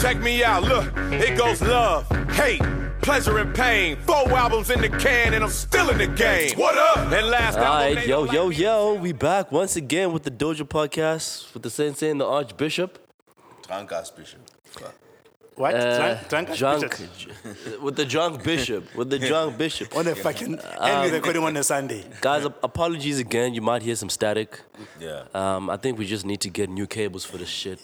Check me out, look, it goes love, hate, pleasure and pain. Four albums in the can and I'm still in the game. What up? And last All album, right, they yo, don't yo, like me. yo, we back once again with the Dojo podcast with the sensei and the Archbishop. Trankas Bishop. Fuck. What? Uh, Drunk? Drunk? drunk, with the drunk bishop, with the drunk bishop. On a fucking end with recording on a Sunday. Guys, ap- apologies again. You might hear some static. Yeah. Um, I think we just need to get new cables for this shit.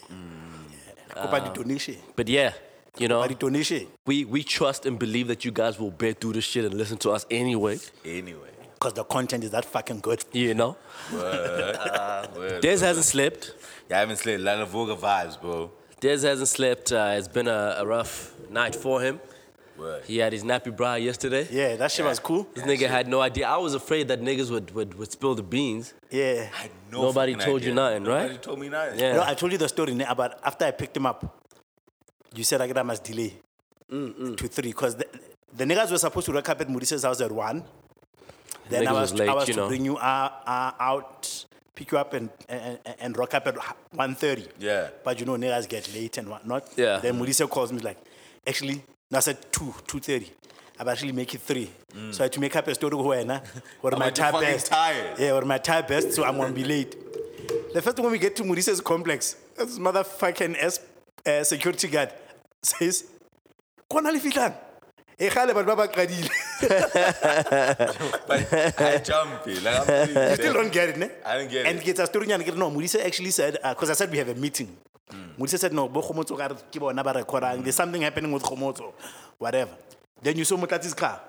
Kupaditonishe. But yeah, you know, Kupaditonishe. we we trust and believe that you guys will bear through this shit and listen to us anyway. Anyway. Because the content is that fucking good. You know, Word. Des hasn't slept. Yeah, I haven't slept. Lana Voga vibes, bro. Des hasn't slept. Uh, it's been a, a rough night for him. Word. He had his nappy bra yesterday. Yeah, that shit was cool. This nigga had no idea. I was afraid that niggas would, would, would spill the beans. Yeah. I had Nobody fucking told you nothing, right? Nobody told me nothing. Yeah. No, I told you the story ne, about after I picked him up, you said like, I must delay to three because the, the niggas were supposed to wake up at Mudise's house at one. Then I Niggas was, was late, I was you to know. bring you uh, uh, out, pick you up and, and, and- and rock up at 1.30. Yeah. But you know, niggas get late and whatnot. Yeah. Then Mudise calls me like, actually, no, I said 2, 2.30. I've actually make it 3. Mm. So I had to make up a story where, nah, what I'm my like, tire fucking best. tired. Yeah, what my tire best, so I'm going to be late. The first when we get to Murice's complex, this motherfucking S, uh, security guard says, Kona le fitlang? E kgale batho ba ba qadile." But I jumped it. Like, I'm really You still don't get it, ne? I don't get And it. gets a story nyana, ke re, no, Murice actually said, because I said we have a meeting. Hmm. Murice said, no, bo Khomotso ka re ke bona ba recordang. There's something happening with Khomotso, whatever. Then you saw Mutlatsi's car.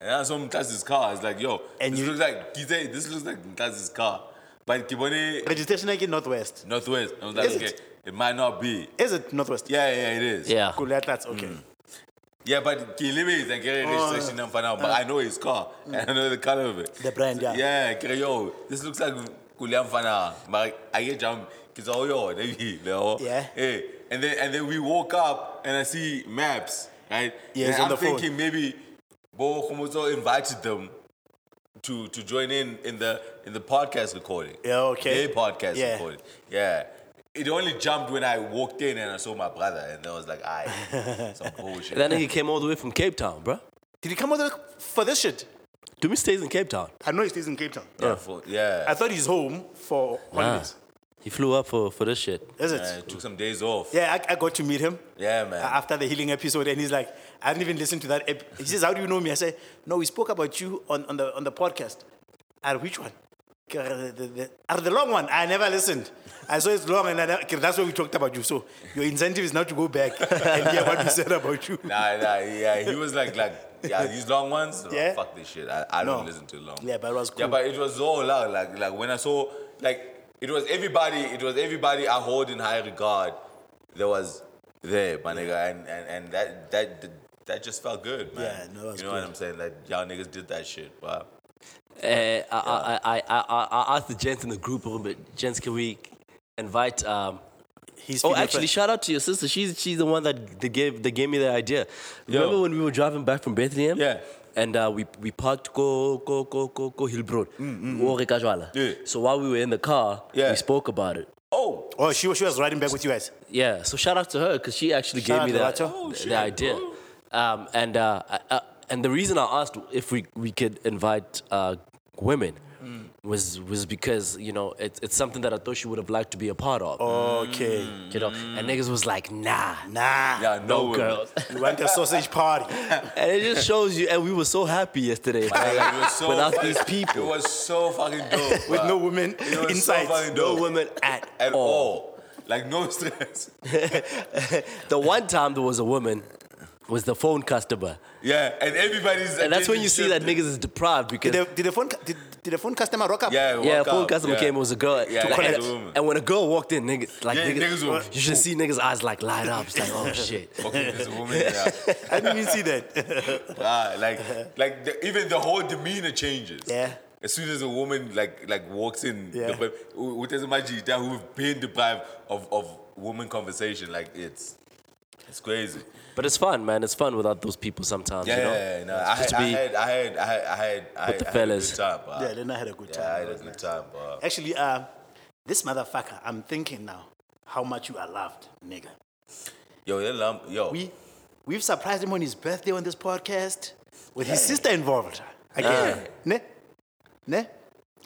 And I saw Mtazi's car. I was like, yo, And this you- looks like Kize, this looks like Mtazi's car. But Kibone Registration like in Northwest. Northwest. I was like, Is okay, it? it? might not be. Is it Northwest? Yeah, Hmm. yeah, it is. Yeah. Cool, that- that's okay. Yeah, but ke limit and carry registration number for now. But I know his car. And I know the color of it. Oh. Mm. The brand, yeah. Yeah, carry yo. This looks like Kuliam Fana. But I get jump. Cause oh yo, they be, you know. Yeah. Hey, and then and then we woke up and I see maps, right? Yeah, And it's on I'm the phone. thinking maybe Bo Komoto invited them to to join in in the in the podcast recording. Yeah, okay. Their podcast Yeah. recording. Yeah. It only jumped when I walked in and I saw my brother, and I was like, "I some bullshit." That nigga came all the way from Cape Town, bruh. Did he come over for this shit? Do me stays in Cape Town. I know he stays in Cape Town. Yeah, for- yeah. I thought he's home for holidays. He flew up for, for this shit. Is it? I took some days off. Yeah, Yeah, I, I got to meet him uh, man. after the healing episode, and he's like, I didn't even listen to that. Ep-. He says, How do you know me? I say, No, we spoke about you on, on the on the podcast. At which one? Ke re, The, the, at the long one. I never listened. I saw it's long, and I, never- ke re, that's why we talked about you. So your incentive is now to go back and hear what we said about you. nah, nah, yeah. He was like, like, yeah, these long ones. oh, Yeah. fuck this shit. I, I don't No. listen to long. Yeah, but it was Yeah, cool. but it was so loud. Like, like when I saw, like, it was everybody. It was everybody I hold in high regard. There was there, my nigga, and and, and that that that just felt good, man. Yeah, no, it was you know what good. I'm saying? Like, y'all niggas did that shit. Wow. Eh, I, I, I, I, I, I asked the gents in the group a little bit. Gents, can we invite? Um, He's oh, feeling actually, fine. shout out to your sister. She's she's the one that they gave that gave me the idea. Yo. Remember when we were driving back from Bethlehem? Yeah. And uh, we we parked go go go go go Hillbroad. mm. Yeah. So while we were in the car, Yeah. we spoke about it. Oh, Oh, she, was- she was riding back with you guys. Yeah, so shout out to her because she actually Shout out gave me to that, Racha. the, Oh, the shit, idea. Um, and uh, I, I, and the reason I asked if we, we could invite uh, women was was because you know it's it's something that I thought she would have liked to be a part of. Oh. Mm. Okay. You know, and niggas was like, nah, Nah. yeah, no, no women. girls. You want a sausage party. and it just shows you. And we were so happy yesterday My nigga, it was so without fucking- these It people, was so fucking dope. With bruh. no women It was so inside. fucking no dope. women at, at all. all. Like no stress. The one time there was a woman was the phone customer, Yeah, and everybody's. and that's when you see that niggas is deprived because. Did the, did the phone cu- did, did the phone customer rock up? Yeah, Yeah, walk full out, customer yeah. came. It was a girl. Yeah, Like, it and, was a woman. and when a girl walked in, niggas like Yeah, niggas, niggas were- you should see niggas' eyes like light up. It's like, oh shit. Okay, this woman. Yeah. I didn't even see that. Ah, like, like the, even the whole demeanor changes. Yeah. As soon as a woman like like walks in, Yeah. the, with as much that who've been deprived of of woman conversation, like it's it's crazy. But it's fun, man. It's fun without those people sometimes. Yeah, you know? yeah, yeah, no, I, Just had, to I be- had, I had, I had, I had, With I had, the I had a fellas. good time. bruh. yeah, then I had a good time. Yeah, I had It a was good nice. time. bruh. Actually, uh, this motherfucker, I'm thinking now how much you are loved, nigga. Yo, they lump, yo. We, we've surprised him on his birthday on this podcast with his sister involved. Again. Ne? Ne?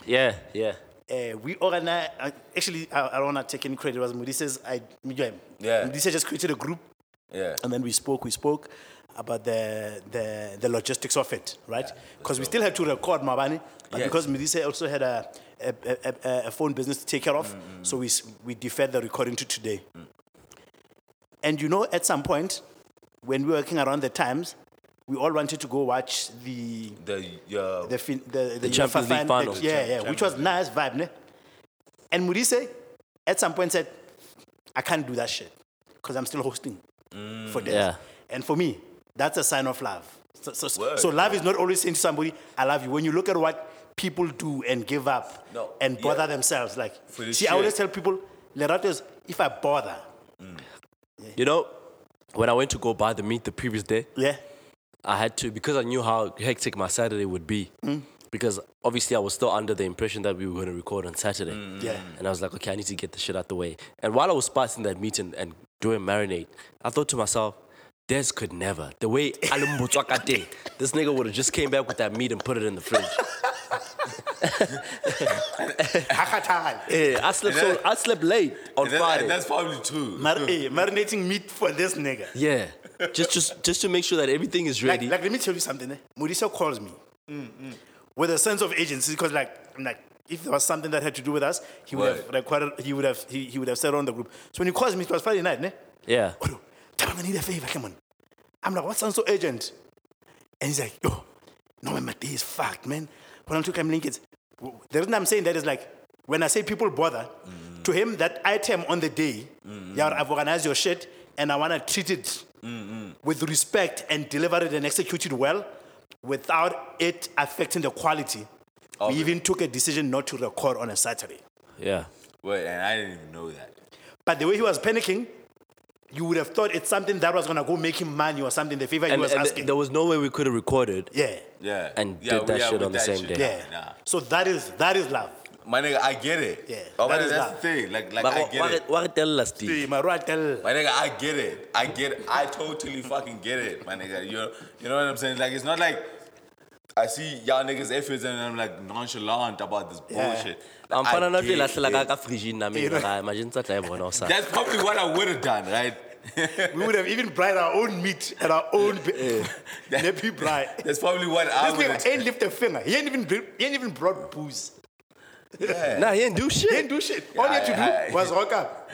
Yeah, yeah. Uh, we organize, uh, actually, I, I don't want to take any credit. It was Mudise's, I, Yeah. Mudise just created a group yeah. and then we spoke, we spoke about the the, the logistics of it, right? Because we still had to record Mabani, but Yes. because Midise also had a a, a, a- a phone business to take care of, so we s- we deferred the recording to today. And you know, at some point, when we were working around the times, we all wanted to go watch the The, yeah. the fin- the, the, UEFA Champions League fin- final. yeah, yeah, which was nice vibe, ne? And Murise at some point said, I can't do that shit because I'm still hosting for days. Yeah. And for me, that's a sign of love. So, so, Word. so love is not always saying to somebody, I love you. When you look at what people do and give up No, and yeah. bother themselves, like, For the see, I always shit. tell people, Lerato is, if I bother, You know, when I went to go buy the meat the previous day, yeah, I had to because I knew how hectic my Saturday would be. Mm. Because obviously I was still under the impression that we were going to record on Saturday. Mm-hmm. Yeah. Mm. And I was like, okay, I need to get the shit out the way. And while I was passing that meat and, and doing marinade, I thought to myself, this could never. The way Alimbotswaka did, this nigga would have just came back with that meat and put it in the fridge. Hakatai. yeah, I slept so I slept late on and, that, Friday. and that's probably true. Mar- eh, marinating meat for this nigga. yeah. just just just to make sure that everything is like, ready. like, let me tell you something. Eh? Mauricio calls me with a sense of agency because, like, I'm like, if there was something that had to do with us, he would have Right. recorded, he would have, he, he would have said on the group. So when he calls me, it was Friday night, ne? yeah. Odo, tell him I need a favor. Come on. I'm like, what sounds so urgent? And he's like, yo, no, man, my day is fucked, man. When I'm talking, I'm linking. The reason I'm saying that is like, when I say people bother, to him, that item on the day, yeah, I've organized your shit and I want to treat it with respect and deliver it and execute it well without it affecting the quality. we even took a decision not to record on a Saturday. Yeah. Wait, and I didn't even know that. But the way he was panicking, you would have thought it's something that was gonna go make him money or something. The favor he And, was and asking. there was no way we could have recorded. yeah, Yeah. And yeah, did that yeah, shit with on the that same shit. day. yeah. Nah. So that is that is love. My nigga, I get it. Yeah, Oh, my that nigga, is that's love. the thing. Like, like But I what, get it. what, what tell us, Steve? Eh, Maruatel. My nigga, I get it. I get it. I totally fucking get it, my nigga. You know, you know what I'm saying? Like, it's not like I see y'all niggas efforts and I'm like nonchalant about this Yeah. bullshit. I'm Like, I finding out get like it. like a frigid na You mina. know- I imagine that I won also. That's probably what I would have done, right? we would have even bride our own meat and our own yeah. Nepi bride. That's probably what I This would have nigga ain't lift a finger. He ain't even br- he ain't even brought booze. Nah, he didn't do He ain't shit. do shit. All you had to do I- I- was hook up.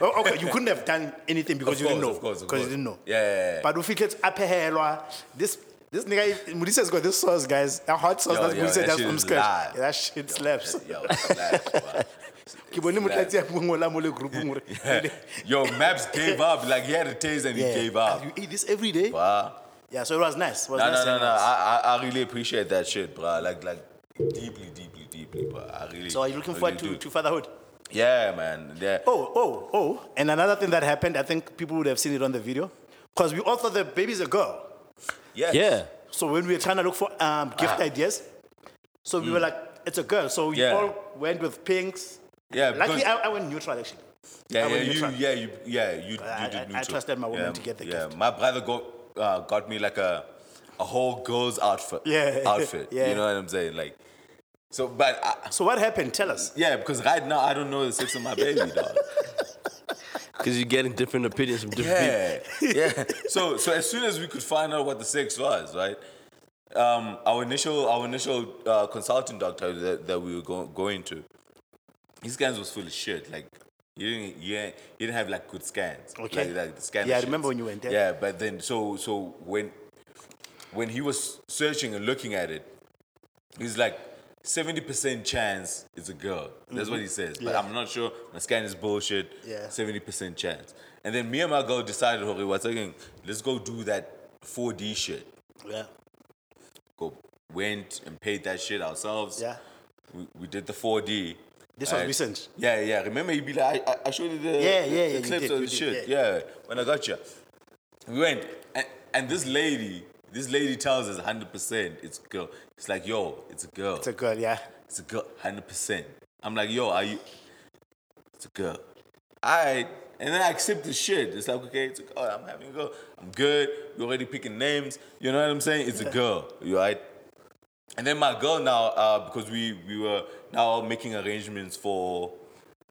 Oh, okay, you couldn't have done anything because Of you didn't course, know. of course, of because you course. didn't know. Yeah, yeah, yeah. Eh. But if he gets apehelwa, this this nigga Mudisa's got this sauce, guys. A hot sauce Yo, that's yo, Mudisa that does shit from is scratch. live. Yeah, that shit slaps. Yo, slaps, Ke bone motlatsi a buang ola mo le group-ong hore- bruh. Yo, Maps gave up. Like, he had a taste and Yeah. he gave up. You eat this every day? Bruh. Yeah, so it was nice. It was No, nice no, no, and no. nice. I, I, I really appreciate that shit, bruh. Like, like, deeply, deeply, deeply, bruh. I really. So are you looking I forward really to, do. to fatherhood? Yeah, man. Yeah. Oh, oh, oh. And another thing that happened, I think people would have seen it on the video. Because we all thought the baby's a girl. Yes. Yeah. So when we were trying to look for um, gift ideas, so we were like, it's a girl. So we Ah. Mm. Yeah. all went with pinks. Yeah. Luckily, because- I, I went neutral actually. yeah, I yeah, went you, neutral. yeah, you, yeah, you, you I- did I- I neutral. trusted my woman yeah, to get the yeah. gift. My brother got uh, got me like a a whole girl's outfit. Yeah. Outfit. Yeah. You know what I'm saying? Like, so, but I, So what happened? Tell us. yeah, because right now I don't know the sex of my baby, dog. Because you're getting different opinions from different people. Yeah, yeah. So so as soon as we could find out what the sex was, right? Um, our initial our initial uh, consultant doctor that, that we were go- going to, his scans was full of shit. Like you didn't you, didn't- you didn't have like good scans. Okay. Like, like the scan. Yeah, I shits. remember when you went there. Yeah, but then so so when when he was searching and looking at it, he's like. 70% chance it's a girl. That's what he says. But Yeah. I'm not sure. My scan is bullshit. Yeah. 70% chance. And then me and my girl decided, okay, what's again? Let's go do that 4D shit. Yeah. Go went and paid that shit ourselves. Yeah. We, we did the 4D. This was Right. recent. Yeah, yeah. Remember, you be like, I, I- I showed you the, Yeah, the- yeah, the yeah, you clips did, of you did, the shit. Yeah. when I got you. We went, and, and this lady, this lady tells us 100% it's a girl. It's like, yo, it's a girl. It's a girl, yeah. It's a girl, 100%. I'm like, yo, are you? It's a girl. all right. And then I accept the shit. It's like, okay, it's a girl. I'm having a girl. I'm good. You're already picking names. You know what I'm saying? It's a girl. You all right? And then my girl now, uh, because we, we were now making arrangements for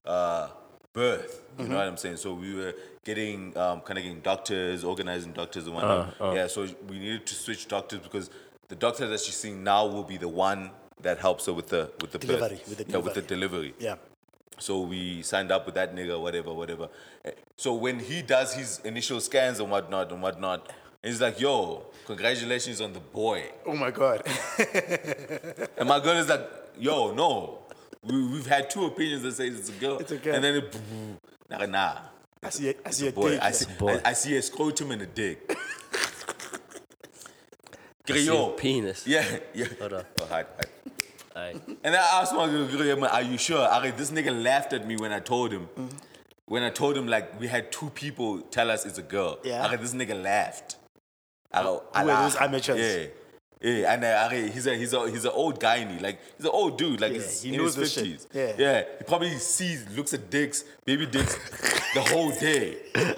uh, birth. You Mm-hmm. know what I'm saying? So we were getting um, kind of getting doctors, organizing doctors Uh, and whatnot. Yeah, so we needed to switch doctors because the doctor that she's seeing now will be the one that helps her with the with the Delivery, birth. with the Yeah, with the delivery. Yeah. So we signed up with that nigga, whatever, whatever. Eh, So when he does his initial scans and whatnot and whatnot, he's like, yo, congratulations on the boy. Oh my God. And my girl is like, yo, no. We, we've had two opinions that say it's a girl. It's a girl. And then it, nah, nah. I see. A, I see a Boy, dick. I see, boy. I, I see a scrotum and a dick. I see Yo. a penis. Yeah, yeah. Hold up. Oh, hard, hard. Aight. And I asked my girl, girl, yeah, man, are you sure? I mean, this nigga laughed at me when I told him. Mm-hmm. When I told him, like, we had two people tell us it's a girl. Yeah. I mean, this nigga laughed. I go, Who "Allah." are those amateurs? Yeah. Yeah, and uh, I mean, he's a he's a he's an old guy, and he like he's an old dude, like Yeah, he's he in knows this his shit. fifties. Yeah. yeah, he probably sees, looks at dicks, baby dicks, the whole day.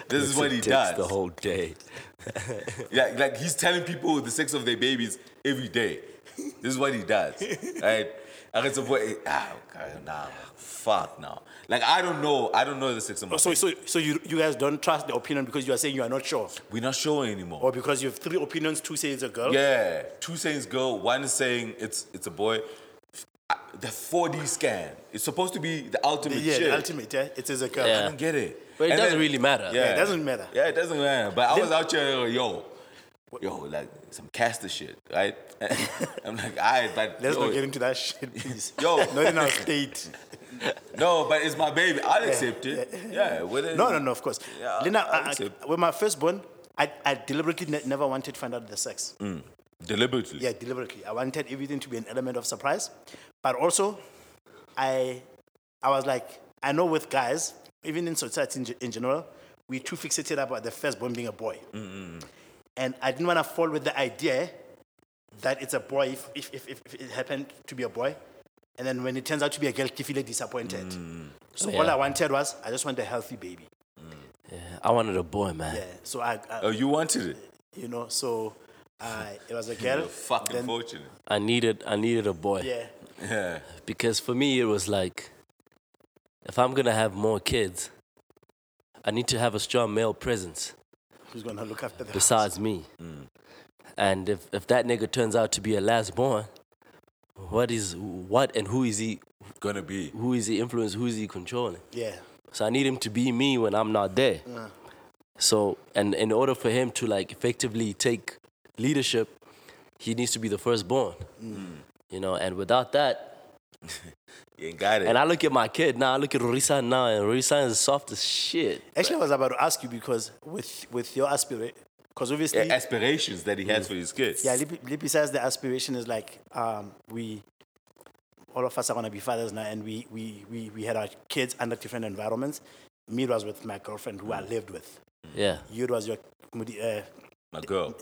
This is what he Takes does. the whole day. Yeah, like he's telling people the sex of their babies every day. This is what he does. right? I can support ah God, nah fuck now. Like I don't know, I don't know the sex of my Oh, so, so, so you, you guys don't trust the opinion because you are saying you are not sure, We're not sure anymore. or because you have three opinions, two say it's a girl. Yeah. Two sayings girl, one is saying it's it's a boy. I- The 4D scan. It's supposed to be the ultimate yeah. shit. The ultimate, yeah, it is a girl. I Yeah. don't get it. But it And doesn't then- really matter. Yeah. it doesn't matter. Yeah, it doesn't matter. But I was out here, yo, yo, like some caster shit, right? I'm like, all right, but Let's yo, not get into that shit, please. Yo. not in our state. No, but it's my baby. I'll accept it. Yeah. whether- No, no, no. Of course, Yeah, Lena. I- I I, would say- I, when my firstborn, I, I deliberately ne- never wanted to find out the sex. Deliberately. Yeah, deliberately. I wanted everything to be an element of surprise, but also, I, I was like, I know with guys, even in society in, ge- in general, we too fixated about the firstborn being a boy, and I didn't want to fall with the idea that it's a boy if, if, if, if, if it happened to be a boy, and then when it turns out to be a girl, you feel disappointed. Mm, So all Yeah. I wanted was I just want a healthy baby. I wanted a boy, man. Yeah, so I, I Oh, you wanted it. you know, so uh, it was a girl. You're fucking then- fortunate. I needed I needed a boy. Yeah, Yeah. Because for me it was like if I'm gonna have more kids, I need to have a strong male presence who's gonna look after the besides me. And if, if that nigga turns out to be a last born, what is what and who is he Gonna be. who is he influencing, who is he controlling? Yeah, So I need him to be me when I'm not there. So and in order for him to like effectively take leadership, he needs to be the firstborn. Mm. You know, and without that, You ain't got it. and I look at my kid now, I look at Rorisan now, and Rorisan is soft as shit. actually, I was about to ask you because with with your aspirate, because obviously, Yeah, yeah, aspirations that he has for his Mm. kids. Lip- Lip says the aspiration is like um, we. All of us are gonna be fathers now, and we, we, we, we had our kids under different environments. Me, it was with my girlfriend who I Mm. lived with. Mm. Yeah. You, it was your, uh, My girl.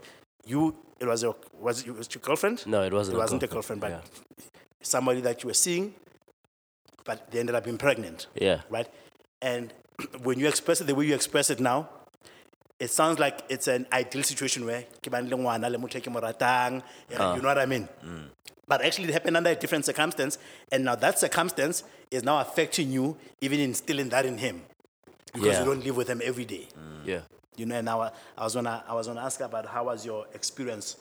you, it was your, was, it was your girlfriend. No, it wasn't. It wasn't a girlfriend. girlfriend, but somebody that you were seeing, but they ended up being pregnant, yeah. right? And when you express it the way you express it now, it sounds like it's an ideal situation where ke bane le ngwana, le motho e ke mo ratang, you Ah. know- you know what I mean? Mm. But actually, it happened under a different circumstance, and now that circumstance is now affecting you, even instilling that in him, because Yeah. Mm. you don't live with him every day Yeah. yeah. you know, and I, wa- I was gonna I was gonna ask about how was your experience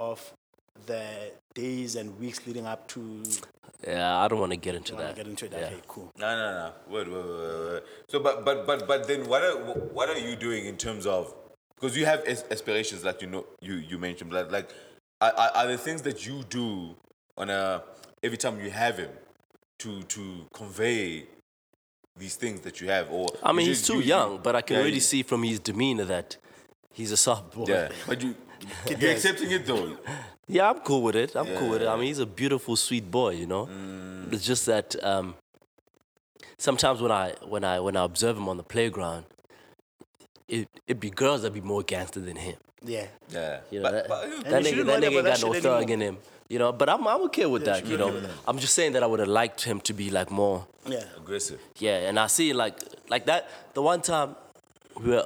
of the days and weeks leading up to Yeah. I don't want to get into when I that. get into that. Yeah. Hey, cool. No, no, no. Wait, wait, wait, wait, wait. So, but, but, but, but then, what are, what are you doing in terms of? Because you have as- aspirations, like you know, you you mentioned, like, like, are, are are there things that you do on a every time you have him to to convey these things that you have? Or I mean, you he's just- too you- you- young, but I can yeah, already you- see from his demeanor that he's a soft boy. Yeah, but you you're accepting it though. Yeah, I'm cool with it. I'm cool with it. I mean, he's a beautiful, sweet boy, you know. Mm. It's just that um, sometimes when I when I when I observe him on the playground, it it be girls that be more gangster than him. Yeah. Yeah, You know but, that, but- that you nigga, shouldn't that worry nigga ain't about got that no shit thug anymore. in him. You know, but I'm I'm okay with that. You know, I'm just saying that I would have liked him to be like more. Yeah. aggressive. Yeah, and I see like Like that, the one time we were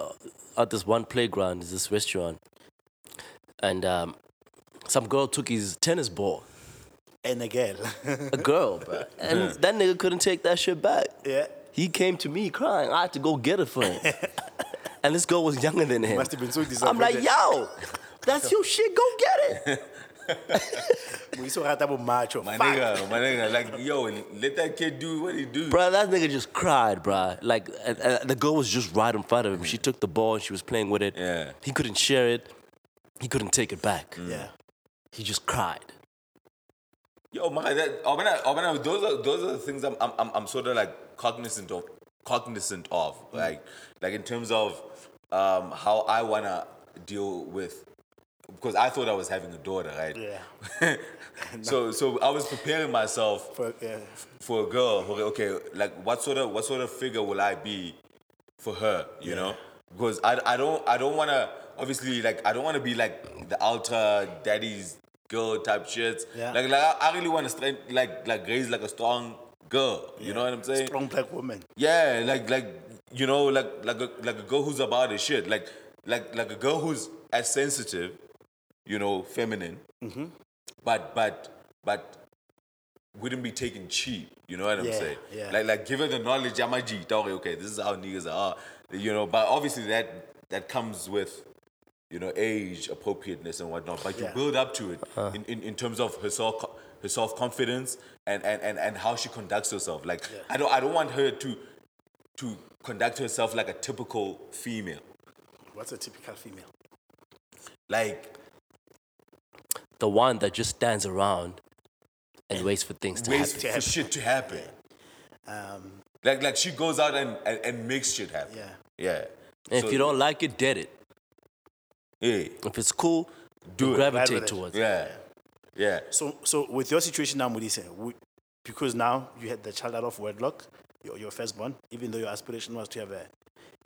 at this one playground, this restaurant, and um, some girl took his tennis ball. And a girl. A girl, bro. And that nigga couldn't take that shit back. yeah. He came to me crying. I had to go get it for him. and this girl was younger than him. Must have been so I'm like, disappointed. yo, that's your shit. Go get it. We saw her double macho. My Fuck. nigga, my nigga, like yo, let that kid do what he do. Bro, that nigga just cried, bro. Like, and- and the girl was just right in front of him. She took the ball and she was playing with it. Yeah. He couldn't share it. He couldn't take it back. Yeah. He just cried. Yo, my that Obana, Obana, those are those are the things I'm I'm I'm, I'm sort of like cognizant of cognizant of. Like like in terms of um how I wanna deal with because I thought I was having a daughter, right? Yeah. so so I was preparing myself For, yeah. for a girl. Okay, okay, like what sort of what sort of figure will I be for her? You know, because I, I don't I don't want to obviously like I don't want to be like the alter daddy's girl type shit. Yeah. Like like I, I really want to like like raise like a strong girl. You know what I'm saying? Strong black woman. Yeah, like like you know, like like a like a girl who's about her shit, like like like a girl who's as sensitive, you know, feminine, Mm-hmm. but but but wouldn't be taken cheap. You know what I'm Yeah, saying? yeah. Like like give her the knowledge. Yamaji, okay, okay, this is how niggas are. You know, but obviously that that comes with you know age appropriateness and whatnot. But you Yeah. build up to it in, in, in terms of her self her self confidence and, and, and, and how she conducts herself. Like I don't I don't want her to to conduct herself like a typical female. What's a typical female? Like The one that just stands around and waits for things to waits happen. for shit to happen. Um, Like like she goes out and, and, and makes shit happen. yeah. Yeah. And if So- you don't like it, dead it. Yeah. If it's cool, Do you it. gravitate Right with it. towards it. Yeah. Yeah. So, so with your situation now, Modise, would- because now you had the child out of wedlock, your, your firstborn, even though your aspiration was to have a,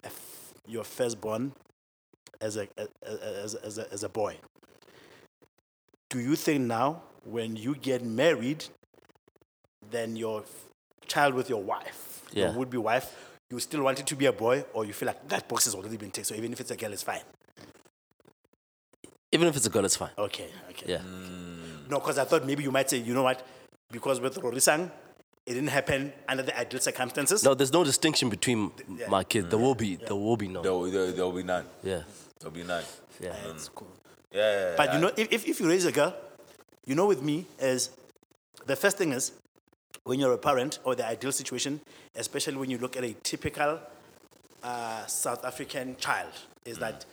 a f- your firstborn as a, a- a- as, a- as, a, as a boy. Do you think now, when you get married, then your f- child with your wife, your Yeah. would be wife, you still want it to be a boy, or you feel like that box has already been ticked, so even if it's a girl, it's fine? Even if it's a girl, it's fine. Okay, okay. Yeah. No, because I thought maybe you might say, you know what, because with Rorisang, it didn't happen under the ideal circumstances. No, there's no distinction between yeah. my kids. There will be, there will be none. There'll, there there'll be none. Yeah, There'll be none. yeah. That's cool. Yeah. But you know, if, if, if you raise a girl, you know, with me, is the first thing is when you're a parent or the ideal situation, especially when you look at a typical uh, South African child, is that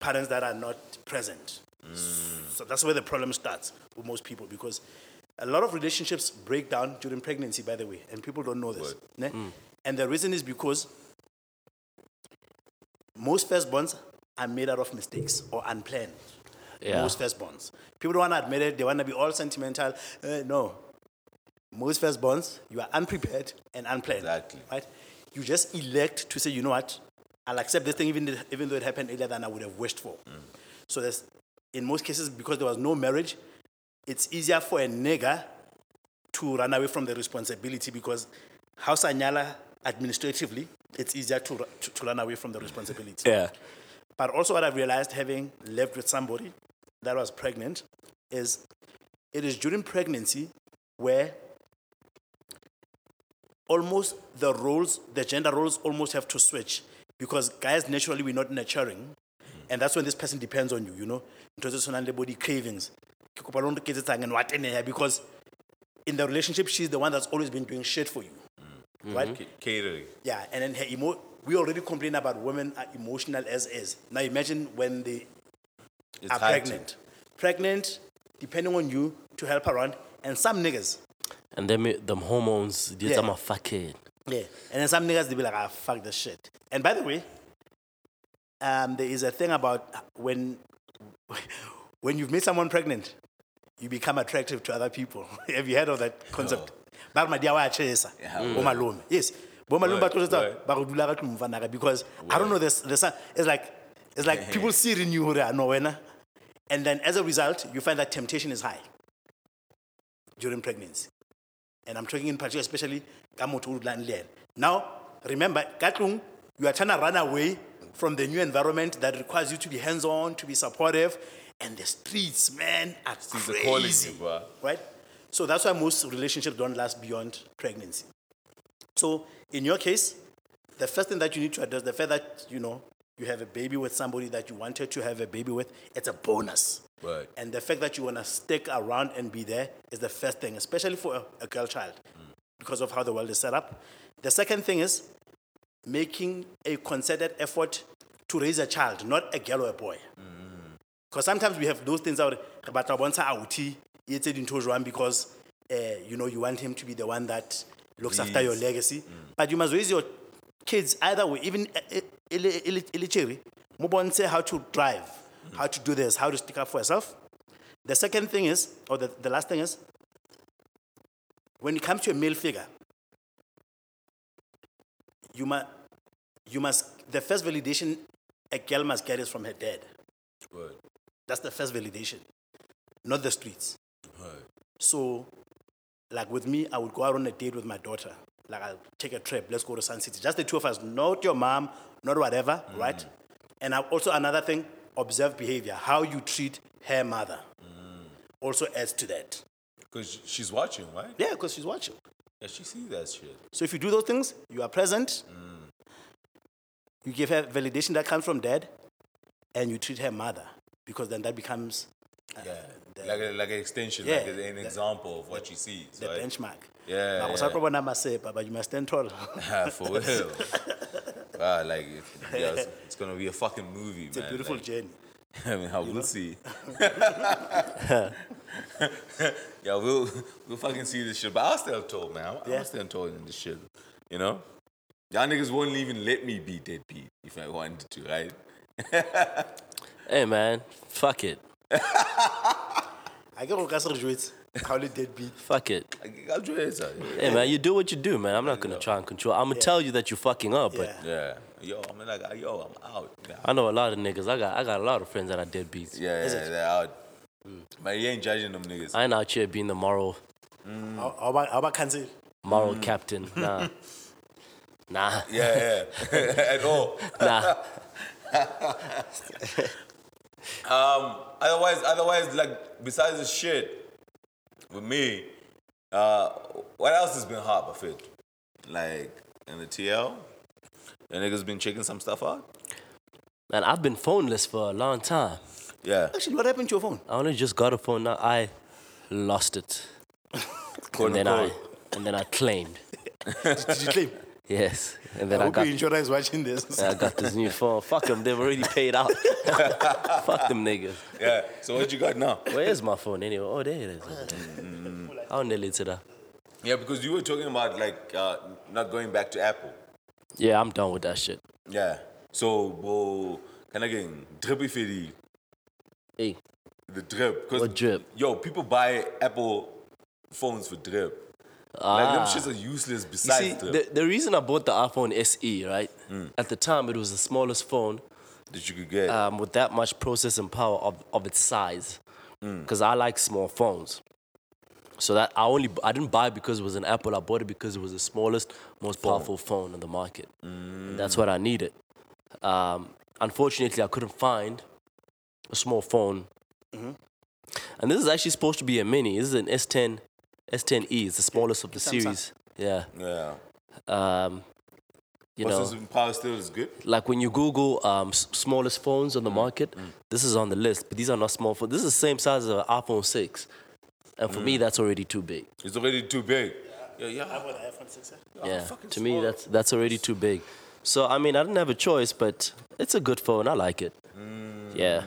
parents that are not present. So that's where the problem starts with most people because a lot of relationships break down during pregnancy, by the way, and people don't know this. ne? And the reason is because most firstborns are made out of mistakes or unplanned. Yeah. Most firstborns. People don't want to admit it, they want to be all sentimental. Uh, no. Most firstborns, you are unprepared and unplanned. Exactly. Right? You just elect to say, you know what, I'll accept this thing even, even though it happened earlier than I would have wished for. So there's, in most cases, because there was no marriage, it's easier for a nigger to run away from the responsibility because House Anyala administratively, it's easier to, ru- to, to run away from the responsibility. Yeah. But also, what I realized having lived with somebody that was pregnant is it is during pregnancy where almost the roles, the gender roles almost have to switch because guys naturally we're not nurturing. And that's when this person depends on you, you know, in terms of body cravings. Ke kopa lo nreketsetsang and what in there, Because in the relationship, she's the one that's always been doing shit for you. Right? C- catering. Yeah, and then her emo- we already complain about women are emotional as is. Now imagine when they It's are heightened. pregnant. Pregnant, depending on you to help around, and some niggas. And then me- them hormones, yeah. Yeah. I'm a fuckhead. Yeah. And then some niggas they be like, ah fuck this shit. And by the way, um, there is a thing about when when you've made someone pregnant, you become attractive to other people. Have you heard of that concept? Ba re madi a wa a chesa, bo malome. Yes. Bo malome ba Word, tlosetsa word. ba go dula ka tlung fa naga because I don't know this this it's like it's like people see it in you hore, "Ah, no wena. And then as a result, you find that temptation is high during pregnancy. And I'm talking in particular, especially Kamoto Now, Remember, Katlung, you are trying to run away from the new environment that requires you to be hands on, to be supportive, and the streets, man, are Streets are crazy, calling you, bruh. right? So that's why most relationships don't last beyond pregnancy. So in your case, the first thing that you need to address, the fact that you know you have a baby with somebody that you wanted to have a baby with, it's a bonus. Right. And the fact that you want to stick around and be there is the first thing, especially for a, a girl child, because of how the world is set up. The second thing is making a concerted effort to raise a child, not a girl or a boy. Because sometimes we have those things out. re batla ho bontsha aothi, e etse dintho jwang because uh, you know you want him to be the one that looks after your legacy. But you must raise your kids either way, even eh, e ilicheri, mubonse how to drive, how to do this, how to stick up for yourself. The second thing is, or the, the last thing is, when it comes to a male figure, you must, you must, the first validation a girl must get is from her dad. Word. That's the first validation, not the streets. Word. So, like with me, I would go out on a date with my daughter. Like I'll take a trip. Let's go to Sun City. Just the two of us, not your mom, not whatever, right? And I, also another thing, observe behavior. How you treat her mother also adds to that. Because she's watching, right? Yeah, because she's watching. Yeah, she sees that shit. So if you do those things, you are present. You give her validation that comes from dad, and you treat her mother because then that becomes Yeah. Like, a, like an extension, Uh, Yeah, like a- an the- example of what she sees. the right? benchmark. Yeah, Now, yeah. usaqobona amasepa, but you must stand tall. Ah, for real. Ah, like, it- yeah, it's, it's gonna be a fucking movie, It's a beautiful journey. I mean, I will see. yeah, we'll we'll fucking see this shit. But I'll stay on tour, man. I'll Yeah. stay on tour in this shit. You know? Y'all niggas won't even let me be deadbeat if I wanted to, right? Hey man, fuck it, I get what Kasser Juiz, how did that be? fuck it. I- I'll do it. sir. Hey man, you do what you do, man. I'm not gonna try and control. I'm gonna tell you that you're fucking up, but Yeah. Yeah. Yo, I'm like, ah, yo, I'm out. Yeah, I know a lot of niggas. I got I got a lot of friends that are deadbeats. yeah, yeah it? they're out. But you ain't judging them niggas. I ain't out here being the moral mm. How how about how about cancel? moral Mm. captain. Nah, nah, yeah, yeah. At all. nah. Otherwise, otherwise, like besides the shit, with me, uh, what else has been hot, Buffett? Like in the TL, the niggas been checking some stuff out. Man, I've been phoneless for a long time. Yeah, Actually, what happened to your phone? I only just got a phone now. I lost it, quote and then I unquote. and then I claimed. Did you claim? Yes, and then I I, hope got your insurer is watching this. I got this new phone. Fuck them. They've already paid out. Fuck them niggas. Yeah. So what you got now? Where is my phone anyway? Oh, there it is. Mm-hmm. I'll nail it to that. Yeah, because you were talking about like uh, not going back to Apple. Yeah, I'm done with that shit. Yeah. So, bo, kind of getting drippy fitty, Hey, the drip. 'cause- What drip? Yo, people buy Apple phones for drip. Like them shits are useless Ah. You besides see, drip. the, the reason I bought the iPhone SE, right? Mm. At the time, it was the smallest phone that you could get. um, with that much processing power of, of its size. Because I like small phones. So that I only I didn't buy it because it was an Apple. I bought it because it was the smallest, most powerful phone on the market. And that's what I needed. Um, unfortunately, I couldn't find a small phone. And this is actually supposed to be a mini. This is an S10, S10e. E. It's the smallest of the Samsung. series. Yeah. yeah. Um, you know, Processing power still is good. like when you Google um, s- smallest phones on the Mm. market, this is on the list, but these are not small phones. This is the same size as an iPhone 6. And for Mm. me, that's already too big. It's already too big. Yeah, yeah. With the iPhone 6, eh? yeah. Ah, fucking To me, small. that's, that's already too big. So, I mean, I didn't have a choice, but it's a good phone. I like it. Mm. Yeah.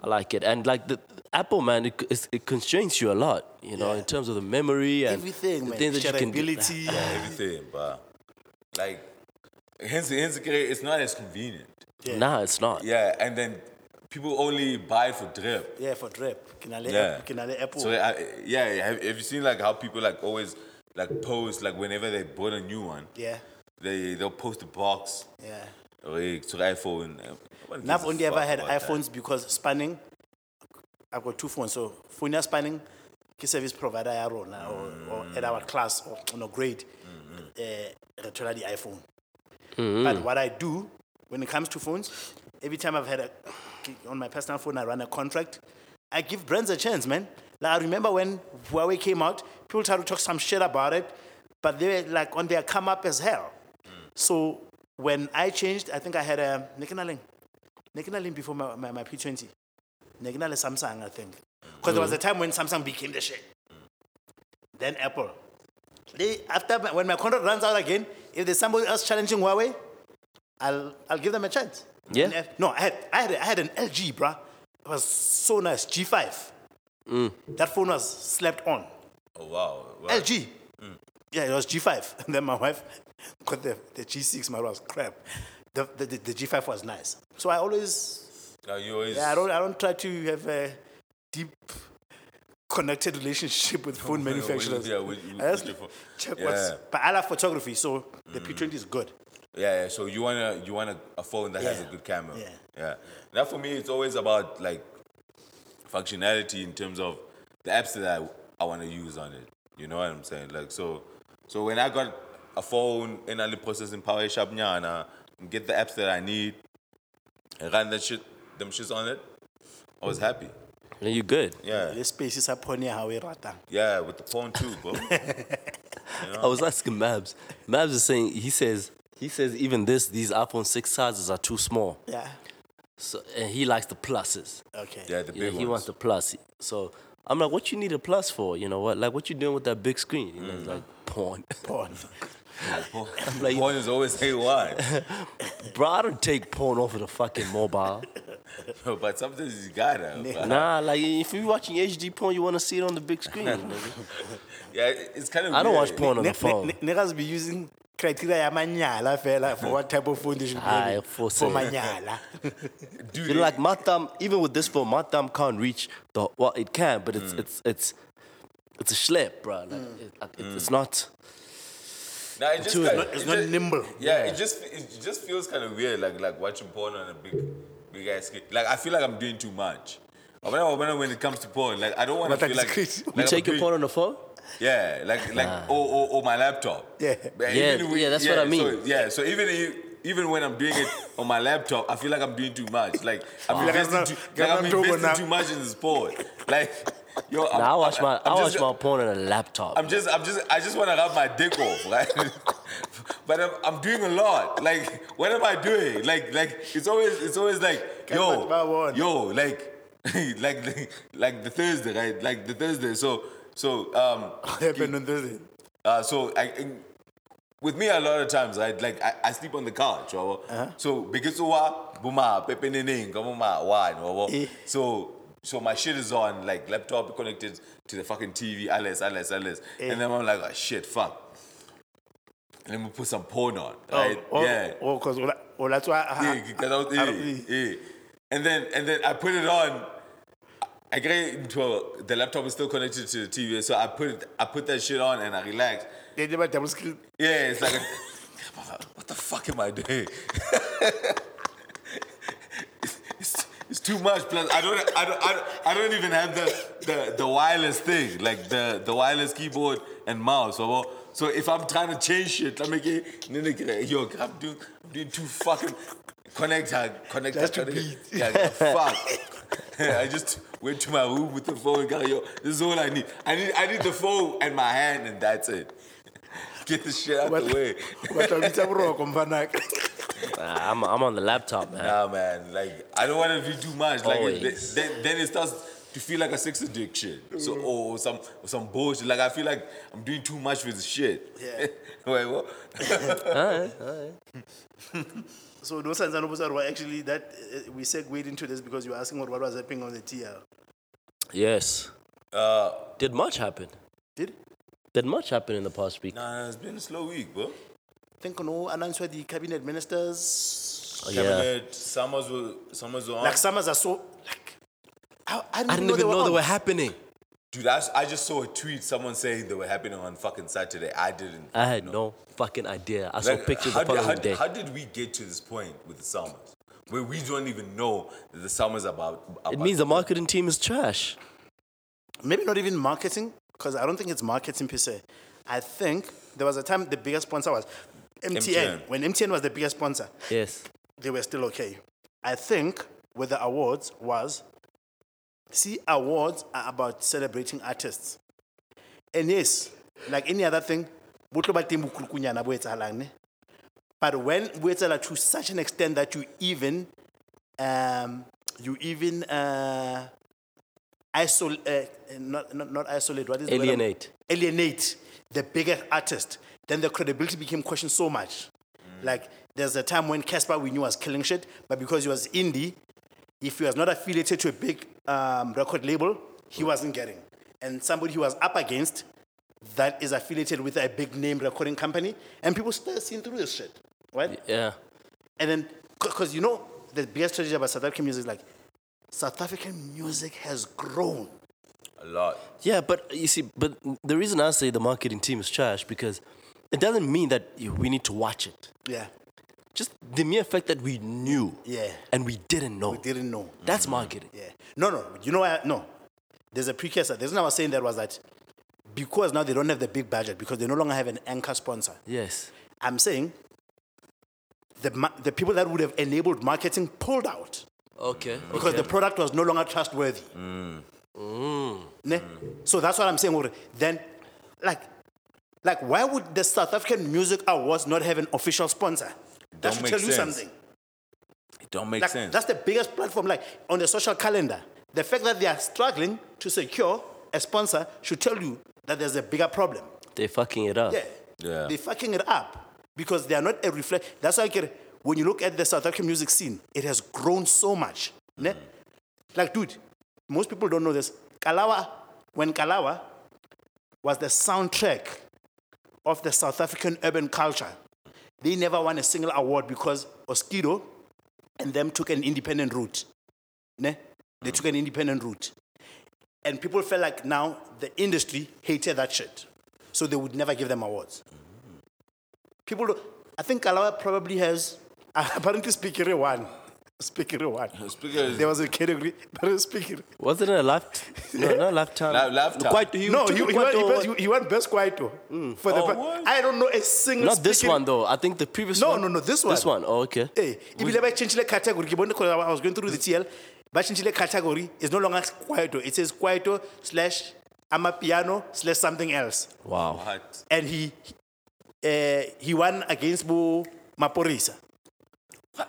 I like it. And like the Apple, man, it, c- it's- it constrains you a lot, you know, in terms of the memory and Everything, the man. things that you can do. Shareability. Everything, but like, hence, hence, it's not as convenient. Nah, it's not. Yeah, and then people only buy for drip. Yeah, for drip. Can I let Yeah. can I let Apple? So I, yeah, have, have you seen like how people like always like post like whenever they bought a new one, yeah. they they'll post a box Yeah. like to iPhone. uh, nobody Now I've gives a only ever fuck had about that. iPhones because spanning. I've got two phones, so phone ya spanning, ke service provider Mm-hmm. ya rona or, or at our class or on a grade, eh, re thola di iPhone. But what I do when it comes to phones, every time I've had a on my personal phone, I run a contract. I give brands a chance, man. Like I remember when Huawei came out, people tried to talk some shit about it, but they were like on their come up as hell. Mm. So when I changed, I think I had a Nikinaling. Nikinaling before my, my, my P20. Nikinaling Samsung, I think. Because there was a time when Samsung became the shit. Then Apple. They, after my, when my contract runs out again, if there's somebody else challenging Huawei, I'll, I'll give them a chance. Yeah. And if- no, I had, I, had, I had an LG, bruh. It was so nice, G5. That phone was slept on. Oh wow. Well, LG. Yeah, it was G5. And then my wife got the, the G6, my wife was crap. The, the, the, the G5 was nice. So I always, now you always. yeah, I don't, I don't try to have a deep connected relationship with phone with- manufacturers. yeah, with- with- I just with your phone. check what's, Yeah. but I love photography, so the P20 is good. Yeah, yeah. So you want a you want a, a phone that has a Yeah. good camera. Yeah. Yeah. Now for me, it's always about like functionality in terms of the apps that I, I want to use on it. You know what I'm saying? Like so, so when I got a phone in Ali processing power shabnyana, get the apps that I need, and run that shit, them shits on it. I Mm. was happy. Then you good. Yeah. This space is upon here, how we rata. Yeah, with the phone too, bro. I was asking Mabs. Mabs is saying he says he says even this these iPhone six sizes are too small. Yeah. So and he likes the pluses. Okay. yeah, the You know, big he ones. wants the plus. So I'm like, what you need a plus for? You know what? Like what you doing with that big screen? You know, Mm. he's like porn. Porn. Porn- like- porn is always a one. Bro, I don't take porn off of the fucking mobile. but sometimes you gotta. bro. nah, like if you're watching HD porn, you want to see it on the big screen. nigga. Yeah, it- it's kind of. I don't weird. watch porn on Ni- the ni- phone. ni- Niggas be using criteria ya manyala fella for what type of food they should Aye, be for for sale. manyala. Dude, You know, like my thumb, even with this phone, my thumb can't reach the. Well, it can, but it's it's it's it's a schlep, bro. Like, Mm. it, it- it's not. Nah, it just too- kinda- it's not- it's not it just- nimble. Yeah, it just it just feels kind of weird, like like watching porn on a big big ass screen. Like I feel like I'm doing too much. But When, I- when, I- when it comes to porn, like I don't want to But feel like like, screen. like You I'm take your doing- porn on the phone. Yeah, like like or, or, or my laptop. Yeah. But Ah. Yeah, even yeah, that's what I mean. So, yeah, so even if- even when I'm doing it on my laptop, I feel like I'm doing too much. Like I'm Like I'm investing, not- too, I'm like not I'm doing investing now. too much in this porn. Like yo, I'm, Now I watch my i I'm watch just- my porn on a laptop. I'm just, I'm just, I just want to rub my dick off, right? but I'm, I'm doing a lot. Like, what am I doing? Like, like it's always, it's always like, Come on, my yo, word. yo, like, like, the, like the Thursday, right? Like the Thursday. So, so, um, What happened on Thursday? uh, so I, in- with me a lot of times, right? Like I, I sleep on the couch, right? Uh-huh. So because wa buma pepe neneng kamuma wine, Eh. right? So so my shit is on like laptop connected to the fucking TV, alles alles alles, Eh. and then I'm like, oh, shit, fuck. Let me put some porn on, right? Oh, yeah. Oh, ah, eh. because oh, that's why. I- Yeah, 'cause I was- I- I- yeah, yeah. And then and then I put it on. I get it into a- the laptop is still connected to the TV, so I put it, I put that shit on and I relax. They did my double screen. Yeah, it's like, a, what the fuck am I doing? it's, it's too much. Plus, I don't, I don't, I don't, I don't even have the, the, the wireless thing, like the, the wireless keyboard and mouse. So, so if I'm trying to change shit, let me get, nene ke re, yo, I'm doing, I'm doing too fucking connect, her, connect, her, Just to connect. her. beat. Yeah, yeah, fuck. I just went to my room with the phone. Go, yo, this is all I need. I need, I need the phone and my hand, and that's it. Get the shit out What- the way. But I'm just Nah, I'm I'm on the laptop, man. Nah, man. Like I don't want to be too much. Like it, Always. then, then it starts to feel like a sex addiction. So Mm-hmm. or some or some bullshit. Like I feel like I'm doing too much with this shit. Yeah. Wait, what? So those and Zanobusar were actually that uh, we segued into this because you were asking what, what was happening on the TL. Yes. Uh, Did much happen? Did? Did much happen in the past week? Nah, it's been a slow week, bro. Oh, I think no announced the cabinet ministers. Oh, yeah. Cabinet, summers were summers were on. Like summers are so like I, I didn't, I didn't even know they on. were happening. Dude, I, s- I just saw a tweet. Someone saying they were happening on fucking Saturday. I didn't. I had no, fucking idea. I saw Like, pictures how the did- how, following did- day. how did we get to this point with the summers, where we don't even know that the summers about? about it means the marketing team is trash. maybe not even marketing because I don't think it's marketing per se. I think there was a time the biggest sponsor was MTN, MTN. when MTN was the biggest sponsor, Yes. they were still okay. I think with the awards was, see, awards are about celebrating artists. And yes, like any other thing, bo tlo ba teng bokurukunyana bo etsahalang, ne? but when we etsahala to such an extent that you even, um, you even uh, isolate, uh, not, not, not isolate, what is the word I'm- Alienate. alienate the biggest artist, then the credibility became questioned so much. Like there's a time when Casper we knew was killing shit, but because he was indie, if he was not affiliated to a big um, record label, he wasn't getting. And somebody he was up against that is affiliated with a big name recording company, and people still seeing through this shit, right? Yeah. And then, because you know, the biggest tragedy about South African music is like, South African music has grown. A lot. Yeah, but you see, but the reason I say the marketing team is trash because it doesn't mean that you- we need to watch it. Yeah, Just the mere fact that we knew. Yeah. And we didn't know. we didn't know. That's marketing. Yeah. No, no. You know what? No. There's a precursor. The reason I was saying that was that because now they don't have the big budget because they no longer have an anchor sponsor. Yes. I'm saying the, ma- the people that would have enabled marketing pulled out Okay. because the product was no longer trustworthy. Mm. Ne? So that's what I'm saying. Uri. Then, like, like, why would the South African Music Awards not have an official sponsor? That Don't should make tell you sense. something. It don't make Like, sense. That's the biggest platform, like on the social calendar. The fact that they are struggling to secure a sponsor should tell you that there's a bigger problem. They're fucking it up. Yeah. Yeah. They're fucking it up because they are not a reflect. That's why I get, when you look at the South African music scene, it has grown so much. ne? Like, dude, most people don't know this. Kalawa, when Kalawa was the soundtrack of the South African urban culture, they never won a single award because Oskido and them took an independent route. Ne? They took an independent route. And people felt like now the industry hated that shit. So they would never give them awards. People, don't- I think Kalawa probably has, apparently Speakery won. Speakery won. Speakery- There was a category, but Speakery. Wasn't it a left? No, not lifetime. Li- lifetime. Quite, you no, took he, he, won, quite he, a- best, he won best Kwaito. For the, Oh, pa- what? I don't know a single Not this Speakery- one though. I think the previous No, one. no, no, this This one. one. Oh, okay. Hey, ebile ba changile category ke bone because I was going through the TL ba changile category is no longer Kwaito it says Kwaito slash Amapiano slash something else Wow. What? and he uh, he won against Bo Maporisa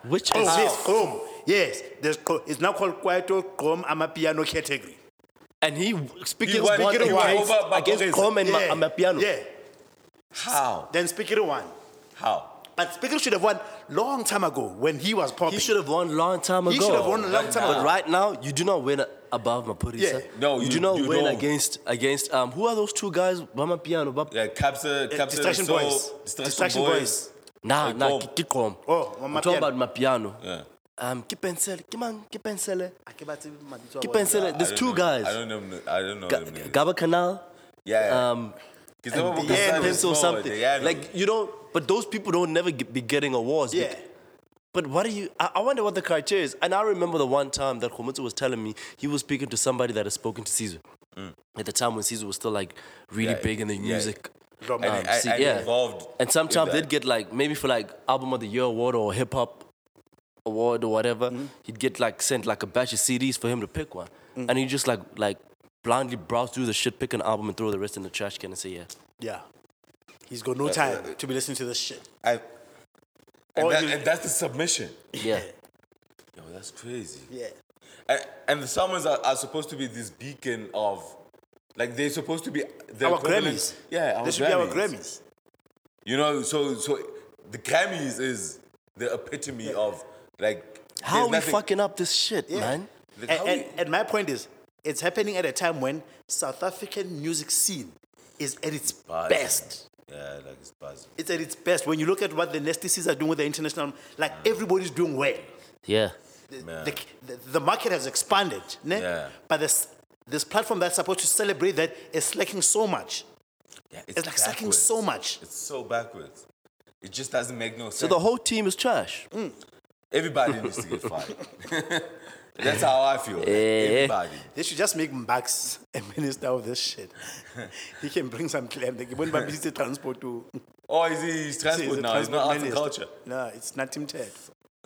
Which oh is yes Gqom yes there's Gqom. it's now called Kwaito Gqom Amapiano category and he speaking He won- one he won against, over against Maporis. Gqom and Ma- Yeah. Amapiano. yeah How? then Speaker won How? but Speaker should have won long time ago when he was He popping should have won long time ago. He should have won a long time But ago. right now, you do not win above Maporisa. Yeah. No, you, you- do not you win don't. against against um. Who are those two guys? Bama Piano. Bam- Yeah, capture, Uh, capture Distraction the soul, Boys. Distraction, Distraction boys. Boys. Nah, nah. Gqom. Ki- ki Gqom. Oh, Ma- I'm talking Mapiano. about Mapiano. Yeah. Um, ki pencil, ki man, ki pencil, I ke batle mabitso a ki bona. pencil. I There's don't two know- guys. I don't know. I don't know. Ga- them names. Gaba Canal. yeah. yeah. Um, Because some of them yeah, are yeah, Stanley pencil small, something. they had Like you don't, but those people don't never get, be getting awards. bec- yeah But what do you? I, I wonder what the criteria is. And I remember the one time that Khomutsu was telling me he was speaking to somebody that had spoken to Caesar at the time when Caesar was still like really Mm. Yeah, big in the yeah. music. um, Drum. And- and- scene. and involved And sometimes in that. they'd get like maybe for like album of the year award or hip hop award or whatever, Mm-hmm. he'd get like sent like a batch of CDs for him to pick one, Mm. and he just like like blindly browse through the shit, pick an album, and throw the rest in the trash can and say yeah. Yeah. He's got no uh, time to be listening to this shit. I, and, Or that, you- and that's the submission. Yeah. Yo, that's crazy. Yeah. And, and the summers are, are supposed to be this beacon of, like they're supposed to be the Our equivalent- Grammys. Yeah, our This should be our Grammys. You know, so so the Grammys is the epitome of like How there's are we nothing- fucking up this shit, man? Like, how And, and, we- and my point is, it's happening at a time when South African music scene is at its Buzz. best. yeah, like it's buzzing. It's at its best. When you look at what the Nestis are doing with the international, like everybody's doing well. Yeah. The, the, the market has expanded. Ne? Yeah. But this, this platform that's supposed to celebrate that is slacking so much. Yeah, It's like slacking backwards. so much. It's so backwards. It just doesn't make no sense. So the whole team is trash. Everybody needs to get fired. That's how I feel. like, everybody. They should just make Mbax a minister of this shit. he can bring some claim. They can visit the transport to. Oh, is he, he's He's transport a now. He's not transport arts and minister. culture. No, it's not Tim Ted.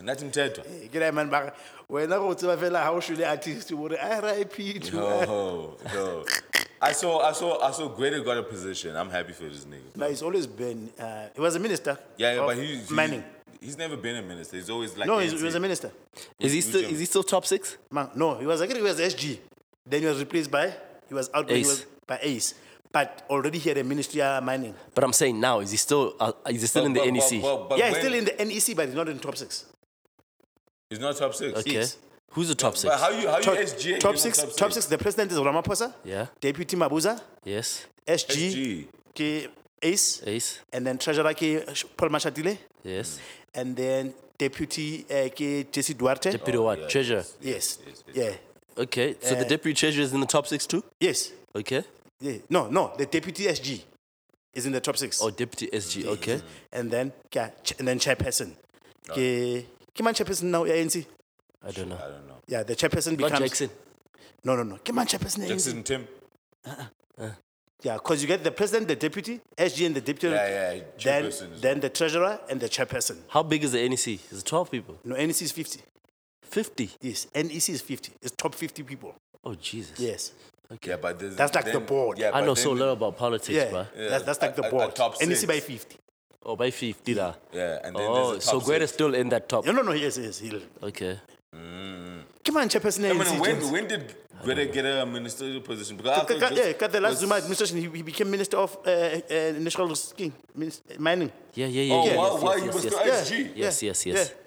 Nothing Tedwa. Get that man back. When I wrote to fella, how should the artist do what RIP to? No, no. Oh, I saw, I saw, I saw. Greta got a position. I'm happy for this nigga. No, he's always been. Uh, he was a minister. Yeah, yeah of but he's, he's mining. He's never been a minister. He's always like No, the he's- he was a NC. minister. Is he still is he still top six? Man, no, he was I think he was SG. Then he was replaced by he was outgoing he Ace. was by Ace. But already he had a ministry of mining. But I'm saying now, is he still uh, is he still in the But- but- NEC? but- but yeah, he's when- still in the NEC, but he's not in top six. He's not top six. okay. six. Who's the top six? But how you, how you Top, SGA? top six, top six. The president is Ramaphosa. Yeah. Deputy Mabuza, yes. SG, SG. ke Ace, Ace. and then treasurer ke Sh- Paul Mashatile, Hmm. Yes. and then deputy uh, ke Jesse Duarte. Oh, Deputy what? Treasure. yes. Yeah. Okay. So the deputy treasurer is in the top six too? Yes. Okay. Yeah. No, no. The deputy SG is in the top six. Mm-hmm. Oh deputy SG. Okay. and then yeah, ch- and then chairperson. Ke ke man chairperson now ya ANC. I don't know. I don't know. Yeah, the chairperson Not becomes Jackson. No, no, no. Ke man chairperson ya ANC. Jackson Tim. Yeah, because you get the president, the deputy, SG, and the deputy. Yeah, yeah. Then, chairperson is- then the treasurer and the chairperson. How big is the NEC? Is it twelve people? No, NEC is 50. Fifty. Yes, NEC is 50. It's top 50 people. Oh Jesus. Yes. yeah, but there's- That's like the then- board. Yeah, I but know so then- little about politics, Yeah, bruh. That's, that's like a- the a- a board. top NEC by six. 50. Oh, by 50 lah. Yeah, and then Oh, there's a top so Great is six. still in that top. No, no, no. Yes, yes. He'll, Okay. come on, chairperson. E I ANC, mean, when, James. when did Greta get a ministerial position? Because I Ka- thought ka- this yeah, cut the last was- Zuma administration, he, he became Minister of uh, uh, National Skin, Minis- Mining. Yeah, yeah, yeah. Oh, yeah, why- yes, why yes, you yes, was yes, still yes. SG? Yes, Yeah, yes, yes. yeah.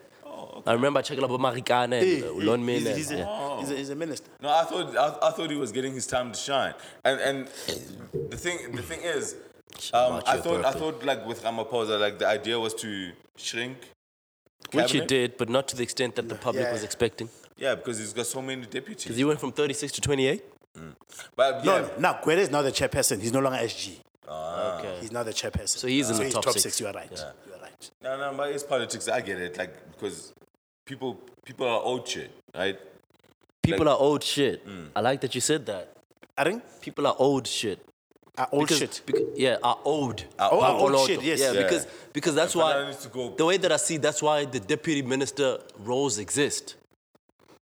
I remember checking about Marikana Hey, and uh, Ulon he's, Mena. he's, a, yeah. he's, a, he's a minister. No, I thought I, I thought he was getting his time to shine, and and the thing the thing is, um, March I your thought I birthday. thought like with Ramaphosa, like the idea was to shrink, Which you cabinet? did, but not to the extent that the public Yeah. was expecting. Yeah, because he's got so many Because deputies. you went from 36 to 28. But No, yeah, no, now Gwede is now the chairperson. He's no longer SG. Okay. He's now the chairperson. So he's in the he's top top six. six. You are right. You are right. no, no, but it's politics. I get it. Like because people people are old shit, right? People are old shit. Mm. I like that you said that. I think People are old shit. uh, old Because- shit. bec- yeah, are old. Oh, are old Mangoloto. shit, yes. Yeah, Yeah. because because that's And Fernando why needs to go. the way that I see that's why the deputy minister roles exist.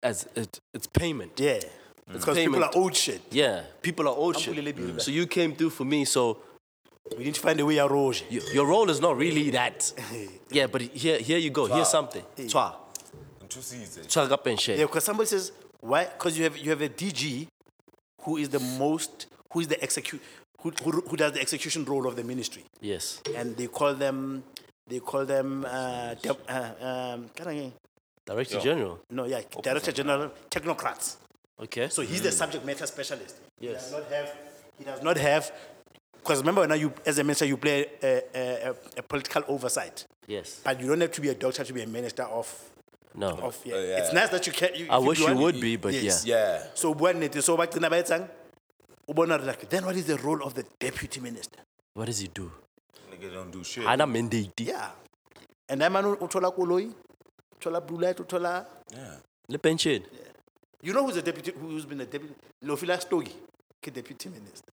As it, it's payment. Yeah. Because people payment. are old shit. Yeah, people are old shit. Mm. Ampulele Bidula. So you came through for me. So We need to find a way around. y- your role is not really that. Yeah, but here, here you go. Here's something. Twa, In two seasons. twa up and share. Yeah, because somebody says, why? Because you have, you have a DG who is the most, who is the execute, who, who, who does the execution role of the ministry. Yes. and they call them they call them uh, de- uh, um, can I- Director General. no yeah director general technocrats Okay. so he's the subject matter specialist Yes. he does not have he does not have because remember now you as a minister you play a, a, a, a political oversight yes. but you don't have to be a doctor to be a minister of No. of yeah. Uh, yeah. it's nice that you can you, Oh, I if wish you want- would be, but Yes. yeah. Yeah, so when so back to like, then what is the role of the deputy minister What does he do? nigga don't do shit. Hana mandate. yeah and that man uthola koloi uthola blue light uthola Le pension. You know who's the deputy? Who's been the deputy? Lofila Stogi, the deputy minister.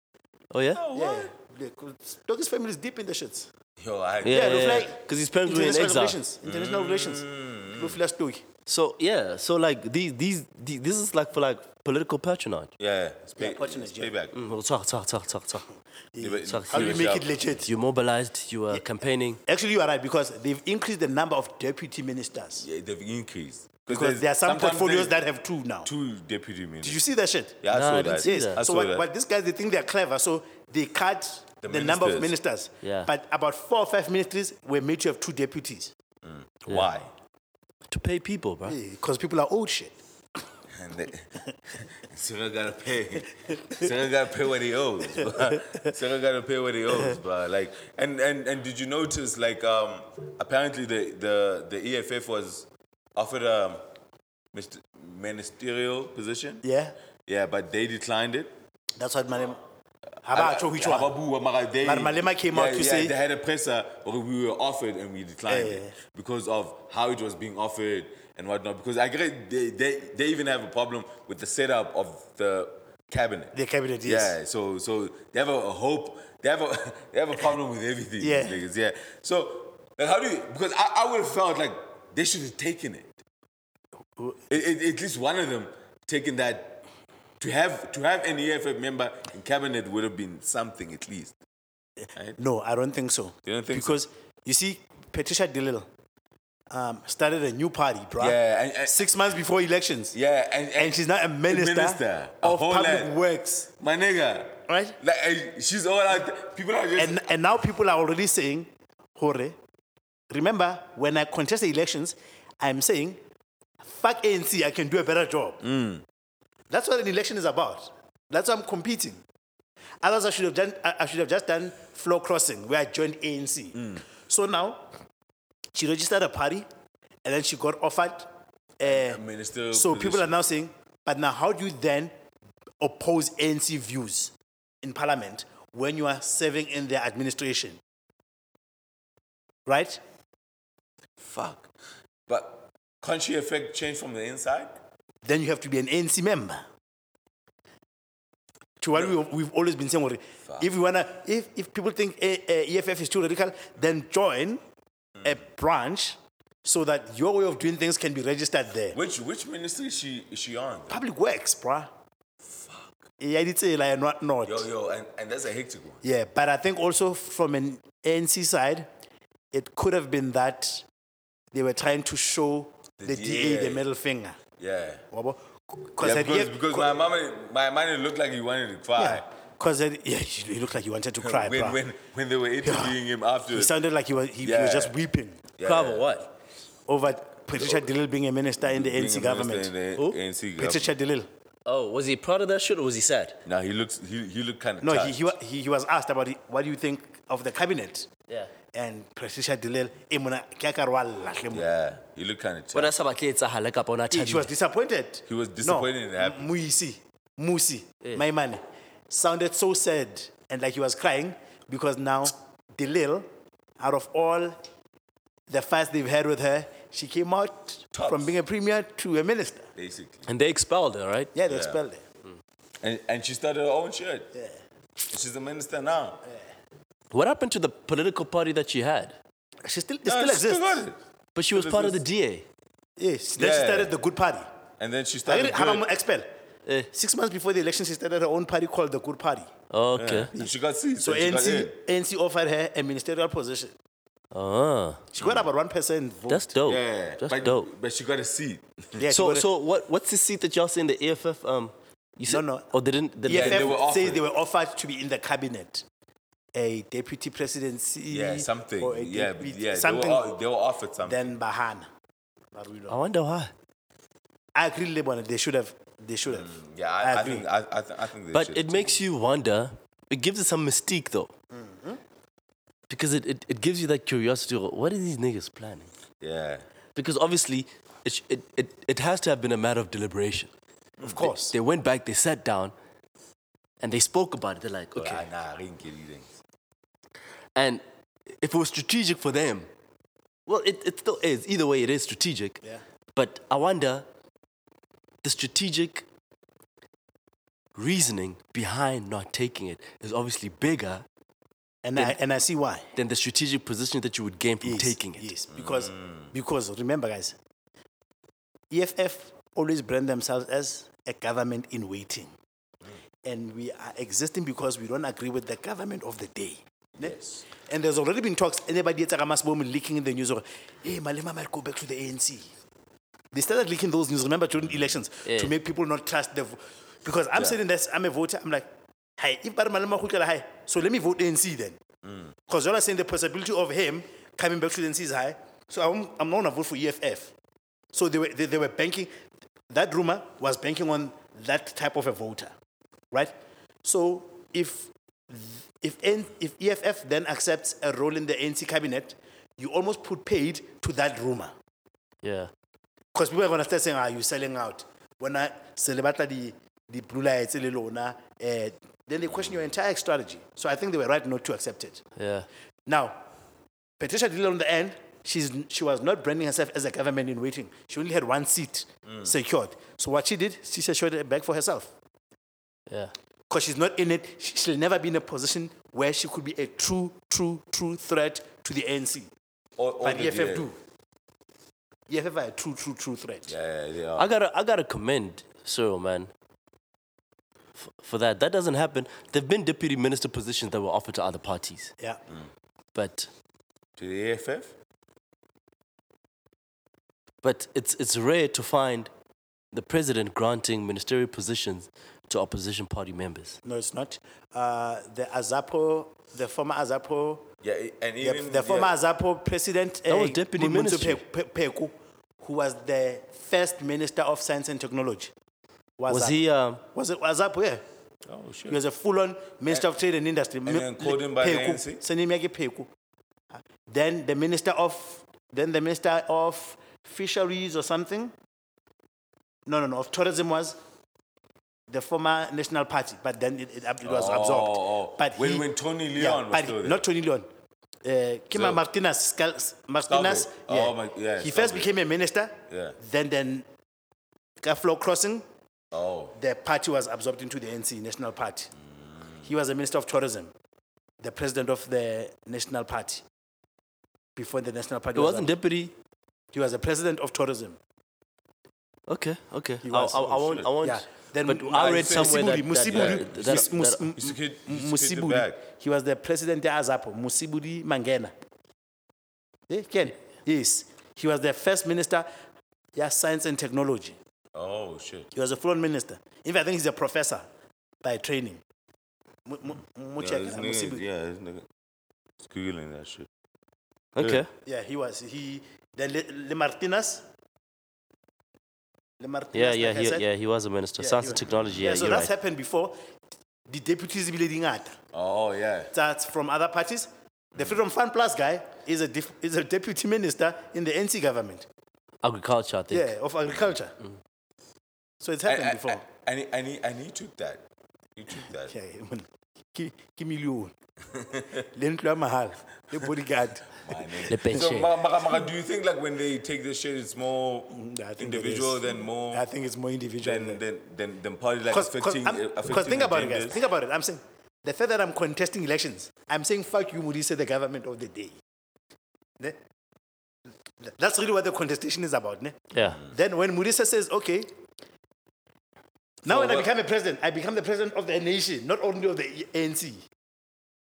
Oh yeah. Yeah, yeah. 'cause Stogi's family is deep in the shits. Yo, I Yeah, Lofila- yeah, yeah. 'Cause his parents were in international exile. Mm. Relations, international relations. Lofila Stogi. So yeah. So like these, these, these this is like for like political patronage. yeah. It's pay, Fortune is it's Jane. payback. Mm, well, twa, twa, twa, twa, twa. Yeah, but- Sorry. How do you Yeah. make it legit? You mobilized. You were campaigning. Actually, you are right because they've increased the number of deputy ministers Yeah, they've increased because there's- there are some sometimes portfolios there's that have two now. two deputy Did ministers. you see that shit? Yeah, I Nah, I saw didn't that. see Yes. that. I so saw what, that. what these guys they think they're clever, so they cut The the, number of ministers. ministers. Yeah. But about four or five ministries were made to have two deputies Why? to pay people, bro. because people are old shit. And they, Cyril gotta pay. Cyril gotta pay what he owes. bruh. Cyril gotta pay what he owes, bro. Like, and, and and did you notice? Like, um, apparently the the the EFF was offered a mist- ministerial position. Yeah, Yeah, but they declined it. that's what my name. Habacho, which one? Hababu, Mara, they- Mara Malema came out yeah, to yeah, say- They had a presser, but we were offered and we declined Yeah. it because of how it was being offered and whatnot. Because I get they, they, they even have a problem with the setup of the cabinet. The cabinet, yes. Yeah, so so they have a, a hope. They have a they have a problem with everything. these Yeah. niggas, yeah. So like, how do you? Because I, I would have felt like they should have taken it. At- at- at least one of them taken that. To have to have an EFF member in cabinet would have been something at least. No, I don't think so. You don't think so? because you see, Patricia DeLille um, started a new party, bruh. Yeah, and- and- six months before elections. Yeah, and And she's now a minister, Minister, a of whole public lot. works, my nigga. right? Like eh, she's all out. there. People are just And and now people are already saying, "Hore!" Remember when I contest the elections, I'm saying, "Fuck ANC, I can do a better job." That's what an election is about. That's why I'm competing. Others I should have done. I I should have just done floor crossing where I joined ANC. So now she registered a party, and then she got offered. Uh, minister. so people are now saying, but now how do you then oppose ANC views in parliament when you are serving in their administration? Right? fuck. But can't she affect change from the inside? Then you have to be an ANC member. To what we, we've always been saying, if you wanna, if, if people think eh, eh, EFF is too radical, then join a branch so that your way of doing things can be registered there. Which which ministry is she is she on? Public Works, bruh. Yeah, it's a lie, not not. Yo yo, and, and that's a hectic one. Yeah, but I think also from an ANC side, it could have been that they were trying to show the, DA the DA. middle finger. Yeah. Wabo? Yeah, Cause at because, the- because my mama, my money looked like he wanted to cry. yeah, 'cause at- yeah, you looked like you wanted to cry, when, bruh. when when they were interviewing him after. He sounded like he was, he, he was Yeah. just weeping Yeah. Cover what? over Patricia DeLille being a minister in the Oh. Being ANC a minister government. in the Who? ANC Patricia DeLille. Oh, was he proud of that shit or was he sad? No, he looks he, he looked kind of No, he, he, wa- he, he was asked about it, what do you think of the cabinet? Yeah. And Patricia DeLille, "Eh, mona, ke a ka re wa lla hle mona." yeah he looked kind of When I saw my kids, I Ah, had like up on that she was disappointed. He was disappointed Eh. and No, happy. Muisi, Musi, my man, sounded so sad and like he was crying because now Delil, out of all the fights they've had with her, she came out Tops. from being a premier to a minister. basically. And they expelled her, right? Yeah, they Yeah. expelled her. And, and she started her own shit. Yeah. She's a minister now. What happened to the political party that she had? She still, it No, still she still exists. got it. But she was part of the DA. yes, then she Yeah. started the Good Party. And then she I started. didn't have good. Eh. her expelled. Six months before the election, she started her own party called the Good Party. Okay. And she got seats. So and she got ANC, in. ANC offered her a ministerial position. Ah, She Hmm. got about 1% vote. that's dope. Yeah. Oh, That's but, dope. But she got a seat. Yeah, she So, got a- so what? What's the seat that y'all say in the EFF? Um, you said No, E no. Oh, they didn't. They EFF didn't- they were offered. says they were offered to be in the cabinet, a deputy presidency. Yeah, something. or a yeah, deputy- yeah. something. They were, all- they were offered something. then Bahana. But we I don't. wonder why. I agree, Lebanon. They should have. They should have. Mm, yeah, I, I, agree. think I, I, th- I think they But should it take makes you wonder. It gives it some mystique though. Because it, it, it gives you that curiosity. of, What are these niggas planning? Yeah. Because obviously, it, sh- it, it, it has to have been a matter of deliberation. of course. They went back, they sat down, and they spoke about it. They're like, Okay. okay. nah, I didn't get anything. And if it was strategic for them, well, it, it still is. Either way, it is strategic. Yeah. But I wonder the strategic reasoning behind not taking it is obviously bigger and I and I see why. than the strategic position that you would gain from Yes, taking it. Mm. Yes, because because remember, guys, EFF always brand themselves as a government in waiting, Mm. and we are existing because we don't agree with the government of the day. Ne? And there's already been talks. Anybody at Ramasbomi leaking in the news, or, hey, Malema might go back to the ANC. They started leaking those news. Remember during elections Mm. Yeah. to make people not trust the. Vo- because I'm sitting there, I'm a voter. I'm like, hey, if Barry Malema kgutlela hae, so let me vote ANC then. Because you're saying the possibility of him coming back to the NC is high. So I'm, I'm not going to vote for EFF. So they were, they, they were banking, that rumor was banking on that type of a voter, right? So if, if, N, if EFF then accepts a role in the NC cabinet, you almost put paid to that rumor. Yeah. Because people are going to start "Ah, saying, are you selling out? When I celebrate the, the blue lights, the lona, eh, then they question your entire strategy. So I think they were right not to accept it. Yeah. Now, Patricia Dillon on the end, she's, she was not branding herself as a government in waiting. She only had one seat secured. So what she did, she secured it back for herself. Yeah. Because she's not in it, she- she'll never be in a position where she could be a true, true, true threat to the ANC. All, all But the EFF day. do. EFF are a true, true, true threat. Yeah, yeah, Uh, they are. I gotta, I gotta commend Cyril, man, f- for that. That doesn't happen. There've been deputy minister positions that were offered to other parties, Yeah. but, To the E EFF? but it's it's rare to find the president granting ministerial positions to opposition party members. No, it's not. Uh, the Azapo, the former Azapo, Yeah, i- and the, even the former yeah, Azapo president, eh, That was deputy Mumutu minister. Pe- Pe- Peku, who was the first minister of science and technology. Was Azapo. he? Um, Was it Azapo? Yeah. uh, Oh shit. He was a full-on minister of trade and industry. And then called him by the ANC? Peku. Then the minister of, then the minister of fisheries or something. No, no, no. Of tourism was the former National Party, but then it, it, it was absorbed. oh, oh. But When- he- when Tony Leon was but still there. not Tony Leon. Uh, Kima So- Martinez, Scal- Martinez. Oh, yeah. my- yeah, he first Stalbe. became a minister. Yeah. Then, then, Flow Crossing Oh. the party was absorbed into the NC National Party. He was a minister of tourism, the president of the National Party. Before the National Party, it wasn't was deputy. he was the president of tourism. Okay, okay. I, was- I, I won't. I won't. Yeah. Then but Mu- I Mu- read somewhere that, Musibudi, that, Musibudi, that, that, Mus- Mus- that- He took it- he M- took it back. Musibudi. He was the president of Azapo, Musibudi Mangena. Eh, Ken? Yes. He was the first minister, yeah, science and technology. Oh shit. He was a foreign minister. In fact, I think he's a professor by training. Mu- mu- mu- Yeah, check, this uh, nigga, Musibudi. yeah, this nigga. is Googling that shit. okay. Yeah, he was. He then Le, Le Martinez. Yeah, Le Martinez. yeah, like I he, said. yeah. He was a minister. Yeah, Science he and was- technology. Yeah, so you're that's right. happened before. The deputies leading out. Oh yeah. That's from other parties. The Freedom Fund Plus guy is a def, is a deputy minister in the NC government. Agriculture, I think. Yeah, of agriculture. So it's happened And- before. And, and, and, he, and he took that. He took that. yeah, ki ki million. Le ntlo ya mahala. Le bodyguard. The pension. So, Maka, Maka, Maka, do you think like when they take this shit, it's more Mm, I think it individual is. than more I think it's more individual. than than- than than, than party like Because affecting uh, affecting think about it, guys. agendas? Think about it. I'm saying the fact that I'm contesting elections, I'm saying fuck you, Mudisa, the government of the day. Ne? That's really what the contestation is about. Ne? Yeah. Then when Mudisa says, okay, now when I become a president, I become the president of the nation, not only of the ANC.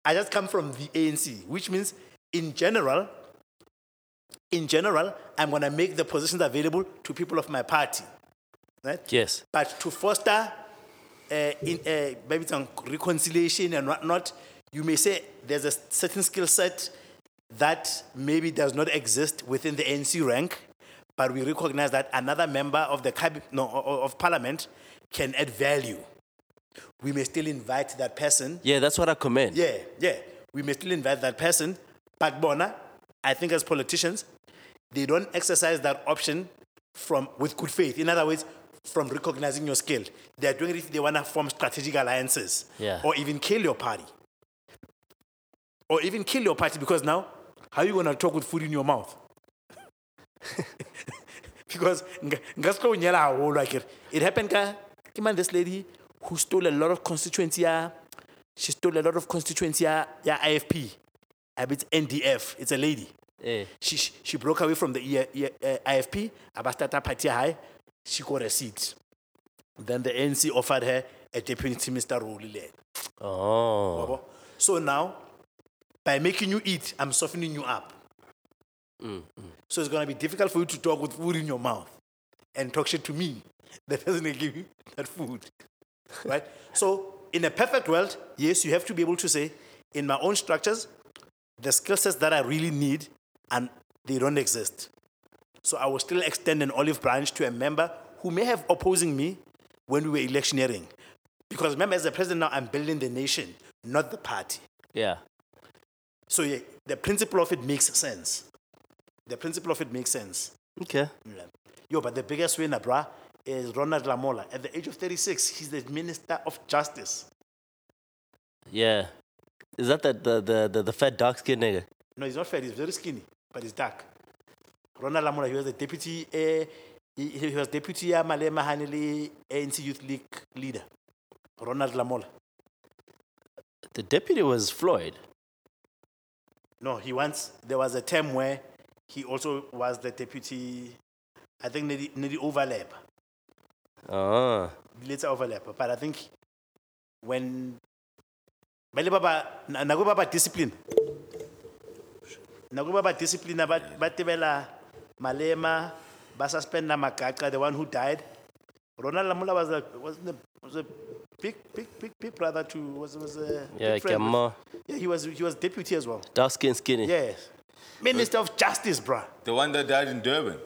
I just come from the ANC, which means in general, in general, I'm gonna make the positions available to people of my party. Right? Yes. But to foster uh, in, uh, maybe some reconciliation and whatnot, you may say there's a certain skill set that maybe does not exist within the NC rank, but we recognize that another member of the cab- no, o- o- of parliament can add value. We may still invite that person. Yeah, that's what I commend. Yeah, yeah. We may still invite that person. But Bona, I think as politicians, they don't exercise that option from with good faith. In other words, from recognizing your skill. They are doing it if they want to form strategic alliances. Yeah. Or even kill your party. Or even kill your party because now, how are you going to talk with food in your mouth? because nka- nka se tlo o nyela haholo akere. it happened ka ke man this lady who stole a lot of constituency ya she stole a lot of constituency ya, ya ifp I it's ndf it's a lady Eh. she, she, she broke away from the E- E- uh, ifp abastata party ya hae she got a seat then the nc offered her a deputy minister role le yena. Oh. Yabo? So now, by making you eat, I'm softening you up. So it's gonna be difficult for you to talk with food in your mouth and talk shit to me that doesn't give you that food, right? so in a perfect world, yes, you have to be able to say, in my own structures, the skill sets that I really need and they don't exist. So I will still extend an olive branch to a member who may have opposing me when we were electioneering. Because remember, as the president now, I'm building the nation, not the party. Yeah. So yeah, the principle of it makes sense. The principle of it makes sense. Okay. Yeah. Yo, but the biggest winner, bruh, is Ronald Lamola. At the age of 36, he's the Minister of Justice. Yeah. Is that the the the, the, the fat dark skinned nigga? No, he's not fat. He's very skinny, but he's dark. Ronald Lamola, he was the deputy. Uh, he, he he was deputy uh, Malema Hanele ANC Youth League leader. Ronald Lamola. The deputy was Floyd. No, he once there was a time where he also was the deputy. I think nearly, nearly overlap. Ah. Later overlap, but I think when Bale Baba Nago Baba discipline. Nago Baba discipline about Batibela Malema, Basaspenda Makaka, the one who died. Ronald Lamula was a was a, was a big big big big brother to was was a Yeah, big friend with- Gamma. Yeah, he was he was deputy as well. Dark skinned skinny. Yes. Minister of Justice, bruh. The one that died in Durban.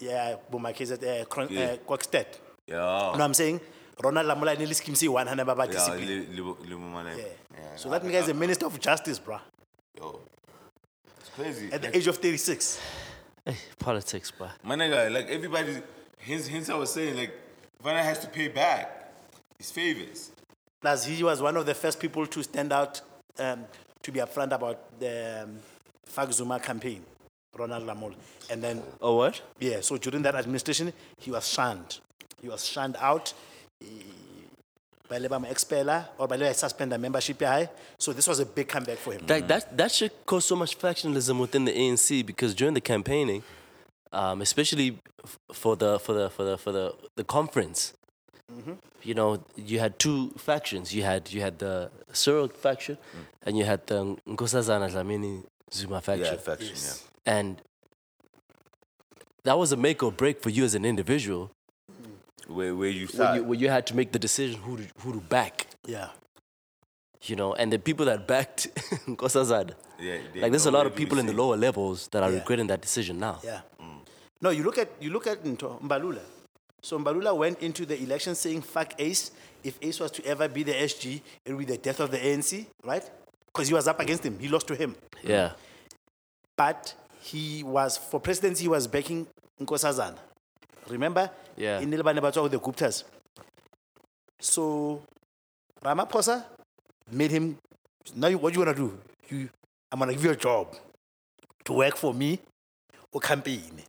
Yeah, Buma KZ, uh, Cron- uh, Yeah. Kwakstead. Yeah. You know what I'm saying? Ronald Lamula nearly skims 100 about Yeah, discipline. li- Libo- Libo Malema. Yeah. Yeah, So I- that nigga is a minister of justice, bruh. yo. It's crazy. At Like, the age of 36. Eh, Politics, bro. My nigga, like everybody, hence, hence I was saying, like, Vanna has to pay back his favors. Plus, he was one of the first people to stand out um, to be upfront about the um, Fag Zuma campaign, Ronald Lamola. And then, Oh what? yeah, so during that administration, he was shunned. He was shunned out. By Lebama expeller or by suspend the membership. ya hae. So this was a big comeback for him. Like that that should cause so much factionalism within the ANC because during the campaigning, um, especially f- for the for the for the for the the conference, you know, you had two factions. You had you had the Cyril faction, and you had the Nkosazana Dlamini Zuma faction. faction, and that was a make or break for you as an individual yeah. Where, where you where start. you, where you had to make the decision who to, who to back Yeah. you know and the people that backed Nkosazana yeah, they like there's a lot of already people in the say- lower levels that are Yeah. regretting that decision now Yeah. No, you look at you look at Nto- Mbalula. So Mbalula went into the election saying "fuck Ace." If Ace was to ever be the SG, it would be the death of the ANC, right? Because he was up against him. He lost to him. yeah But he was for presidency. He was backing Nkosazana. Remember? Yeah. In Nilbane Batwa with the Guptas. So Ramaphosa made him. Now you- what you gonna do? You, I'm gonna give you a job to work for me or campaign.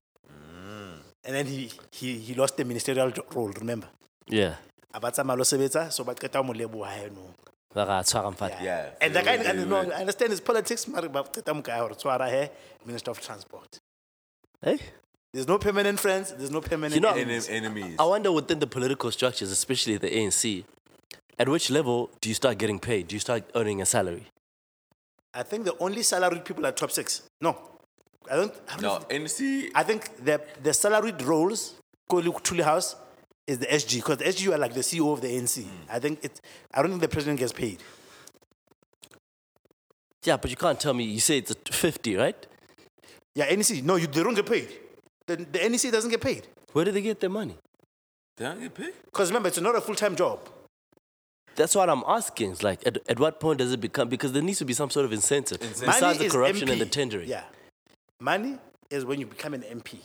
And then he, he, he lost the ministerial jo- role. Remember? yeah Abatsa malosebetsa so baqeta mo leboha he no. Ba ra tshwara mfata. Yeah, And the guy, they- they and no, were- I understand his politics, mara baqeta mo kaya hore tshwara he minister of transport. Hey? There's no permanent friends. There's no permanent. You know, enemies. Enem- enemies. I wonder within the political structures especially the ANC at which level do you start getting paid do you start earning a salary I think the only salaried people are top six. No, I don't. I, don't no, NC, I think the the salaried roles, Kolu Tuli House, is the SG because the SG are like the CEO of the ANC. Hmm. I think it's. I don't think the president gets paid. yeah but you can't tell me you say it's a 50 right Yeah, NEC. No, you, they don't get paid. The, the NEC doesn't get paid. where do they get their money they don't get paid. Because remember, it's not a full time job. That's what I'm asking. It's like, at, at what point does it become? Because there needs to be some sort of incentive. Besides the is corruption and the MP. tendering. Yeah. Money is when you become an MP.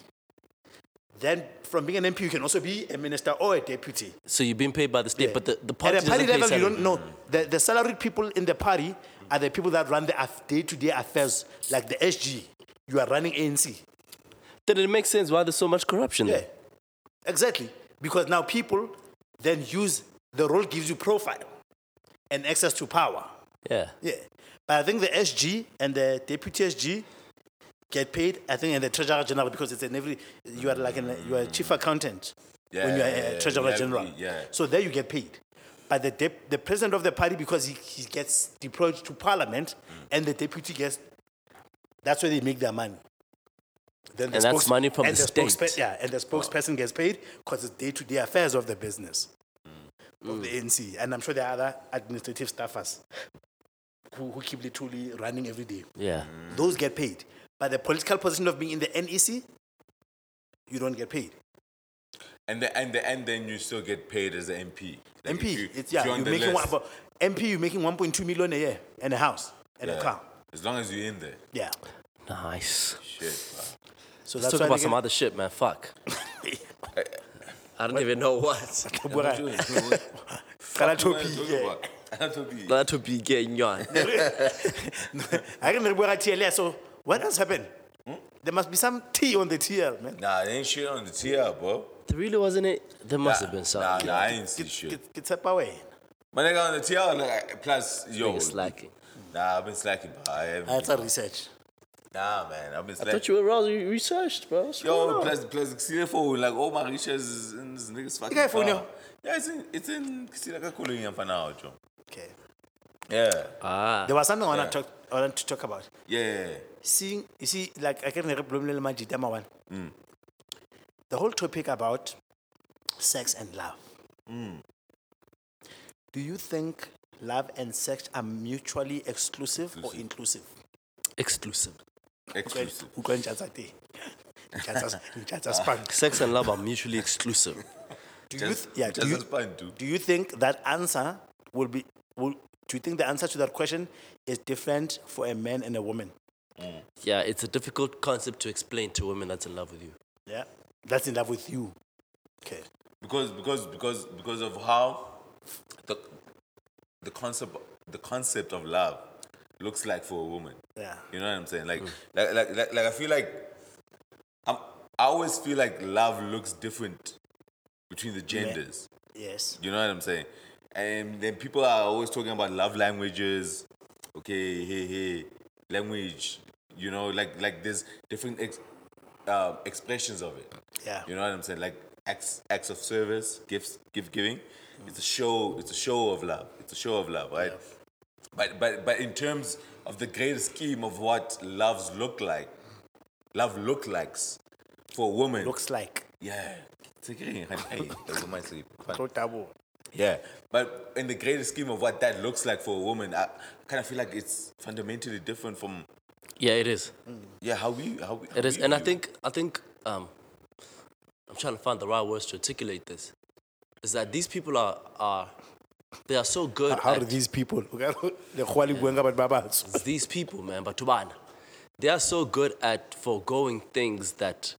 Then from being an MP, you can also be a minister or a deputy. So you're being paid by the state, but the, the party At a party doesn't pay level, you salary. don't know. The, the salaried people in the party are the people that run the day to day affairs, like the SG. You are running ANC. Then it makes sense why there's so much corruption Yeah. there. Exactly. Because now people then use the role gives you profile and access to power. Yeah. Yeah. But I think the SG and the deputy SG get paid, I think, and the treasurer general because it's an every, you are like an, you are a chief accountant when you are a Uh, Yeah, treasurer yeah, general. yeah. So there you get paid. But the, dep- the president of the party, because he, he gets deployed to parliament Mm. and the deputy gets, that's where they make their money. Then the And that's spokes- money from and the spokesperson state. yeah, and the spokesperson gets paid because it's day to day affairs of the business Mm. of the ANC. And I'm sure there are other administrative staffers who, who keep literally running every day. Yeah. Those get paid. But the political position of being in the NEC, you don't get paid. And, the, and, the, and then you still get paid as an MP. Like, MP, if you- it's if yeah, you're you're, on the making one, list, but MP, you're making 1.2 million a year and a house and yeah, a car. As long as you're in there. Yeah. Mm. Nice. Shit. bro. So Let's that's talk why about they some get- other shit, man. Fuck. I don't even know what. What you- what- what Kala you wanna Topi, talk yeah. about? That would be. That would be getting yawn. I can remember TLS. So what else happened? Hmm? There must be some T on the TL, man. Nah, they ain't shit on the TL, bro. There really wasn't it? There must Nah, have been Nah, something. nah, I ain't see Get, shit. get, get up away. My nigga on the TL, like, plus, yo. Nigga slacking. Nah, I've been slacking, bro. I haven't- That's a research. Nah, man, I've been I thought slacking. you were aroused. You researched, bro. What's going Yo, on? plus, plus, Xile phone, like, all my riches is in this nigga's fucking. got a phone, car. yo? Yeah, it's in, it's in Xile Kakulu in for now, Joe. Okay. Yeah, Ah. Ah. There was something I want to talk. I want to talk about. yeah. Seeing, you see, like I can remember Majidama one. The whole topic about sex and love. Mm. Do you think love and sex are mutually exclusive, or inclusive? Exclusive. Exclusive. Who can judge that day? Judge us- judge us punk. Sex and love are mutually exclusive. Do you Just, th- yeah, do just you, as fun, dude. do you think that answer will be will, do you think the answer to that question is different for a man and a woman Yeah, it's a difficult concept to explain to women that's in love with you. yeah that's in love with you okay because because because because of how the the concept the concept of love looks like for a woman. yeah You know what I'm saying? Like like, like like like I feel like I'm I always feel like love looks different between the genders. yes You know what I'm saying? And then people are always talking about love languages. Okay, hey, hey, language. You know, like like there's different ex, um, expressions of it. Yeah. You know what I'm saying? Like acts acts of service, gifts, gift giving. It's a show. It's a show of love. It's a show of love, right? But but but in terms of the greater scheme of what loves look like, love look likes for women. looks like yeah. It's a green, hey, that's my sleep. Fine. so double Yeah, but in the greater scheme of what that looks like for a woman, I kind of feel like it's fundamentally different from Yeah, it is. yeah how we how we, how It is, we and I view think I think um, I'm trying to find the right words to articulate this. Is that these people are are they are so good how do at these people the kwali bueng ka batho ba batsho. these people, man, but Batubana. They are so good at foregoing things that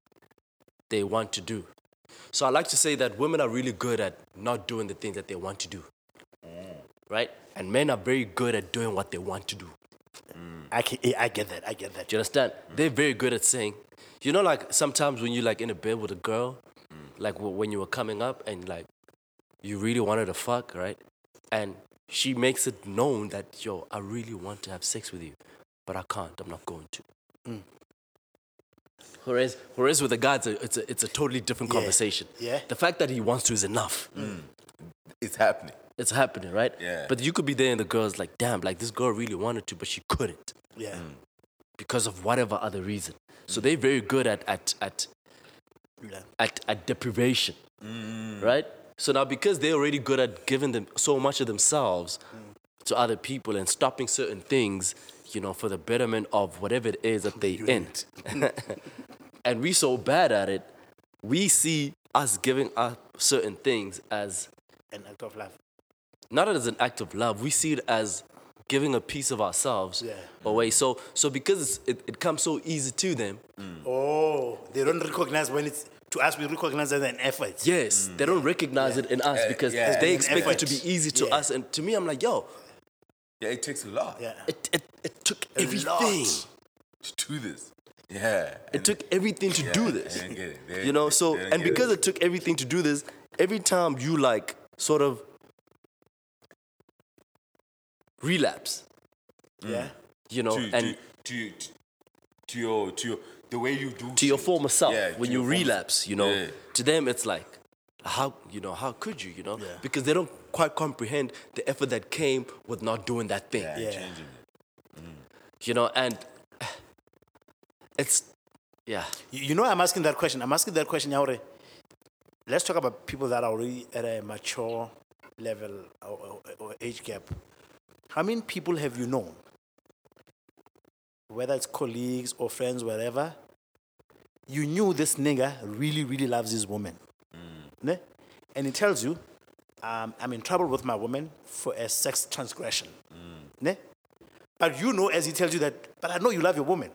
they want to do. So I like to say that women are really good at not doing the things that they want to do. Right? And men are very good at doing what they want to do. I, can, eh, I get that i get that Do you understand? They're very good at saying, you know, like sometimes when you're like in a bed with a girl, like w- when you were coming up and like you really wanted to fuck, right? And she makes it known that, yo, I really want to have sex with you, but I can't. I'm not going to. Mm. Whereas, whereas with a guy, it's a, it's a, it's a totally different Yeah. conversation. Yeah. Mm. The fact that he wants to is enough. it's happening. It's happening, right? Yeah. But you could be there and the girl's like, damn, like this girl really wanted to, but she couldn't yeah because of whatever other reason. So they're very good at at at yeah at, at deprivation, right? So now because they're already good at giving them so much of themselves to other people and stopping certain things, you know, for the betterment of whatever it is that they in, and we so bad at it, we see us giving up certain things as an act of love not as an act of love. We see it as giving a piece of ourselves Yeah. away. So so because it's, it, it comes so easy to them, oh they don't recognize when it's to us we recognize that as an effort Yes, they don't recognize it in us because Mm. yeah, they it's an expect it to be effort. easy to Yeah. us. And to me, I'm like, yo, Yeah, it takes a lot yeah Mm. it, it, it took A lot. everything. to do this. Yeah, It took everything to do this. didn't get it. They- you know, they- so, they didn't and get because it. it took everything to do this, every time you like sort of relapse, yeah you know, to, and to, to, to your to your the way you do to your shit. former self Yeah, when to you your former- relapse you know Yeah. to them it's like how you know how could you you know Yeah. because they don't quite comprehend the effort that came with not doing that thing yeah, Yeah. changing you know and it's yeah You you know, I'm asking that question. I'm asking that question, Yaure. Let's talk about people that are already at a mature level or, or- or age gap. How many people have you known, whether it's colleagues or friends, wherever, you knew this nigga really, really loves his woman? Ne? And he tells you, um, I'm in trouble with my woman for a sex transgression. Ne? But you know, as he tells you that, but I know you love your woman,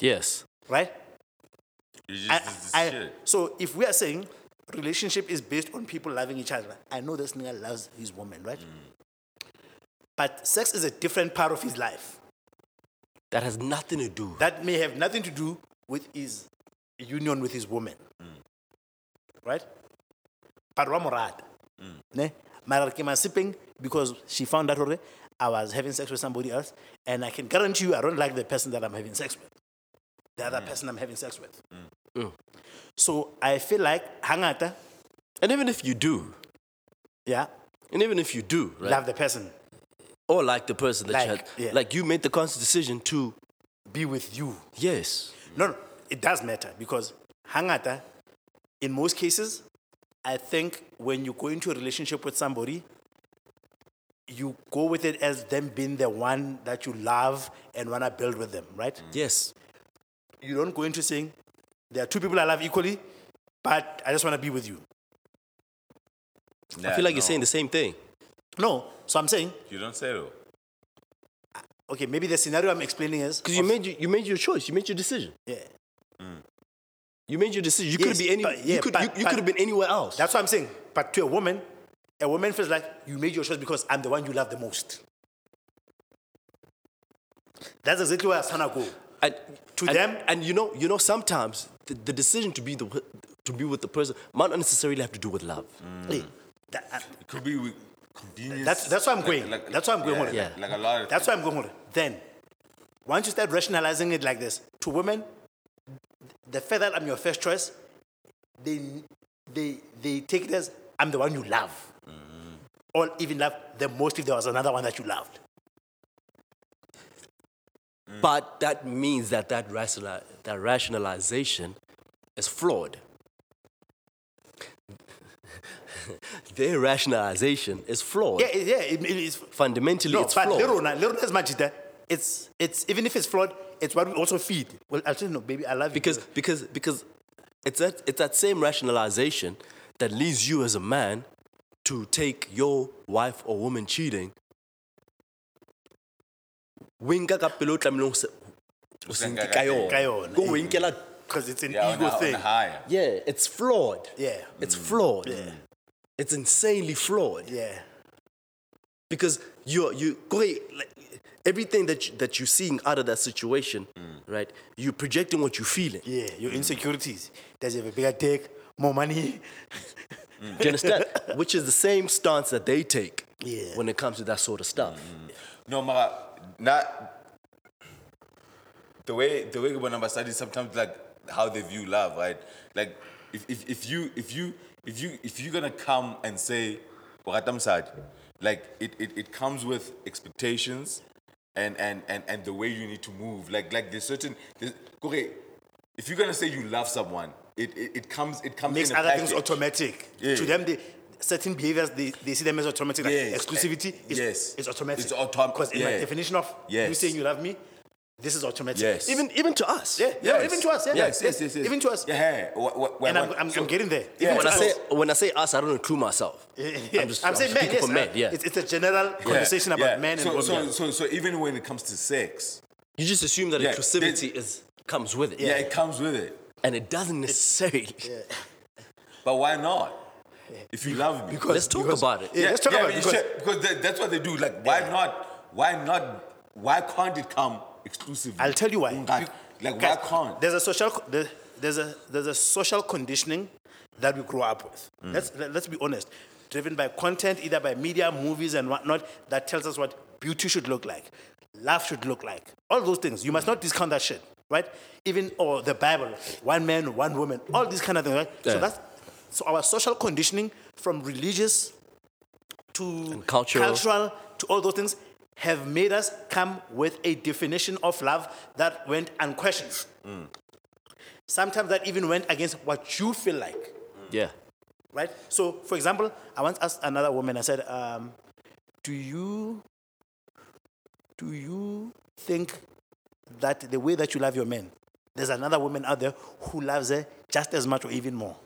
yes right? it. It's just I- this, this I- shit. so if we are saying relationship is based on people loving each other, I know this nigga loves his woman, right? Mm. But sex is a different part of his life. That has nothing to do. That may have nothing to do with his union with his woman. Right? But Ramorad. Ne? Mara ke masipeng because she found out already I was having sex with somebody else, and I can guarantee you I don't like the person that I'm having sex with. The other person I'm having sex with. So I feel like hangata, And even if you do, yeah, and even if you do, right? love the person, or like the person that you Like, had, yeah. like you made the conscious decision to, be with you. yes, No, no, it does matter because hangata, in most cases, I think when you go into a relationship with somebody, you go with it as them being the one that you love and wanna build with them, right? yes, You don't go into saying there are two people I love equally, but I just wanna be with you. I Nah, feel like you're no. saying the same thing. No, so I'm saying, You don't say though. okay, maybe the scenario I'm explaining is Because you made you, you made your choice, you made your decision, yeah, you made your decision. You Yes, could be any, but- yeah, you could but- you, you but- could have been anywhere else. that's what I'm saying. But to a woman, a woman feels like you made your choice because I'm the one you love the most. That's exactly where I was trying to go. and, to and- them- and you know you know sometimes the, the decision to be the to be with the person might not necessarily have to do with love. Hey, that- uh, It could be with convenience. That's- that's where I'm going. That's where I'm going yeah, with it. Like, like a lot of that's why I'm going with it. Then, once you start rationalizing it like this, to women, the fact that I'm your first choice, they, they, they take it as I'm the one you love. Or even love the most if there was another one that you loved. But that means that that, rational, that rationalization is flawed. Their rationalization is flawed. Yeah, it- yeah, it, it is. Fundamentally, No, it's but flawed. little, na- little as much that eh? it's, it's, even if it's flawed, it's what we also feed. Well, I'll tell you, no, baby, I love because you. because because it's that it's that same rationalization that leads you as a man to take your wife or woman cheating. We nka ka pelo o tlamehileng ho se- ho se nke ka yona. Ka yona. Ke ho e nkela- Because it's an yeah, on ego a- on thing. a high. yeah, it's flawed. Yeah, It's flawed. Mm. It's insanely flawed yeah. because you're you Kore, like, everything that you, that you're seeing out of that situation, right? You're projecting what you're feeling. Mm. Yeah, your Mm. insecurities. Does he have a bigger dick, more money? Do you understand? Which is the same stance that they take Yeah. Mm. when it comes to that sort of stuff. No, Mara, not the way the way Gabo Namba studies sometimes like how they view love, right? Like if, if, if you if you if you if you're gonna come and say "Wakatam Sadi," like it, it, it comes with expectations and, and, and, and the way you need to move. Like like there's certain there's, okay, if you're gonna say you love someone, it, it, it comes it comes Makes in a other things package. automatic. Yeah. To them, they, certain behaviors, they, they see them as automatic. Like Yes. Eh, exclusivity is, Yes. is automatic. It's autom- Because in my yeah. definition of you Yes. saying you love me, this is automatic. Yes. Even even to us. Yeah, yeah, Yes. even to us. Yeah, Yes, yes, yes, yes. Even to us. Yeah, hey, what, what, And I'm, what- I'm, so- I'm getting there. Yeah. Even When to I say us. when I say us, I don't include myself. Yeah. I'm just, I'm I'm saying men, speaking yes, for men. uh, Yeah. It's, it's a general conversation about men and so, women. So, so, so even when it comes to sex, you just assume that Yeah, inclusivity is comes with it, yeah, it comes with it. and it doesn't necessarily. But why not? If you love me, Let's talk about it. Yeah, let's talk about I mean, it because- shit, because that- that's what they do. Like, why not? Why not? Why can't it come exclusively? I'll tell you why. Like, like, why Guys, can't? There's a social co- there- there's a there's a social conditioning that we grow up with. Let's let- let's be honest. Driven by content, either by media, movies, and whatnot, that tells us what beauty should look like, love should look like, all those things. You must not discount that shit, right? Even or the Bible, one man, one woman, all these kind of things, right? So Yeah. that's so our social conditioning from religious to cultural. cultural to all those things have made us come with a definition of love that went unquestioned. Sometimes that even went against what you feel like, Yeah. right? So, for example, I once asked another woman. I said, um, "Do you, do you think that the way that you love your man, there's another woman out there who loves her just as much or even more?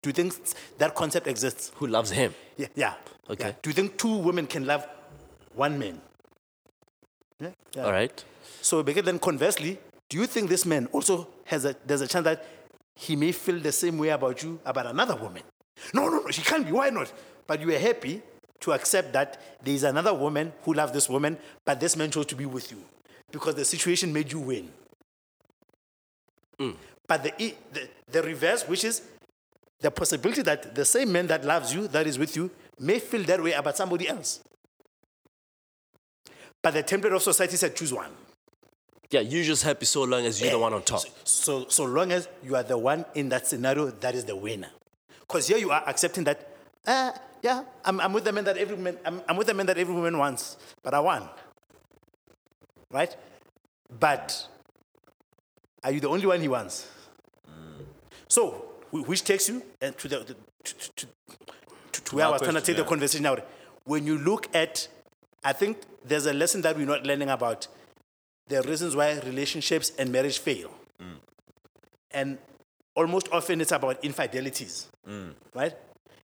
Do you think that concept exists?" Who loves him? Yeah. yeah. Okay. yeah. Do you think two women can love one man? Yeah. yeah. All right. So because then conversely, do you think this man also has a there's a chance that he may feel the same way about you about another woman? No, no, no, she can't be. Why not? But you were happy to accept that there is another woman who loves this woman, but this man chose to be with you because the situation made you win. But the, e- the, the reverse, which is the possibility that the same man that loves you, that is with you, may feel that way about somebody else. But the template of society said choose one. Yeah, you're just happy so long as you're the one on top. So, so long as you are the one in that scenario, that is the winner. Because here you are accepting that, uh, yeah, I'm, I'm with the man that every man, I'm, I'm with the man that every woman wants, but I won. Right? But are you the only one he wants? So, wh- which takes you uh, to the to, to, to, to, to where I my was trying to question, take the yeah. conversation out. When you look at, I think there's a lesson that we're not learning about the reasons why relationships and marriage fail. Mm. And almost often it's about infidelities, Mm. right?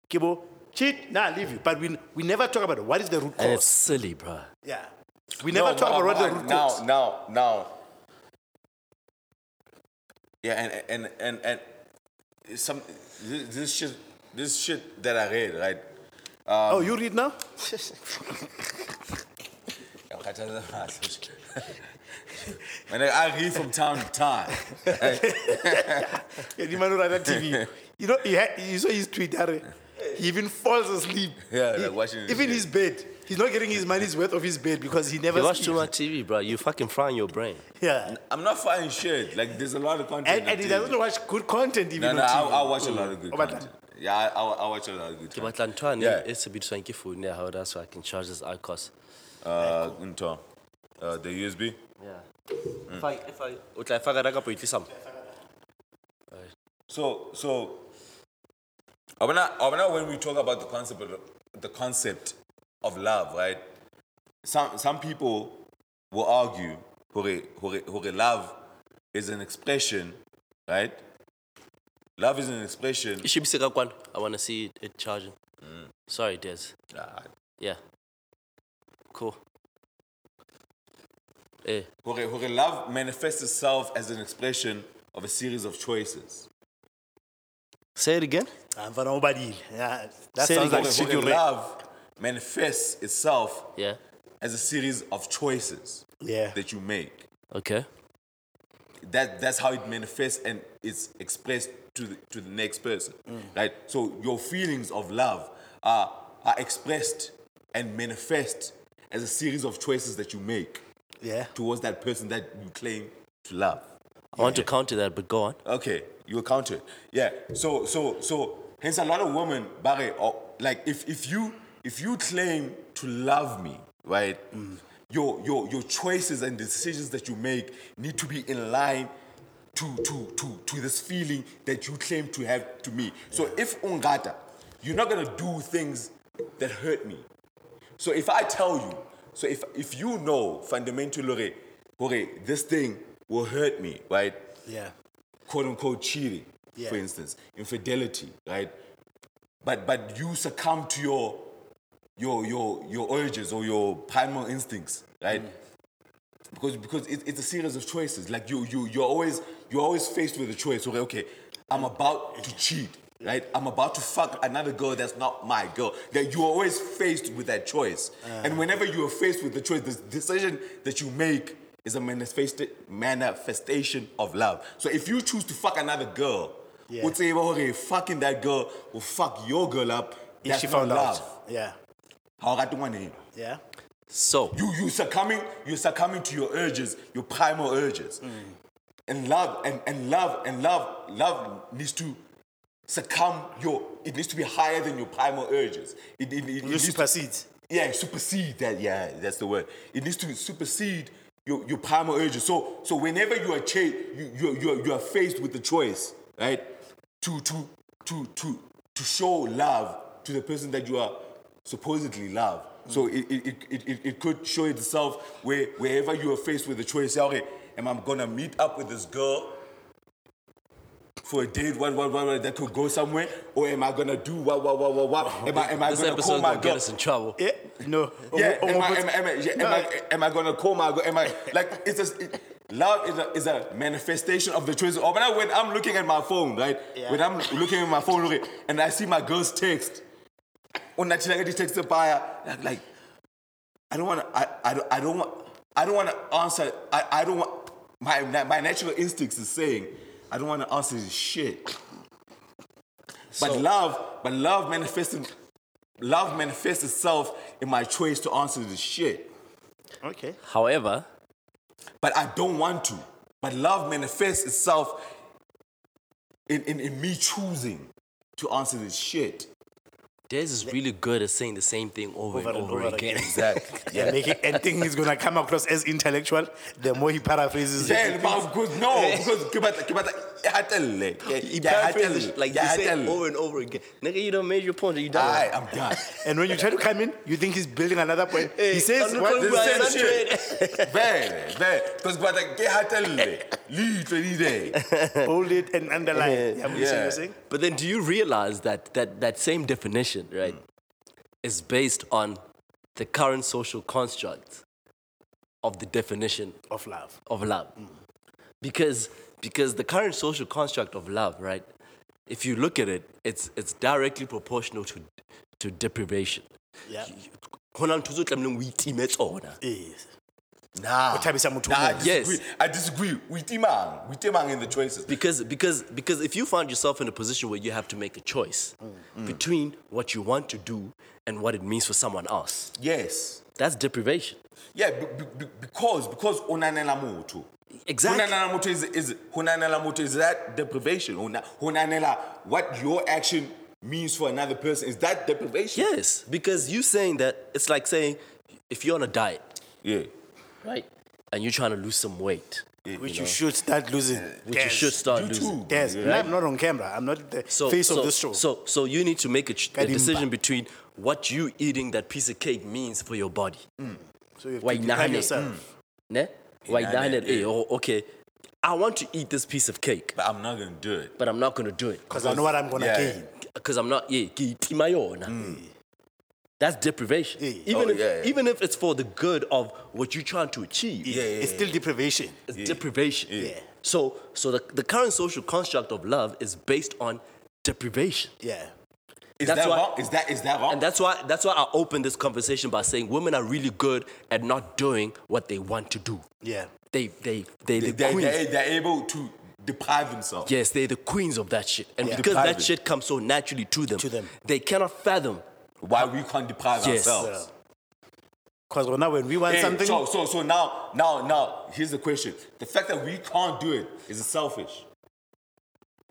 Kibo, cheat, nah, leave you. But we, we never talk about what is the root And it's cause. silly, bruh. Yeah. We never No, talk but- about what the but root now, cause. Now, now, Yeah, and and and and it's some this, this shit, this shit that I read, right? oh, you read now? And I read from time to time. Yeah, the man who ran that TV. you know, he had, you saw his tweet, Harry. He even falls asleep. Yeah, He- like watching it, Even yeah. his bed. He's not getting his money's worth of his bed because he never You watch sleeps. too much TV, bruh. You fucking frying your brain. Yeah. I'm not finding shit. Like there's a lot of content. And, on and he TV. doesn't watch good content even No, on no, I, TV. I watch a lot of good Oh, but- content. Yeah, I, I, I watch a lot of good Ke batla content. ntho yane Yeah. e sebediswang ke phone ya hao, that's why I can charge this IQOS. Uh, into, uh, the USB. Mm. O tla e faka ka poetli some. So so Abana, Abana, when we talk about the concept of, the concept of love, right? Some some people will argue hore, hore, hore love is an expression, right? Love is an expression. E shebise ka kwana. I want to see it, it charging. Sorry, Des. Ah, Yeah. Cool. Eh, Hore, hore love manifests itself as an expression of a series of choices. say it again. I'm for Ah, nobody. Yeah, that Say it sounds again. like Hore, shit hore you read. love manifests itself Yeah. as a series of choices Yeah. that you make. Okay. that that's how it manifests and it's expressed to the, to the next person right so your feelings of love are are expressed and manifest as a series of choices that you make Yeah. towards that person that you claim to love I want to counter that, but go on. okay you account it yeah so so so hence a lot of women bare or like if if you if you claim to love me right your your your choices and decisions that you make need to be in line to to to to this feeling that you claim to have to me so if ungata you're not going to do things that hurt me so if I tell you, so if if you know fundamentally, okay, this thing will hurt me, right? Yeah. Quote unquote cheating, Yeah. for instance, infidelity, right? But but you succumb to your your your your urges or your primal instincts, right? Because because it, it's a series of choices. Like you you you're always you're always faced with a choice. Okay, okay, I'm about to cheat, right? I'm about to fuck another girl that's not my girl. That you're always faced with that choice. Uh. and whenever you are faced with the choice, the decision that you make is a manifest- manifestation of love. So if you choose to fuck another girl, Yeah. would say, okay, fucking that girl will fuck your girl up. If she not found out. love. Yeah. How got the one in? Yeah. So, You you succumbing you succumbing to your urges, your primal urges. And love and, and love and love love needs to succumb your it needs to be higher than your primal urges. It, it, it, it You needs to, supersedes. yeah, supersede that yeah, that's the word. It needs to supersede your, your primal urges. So so whenever you are cha- you, you, you, you are faced with the choice, right? To to to to to show love to the person that you are supposedly love. Mm. So it, it, it- it, it, it could show itself where wherever you are faced with the choice, say, okay, am I gonna meet up with this girl for a date, what, what, what, what that could go somewhere? Or am I gonna do what, what, what, what, what? Am I, am I this gonna call episode's my gonna get girl? us in trouble. Yeah. Eh? No. Yeah, Omo- am I, Omo- am, I- am, I, yeah, am, oh, No, I, am I gonna call my girl? Am I like it's just it, love is a, is a manifestation of the choice. Or when I when I'm looking at my phone, right? Yeah. When I'm looking at my phone, okay, and I see my girl's text, unachilanga detective buyer like, like I don't want to I, I, don't- I don't want I don't want to answer I, I don't want my my natural instincts is saying I don't want to answer this shit. But love, but love manifesting love manifests itself in my choice to answer this shit. Okay. However, But I don't want to. But love manifests itself in, in, in me choosing to answer this shit. Des is really good at saying the same thing over, and, over, again. Exactly. Yeah. And, make it, and think he's gonna come across as intellectual the more he paraphrases it. Yeah, but of course, no, because kibata kibata hatelle. Paraphrase it, like you say it over and over again. Nigga, you don't made your point. You done. I'm done. And when you try to come in, you think he's building another point. Hey, he says I'm what looking this for says another shit. Very, very. Because kibata ke hatelle. Lito lide. bold it and underline. Yeah, I'm listening, Yeah. you're saying? But then do you realize that that, that same definition, right, is based on the current social construct of the definition Of love. of love? Because because the current social construct of love, right, if you look at it, it's it's directly proportional to to deprivation. Yeah. Ho na ntho tseo tlamehileng o itime tsona. Yes. Nah. Uthabisa motho Nah, I mong. disagree. Yes. I disagree. We timang. We timang in the choices. Because because because if you find yourself in a position where you have to make a choice between what you want to do and what it means for someone else, Yes. that's deprivation. Yeah, be, be, be- because because unanela mutu. Exactly. Hunanela mutu is is hunanela mutu is that deprivation. Huna- Hunanela what your action means for another person is that deprivation. Yes, because you saying that it's like saying if you're on a diet, Yeah. right, and you're trying to lose some weight, Which you should start losing. which you should start losing. Yes. And I'm not on camera. I'm not the So, face so, of this show. So, so you need to make a, ch- a Kadimba. decision between what you eating that piece of cake means for your body. So you have why Hmm. to deprive nahane? yourself. Ne? Why Yeah, dine yeah, it? eh, Oh, okay, I want to eat this piece of cake, But I'm not gonna do it. but I'm not gonna do it. Because I know what I'm gonna Yeah. gain. because I'm not yeah, ke itima yona. That's deprivation. Mm. Yeah. Even Oh, if yeah, yeah. even if it's for the good of what you're trying to achieve, It's still deprivation. it's deprivation. Yeah. So so the, the current social construct of love is based on deprivation. Yeah. Is That's that why- wrong? Is that is that wrong? And that's why that's why I opened this conversation by saying women are really good at not doing what they want to do. Yeah. They they they the they, queens. they, they're able to deprive themselves. Yes, they're the queens of that shit. And Yeah. because that Depriving. shit comes so naturally to them, To them. they cannot fathom Why we can't deprive Yes. ourselves? Because now when we want Hey, something, So so so now now now here's the question. The fact that we can't do it is it selfish?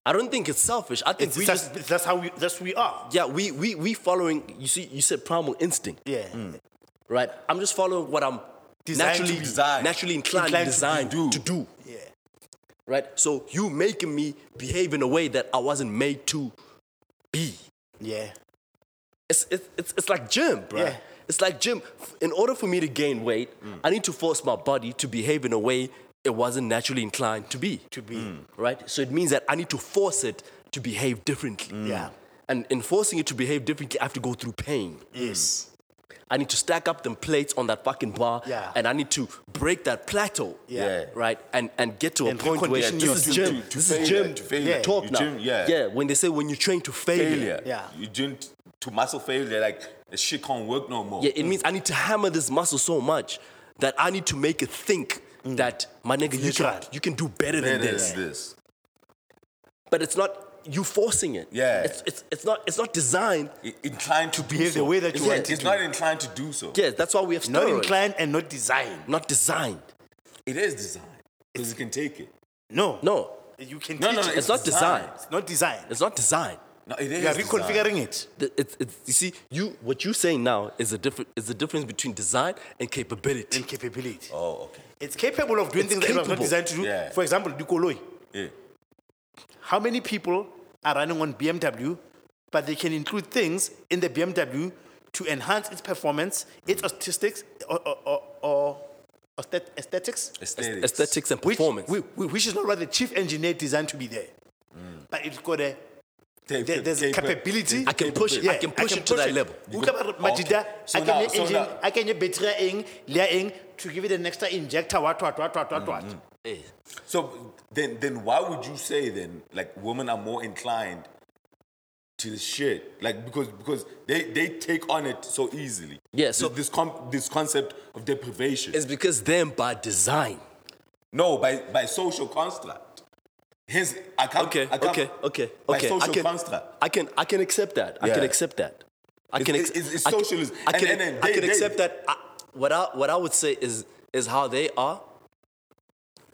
I don't think it's selfish. I think it's we that's, just that's how we that's we are. yeah, we we we following. You see, you said primal instinct, Yeah. right? I'm just following what I'm Designed to naturally be. Designed. naturally inclined, Inclined to designed do. to do, Yeah. right? So you making me behave in a way that I wasn't made to be. Yeah. It's it's it's, it's like gym, bro. Yeah. Mm. It's like gym. F- In order for me to gain weight, I need to force my body to behave in a way it wasn't naturally inclined to be. Mm. To be. right? So it means that I need to force it to behave differently. Mm. Yeah. And in forcing it to behave differently, I have to go through pain. Mm. Yes. I need to stack up them plates on that fucking bar, Yeah. and I need to break that plateau, Yeah. Yeah. right? And and get to And a point where recondition this is your- gym, to- to this failure, is gym to failure. Yeah. talk You now. gym- yeah. yeah. When they say when you train to failure, failure. Yeah. You didn't to muscle failure, like the shit can't work no more. yeah, it means I need to hammer this muscle so much that I need to make it think that my nigga, you can, Literal. you can do better, Better than this. than this. But it's not you forcing it. Yeah. it's it's, it's not it's not designed I- Inclined to, do behave the so. way that you Yeah, want to It's do. not inclined to do so. Yes, that's why we have steroids. Not inclined and not designed. Not designed. It is designed. Because it can take it. No. No, You can No, teach no, it. no, it's not designed. It's not designed. It's not designed. No, it is. You are designed. reconfiguring it. The- It's, it's, you see, you what you're saying now is a different is the difference between design and capability. And capability. Oh, okay. It's capable of doing It's things that it was not capable. designed to do. Yeah. For example, Dukoloi. Yeah. How many people are running on BMW, but they can include things in the BMW to enhance its performance, its statistics, or, or, or, or aesthet- aesthetics, Aesthetics. Aesthetics and which, performance. whi- whi- which is not what the chief engineer designed to be there. But it's got a Cap- there- there's a cap- capability. Mm. I can push it. I Yeah, can push it to that level. Who come out Majida, So I now- can so engine, now- I can battery eng, layer eng to give it an extra injector. What what what what what what? Eh. So then, then why would you say then, like, women are more inclined to the shit. Like because because they, they take on it so easily. Yeah, This- so- this com- this concept of deprivation. It's because them by design. no, by by social construct. Hence I can't Okay, I can't, okay, okay, By okay. social I can, construct. I can, I can accept that. I can Yeah. accept that. I It's- can. it's- it's I can- socialism. I And- can, and then I they- can they- accept that. I, what I, what I would say is, is how they are.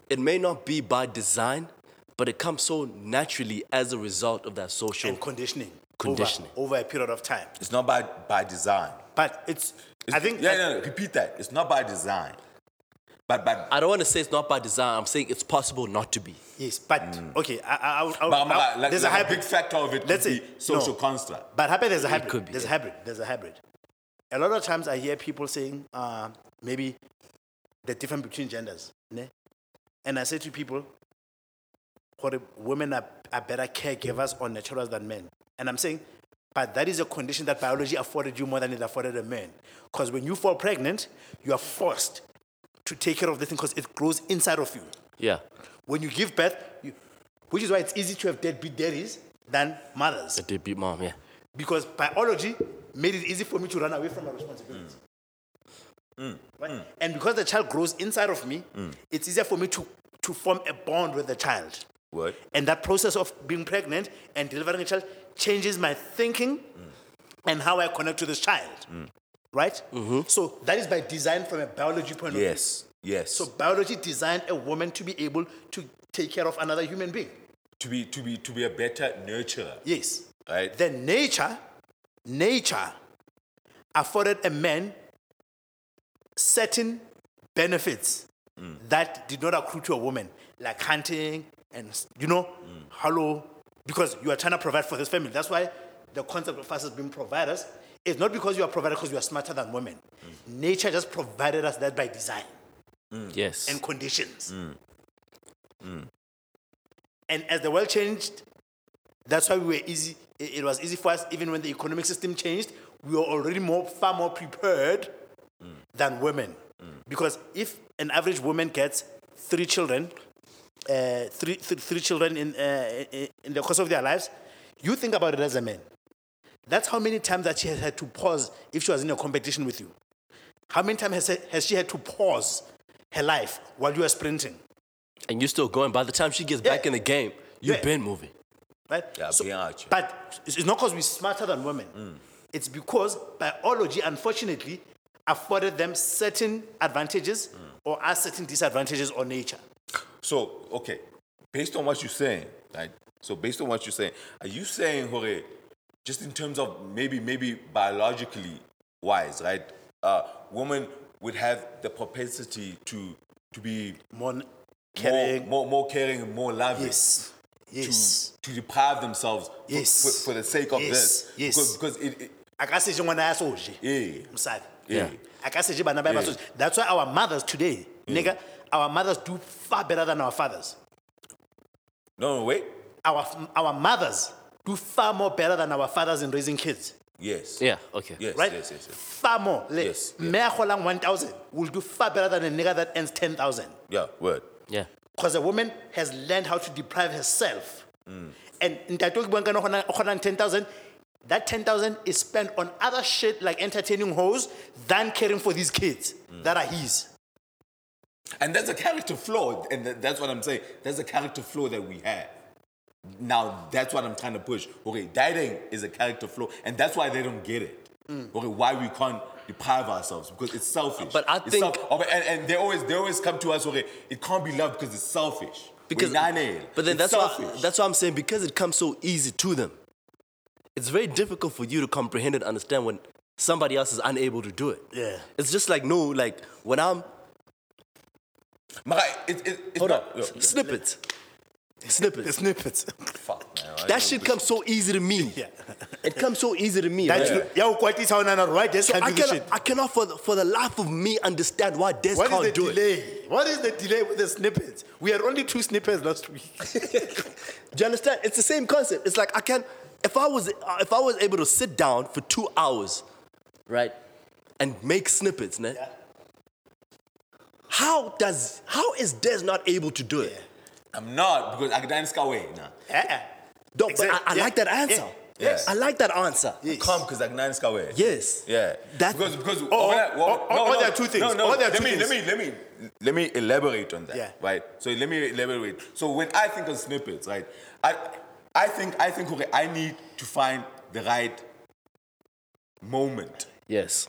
It may not be by design, but it comes so naturally as a result of that social. and conditioning. Conditioning. Over, over a period of time. It's not by by design. But it's, I think, Yeah, no, no, repeat that. It's not by design. But but I don't want to say it's not by design. I'm saying it's possible not to be. yes, but, okay, I, I, I, would- I, would- Mm. but, but, I would- like, there's like a big hybrid. factor of it Let's could say- be social no. construct. But happen there's a hybrid. could be, there's a yeah. hybrid. There's a hybrid. A lot of times I hear people saying uh, maybe the difference between genders. Ne? And I say to people, "Gore, women are, are better caregivers or nurturers than men. And I'm saying, but that is a condition that biology afforded you more than it afforded a man. Because when you fall pregnant, you are forced to take care of the thing because it grows inside of you. Yeah. When you give birth, you, which is why it's easy to have deadbeat daddies than mothers Did beat mom, yeah. because biology made it easy for me to run away from my responsibility. Right? And because the child grows inside of me, it's easier for me to, to form a bond with the child. What? And that process of being pregnant and delivering a child changes my thinking and how I connect to this child. Right? So that is by design from a biology point of view. Yes. Yes. So biology designed a woman to be able to take care of another human being. to be to be to be a better nurturer. Yes. Right? Then nature, nature afforded a man certain benefits that did not accrue to a woman, like hunting and s- you know, hello, because you are trying to provide for this family. That's why the concept of us as being providers is not because you are providers because you are smarter than women. Nature just provided us that by design Hmm. Yes. and conditions. And as the world changed, that's why we were easy. It it was easy for us, even when the economic system changed, we were already more, far more prepared than women. Because if an average woman gets three children, uh, three, three, three children in, uh, i- in the course of their lives, you think about it as a man. That's how many times that she has had to pause if she was in a competition with you. How many times has, has she had to pause her life while you are sprinting? and you're still going. By the time she gets back Yeah. in the game, you've Yeah. been moving. right? Yeah, being out Mm. here. But it's it's not because we're smarter than women. It's because biology, unfortunately, afforded them certain advantages Mm. or are certain disadvantages on nature. So okay, based on what you're saying, right? So based on what you're saying, are you saying, Jorge, just in terms of maybe maybe biologically wise, right? Uh, women would have the propensity to to be More n- more- caring. more more caring, and more loving. yes. Yes. to, to deprive themselves for, Yes. for, for the sake of Yes. this. Yes. Because, because it, it- I can say when I saw you, yeah, Msadi. yeah. I can say bana ba ba Yeah. Mm. soji. That's why our mothers today, nigga, our mothers do far better than our fathers. No, no, wait. Our, our mothers do far more better than our fathers in raising kids. Yes. Yeah, okay. Yes, right? yes, yes, yes. Far more. Like, Yes, yeah. Me holang 1,000 will do far better than a nigga that earns 10,000. Yeah, word. Yeah. Because a woman has learned how to deprive herself. Mm. And ntate o ke buang ka ena o kgonang- o kgonang 10,000, that 10,000 is spent on other shit like entertaining hoes than caring for these kids Mm. that are his. And there's a character flaw, and tha- that's what I'm saying. There's a character flaw that we have. Now, that's what I'm trying to push. Okay, dieting is a character flaw, and that's why they don't get it. Okay, why we can't deprive ourselves because it's selfish. Mm. But I It's think- self- okay, and, and they always they always come to us. Okay, it can't be love because it's selfish. Because We're nane. But then It's that's why selfish. that's why I'm saying because it comes so easy to them. It's very difficult for you to comprehend and understand when somebody else is unable to do it. Yeah. It's just like no, like when I'm Mara, it, it, it's hold on, not- s- look, snippets. Snippets. snippets. fuck, man. That shit comes so easy to me. yeah. It comes so easy to me. That right? you, yeah, o kwatisa ho nahana hore why Des can't I, do this cannot, shit. I cannot for the, for the life of me understand why Des What is can't the do it. delay? What is the delay with the snippets? We had only two snippets last week. Do you understand? It's the same concept. It's like I can, if I was if I was able to sit down for two hours, right, and make snippets, ne? How does how is Des not able to do it? I'm not because I can dance away now. Eh, eh. No, but Exact- I, I yeah, like that answer. yeah. Yes. I like that answer. Come, because like nine scawe. Yes. Yeah. That- because because or- when I- or- or- or oh, there are two things. No, no. Or there are let two me things. let me let me let me elaborate on that. Yeah. Right. So let me elaborate. So when I think of snippets, right, I I think I think okay, I need to find the right moment. Yes.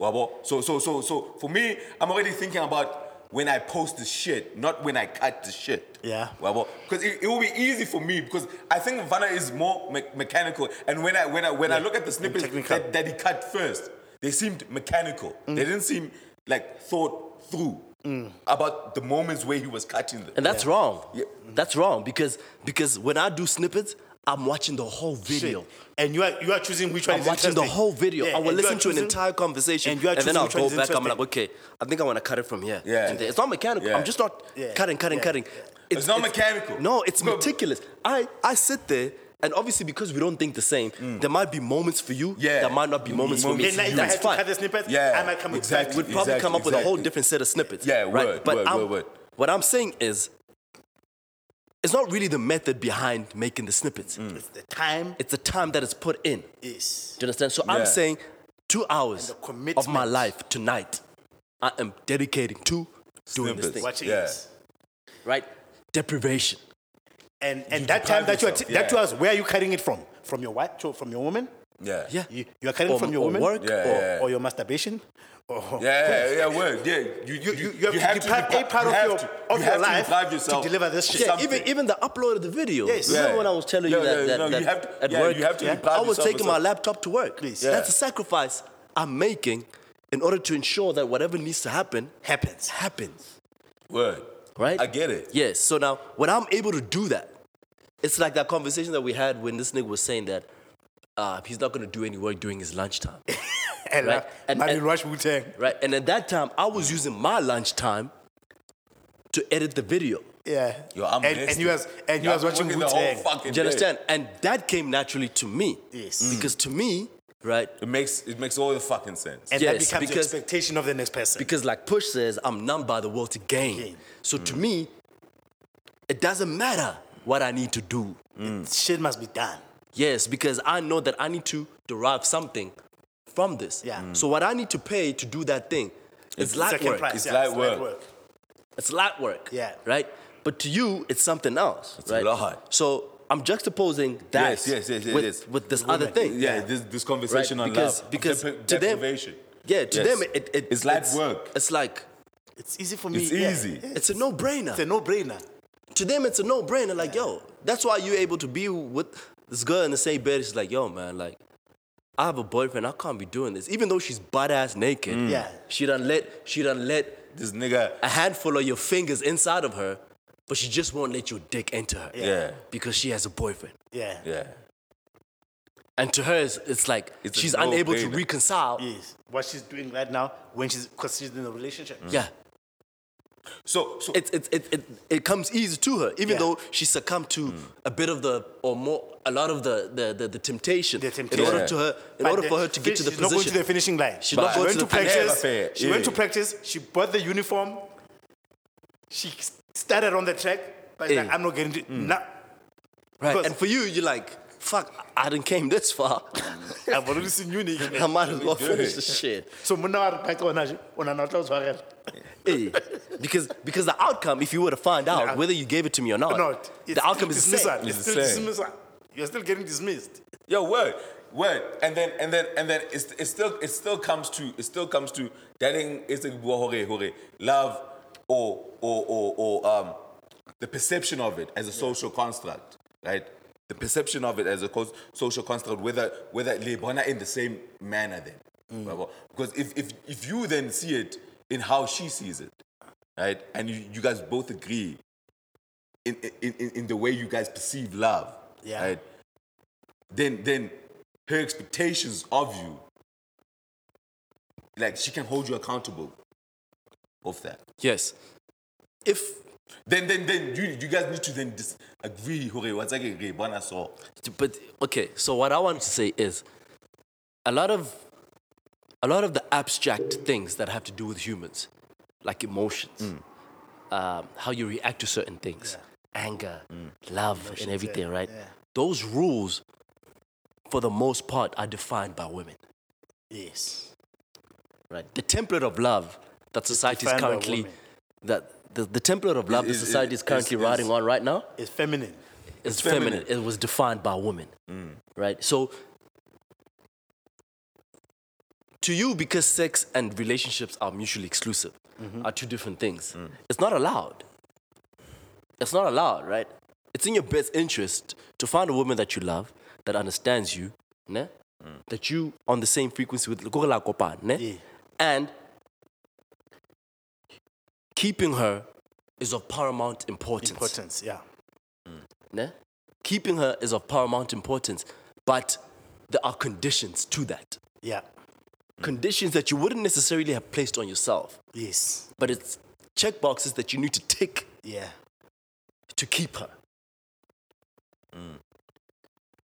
Wabo. So so so so for me, I'm already thinking about when I post the shit, not when I cut the shit. Yeah. Wabo. Because it, it will be easy for me because I think Vanna is more me- mechanical, and when I when I when I look at the snippets technical. Mm. that, that he cut first, they seemed mechanical. They didn't seem like thought through about the moments where he was cutting them. And that's wrong. That's wrong because because when I do snippets, I'm watching the whole video. Shit. And you are you are choosing which one I'm is watching the interesting. whole video. Yeah, I will and you are listen to an choosing- entire conversation, and and, you are choosing then I'll which one go is back. I'm like, interesting. okay, I think I want to cut it from here. Yeah. to there. It's not mechanical. Yeah. I'm just not Yeah. cutting, cutting, Yeah. cutting. It's not mechanical. No, it's No. meticulous. I I sit there. And obviously, because we don't think the same, Mm. there might be moments for you. Yeah. There might not be moments for me. Moments Then if I That's had to fine. cut the snippets, Yeah, I might come exactly. with We'd probably come up with a whole exactly. different set of snippets. Yeah, right. word, but word, I'm- word, word. What I'm saying is, it's not really the method behind making the snippets. the time. It's the time that is put in. Is Do you understand? So Yeah. I'm saying two hours the of my commitment. life tonight, I am dedicating to doing this Snippets. thing, watching Yeah. this. right? Deprivation. And and that deprive time that you are yourself, t- that yeah. you are where are you cutting it from? From your wife? So From your woman? Yeah. Yeah. You, you are cutting Or- from your or woman? work, Yeah, or- yeah. or your masturbation? Or, Yeah, yeah, yeah, word. Yeah, you, you, you, you have to deprive depri- a part you of have your, to- of you your have to life deprive to, yourself deliver this of shit. Yeah, something. even even the upload of the video. Yes. Remember Yeah. when I was telling Yeah, you that, yeah, that, no, that you have to- at yeah, work, you have to deprive I was yourself taking of my some- laptop to work. Please. Yeah. That's a sacrifice I'm making in order to ensure that whatever needs to happen happens. happens. Word. Right? I get it. Yes. So now when I'm able to do that, it's like that conversation that we had when this nigga was saying that uh, he's not gonna do any work during his lunchtime. And, Right. and And- Marvin and- Rush Wu Tang. right? And at that time, I was using my lunchtime to edit the video. Yeah. Yo, I'm and, and missed you it. was and you Yeah, was I'm watching working Wu the whole Tang. fucking Do you day. understand? And that came naturally to me. Mm. Yes. Because to me, right? It makes it makes all the fucking sense. And that Yes, becomes the because- expectation of the next person. Because like Push says, I'm numb by the will to gain. Gain. So to me, it doesn't matter what I need to do. shit must be done. Yes, because I know that I need to derive something from this. Yeah. Mm. So what I need to pay to do that thing, it's, light Second work. price, It's yeah, light light work. It's light work. Yeah. Right? But to you, it's something else. It's a right? lot. So I'm juxtaposing that Yes, yes, yes, yes, with, yes. with this other thing. yeah, this this conversation Right, on because- love, because Dep- to them- deprivation. Yeah, to Yes. them it, it It's light work. It's like It's easy for me. It's yeah. easy. it's a no-brainer. It's a no-brainer. to them it's a no-brainer. Like, yo, that's why you're able to be with this girl in the same bed. She's like, yo, man, like, I have a boyfriend. I can't be doing this, even though she's butt ass naked. Yeah. she done let she done let This nigga. a handful of your fingers inside of her, but she just won't let your dick enter her Yeah, because she has a boyfriend. Yeah. yeah. And to her, it's, it's like It's a she's unable to no-brainer. reconcile. Yeah. Yes. What she's doing right now when she's considering a relationship. So so It's, it's, it, it, it comes easy to her, even Yeah. Mm. though she succumbed to a bit of the, or more, a lot of the, the, the, the temptation. The In temptation. order, to her, in But order then for her to get to the she's not going position. to the finishing line. She's not she going went to to the finishing practice. line. She went to Yeah. practice. She bought the uniform. She started on the track, but it's like, Yeah. I'm not getting to. Hmm. Nah, right. because- And for you, you're like, fuck, I didn't came this far. I've already seen you nigga. I might as well finish it. the shit. So monna wa re paka ona je, ona na tla o tshwarela. Eh, because because the outcome, if you were to find out Yeah. whether you gave it to me or not, Not. It's the outcome is the dismissal. same. It's It's still the same. dismissal. You're still getting dismissed. Yo, word, word, and then and then and then it's, it still it still comes to it still comes to dating is a hore hore love or or or or um the perception of it as a social construct, right? The perception of it as a cos- social construct, whether whether lebona in the same manner then, Yabo? because if if if you then see it in how she sees it, right, and you, you guys both agree in, in in in the way you guys perceive love, Yeah. right then then her expectations of you like she can hold you accountable of that Yes. If then then then you you guys need to then disagree hore what's like agree bona so but okay, so what I want to say is a lot of a lot of the abstract things that have to do with humans, like emotions, Mm. um, how you react to certain Mm. things, anger, love, and everything, right? Those rules for the most part, are defined by women. Yes. Right. The template of love that society is defined by currently women. that the, the template of love that Is- is- society is, is- currently is- riding on right now It's feminine. is feminine. feminine. It was defined by women. Right. So to you, because sex and relationships are mutually exclusive, are two different things. It's not allowed. It's not allowed, right? It's in your best interest to find a woman that you love, that understands you, ne? that you on the same frequency with go la kopa, ne? Yeah. and keeping her is of paramount importance. Importance, yeah. ne? Keeping her is of paramount importance, but there are conditions to that. Yeah. Conditions that you wouldn't necessarily have placed on yourself, Yes. but it's check boxes that you need to tick Yeah. to keep her. Mm.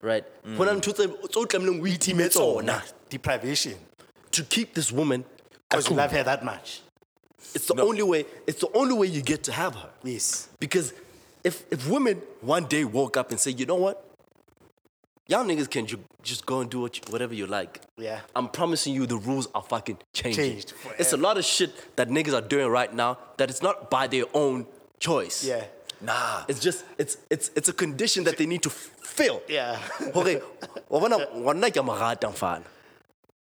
Right? Go na le ntho tse- tseo tlamehileng o itime tsona Deprivation. To keep this woman, Because you cool. love her that much. it's the only way. It's the only way you get to have her. Yes. Because if if women one day woke up and say, you know what, y'all niggas can ju- just go and do what you, whatever you like. Yeah. I'm promising you the rules are fucking changing. Changed forever. it's a lot of shit that niggas are doing right now that it's not by their own choice. Yeah. Nah. It's just it's it's it's a condition that they need to fill. Yeah. Hore, wa bona ngwana ke a mo rata mfana.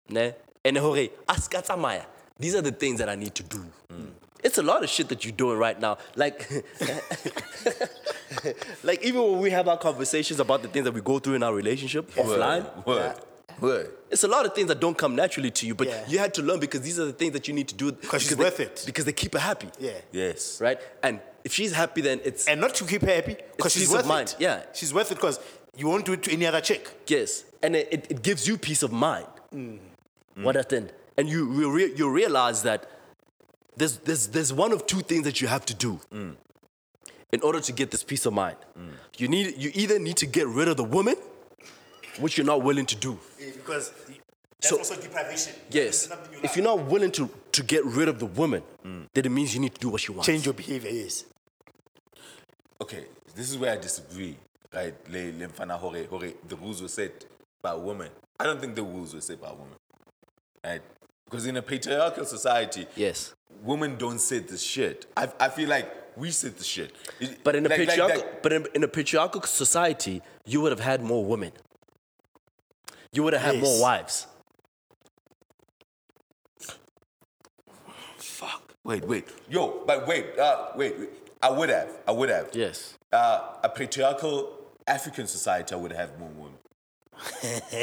Ne? And hore, a ska tsamaya. These are the things that I need to do. Mm. It's a lot of shit that you're doing right now. Like like even when we have our conversations about the things that we go through in our relationship offline, Word. Word. it's a lot of things that don't come naturally to you, but Yeah. you had to learn because these are the things that you need to do because she's they- worth it. Because they keep her happy. Yeah. Yes. Right? And if she's happy then it's And not to keep her happy because It's she's peace of worth mind, it. yeah. She's worth it because you won't do it to any other chick. Yes, and it, it, it gives you peace of mind. Mm. What at the end, and you you, rea- you realize that there's there's there's one of two things that you have to do Mm. in order to get this peace of mind. You need you either need to get rid of the woman, which you're not willing to do. Because that's So- also deprivation. Yes, if you're not willing to to get rid of the woman, then it means you need to do what she wants. Mm. change your behavior, yes. Okay. This is where I disagree. Right? Le le mfana hore hore. The rules were set by women. I don't think the rules were set by women. Right? Because in a patriarchal society, Yes, women don't set this shit. I, I feel like we set the shit. It- but in a like- like- patriarchal like- but in, in a patriarchal society, you would have had more women. You would have had more Yes. wives. wait, wait. Yo, but wait, uh, wait, wait. I would have. I would have. Yes. Uh, a patriarchal African society, I would have more women.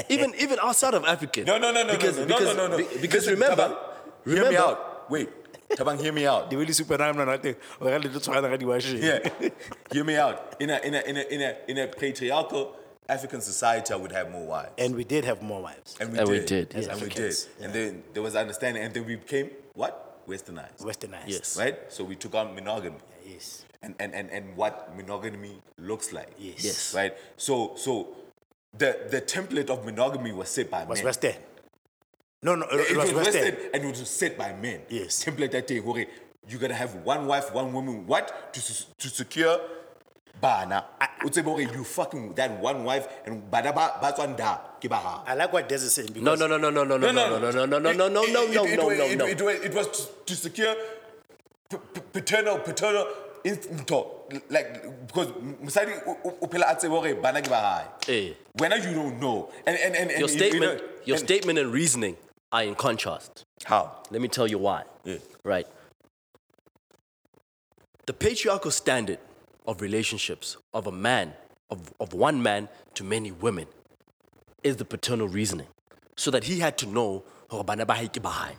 even even outside of Africa. No, no, no, no, because, no, no, because, no, no, no. be- Because Listen, remember, Tabang, remember, Hear me out. Wait. Tabang, hear me out. The really super I'm not there. Or a little trying to wash it. Yeah. hear me out. In a, in a, in a, in a, in a patriarchal African society, I would have more wives. And we did have more wives. And we And we did. did, yes. And we did. Africans, And then there was understanding. And then we became what? Westernized. Westernized. Yes. Right? So we took on monogamy. Yes. and, and, and, and what monogamy looks like. Yes. Yes. Right? So so the the template of monogamy was set by Was men. Western. No, no, it, It, was, Western. and it was set by men. Yes. Template that day, okay, you gotta have one wife, one woman, what? To, se- to secure bana. Utsebe hore you fucking with that one wife and bana ba ba tswang da ke ba hao. I like what Des is saying because no, no, no, no, no, no, no, no, no, no, no, no, no, no, It- no, no, it- it- no, it- no, no. it- It was, it was to, to secure p- p- paternal, paternal instinto. Like, because Musadi upela atsebore banagi bahai. Eh. When you don't know. And, and, and, and Your you- you know- statement, your and- statement and reasoning are in contrast. How? Let me tell you why. Yeah. Right. The patriarchal standard of relationships of a man, of, of one man to many women, is the paternal reasoning. So that he had to know, "Oh, bana ba hae ke ba hae."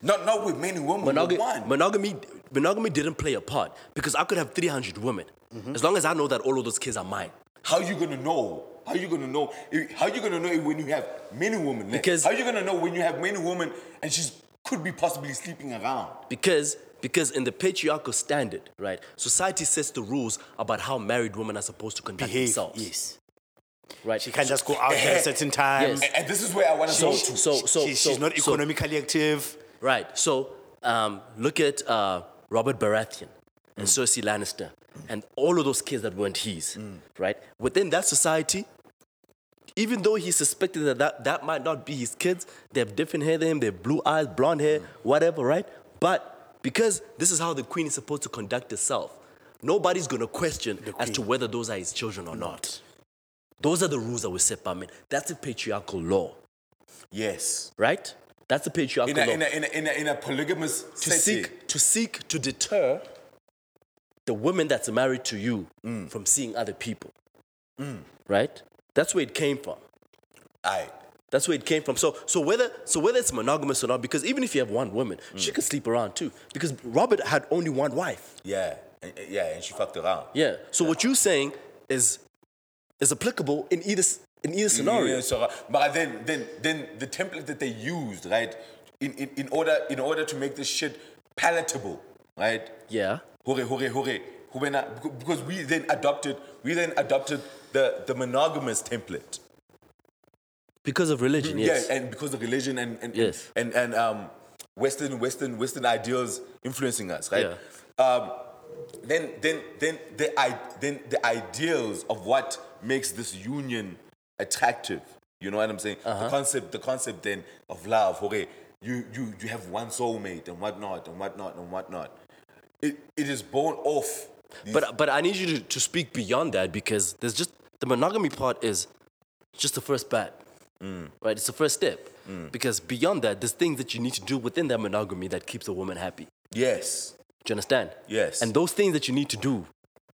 Not, not with many women. Monog- with one. monogamy monogamy didn't play a part because I could have 300 women Mm-hmm. as long as I know that all of those kids are mine. How you gonna know? How you gonna know? if- How you gonna know if when you have many women? there? Because- how you gonna know when you have many women and she's could be possibly sleeping around? Because because in the patriarchal standard, right, society sets the rules about how married women are supposed to conduct behave. themselves. Yes. Right. She can't just go out at certain times. Yes. And this is where I want to so go so to. so, so She- she's not so- economically active. Right. So um, look at uh, Robert Baratheon and Mm. Cersei Lannister and all of those kids that weren't his. Right. Within that society, even though he suspected that that, that might not be his kids, they have different hair than him, they have blue eyes, blonde Mm. hair, whatever, right? But because this is how the queen is supposed to conduct herself, nobody's gonna question as to whether those are his children or not. Those are the rules that were set by men. That's a patriarchal law, Yes. right? That's a patriarchal In a, law. in a, in a, in a, in a polygamous to setting. seek to seek to deter the woman that's married to you Mm. from seeing other people. Right? That's where it came from. Aye. That's where it came from. So so whether so whether it's monogamous or not, because even if you have one woman, Mm. she could sleep around too. Because Robert had only one wife. Yeah. And- and- Yeah, and she fucked around. Yeah. So what you're saying is is applicable in either s- in either scenario. Yeah, so, but then, then, then the template that they used, right, in, in, in order in order to make this shit palatable, right? Yeah. Hore, hore, hore. Who went out- becau- Because we then adopted, we then adopted the, the monogamous template. Because of religion, yes. Mm, Yeah, and because of religion and and Yes. and, and um, Western Western Western ideals influencing us, right? Um, then then then the I, then the ideals of what makes this union attractive. You know what I'm saying? Uh-huh. The concept the concept then of love. Okay, you you you have one soulmate and whatnot and whatnot and whatnot. It it is born off. these- But but I need you to, to speak beyond that because there's just the monogamy part is just the first bat, right? It's the first step because beyond that, there's things that you need to do within that monogamy that keeps a woman happy. yes. Do you understand? Yes. And those things that you need to do,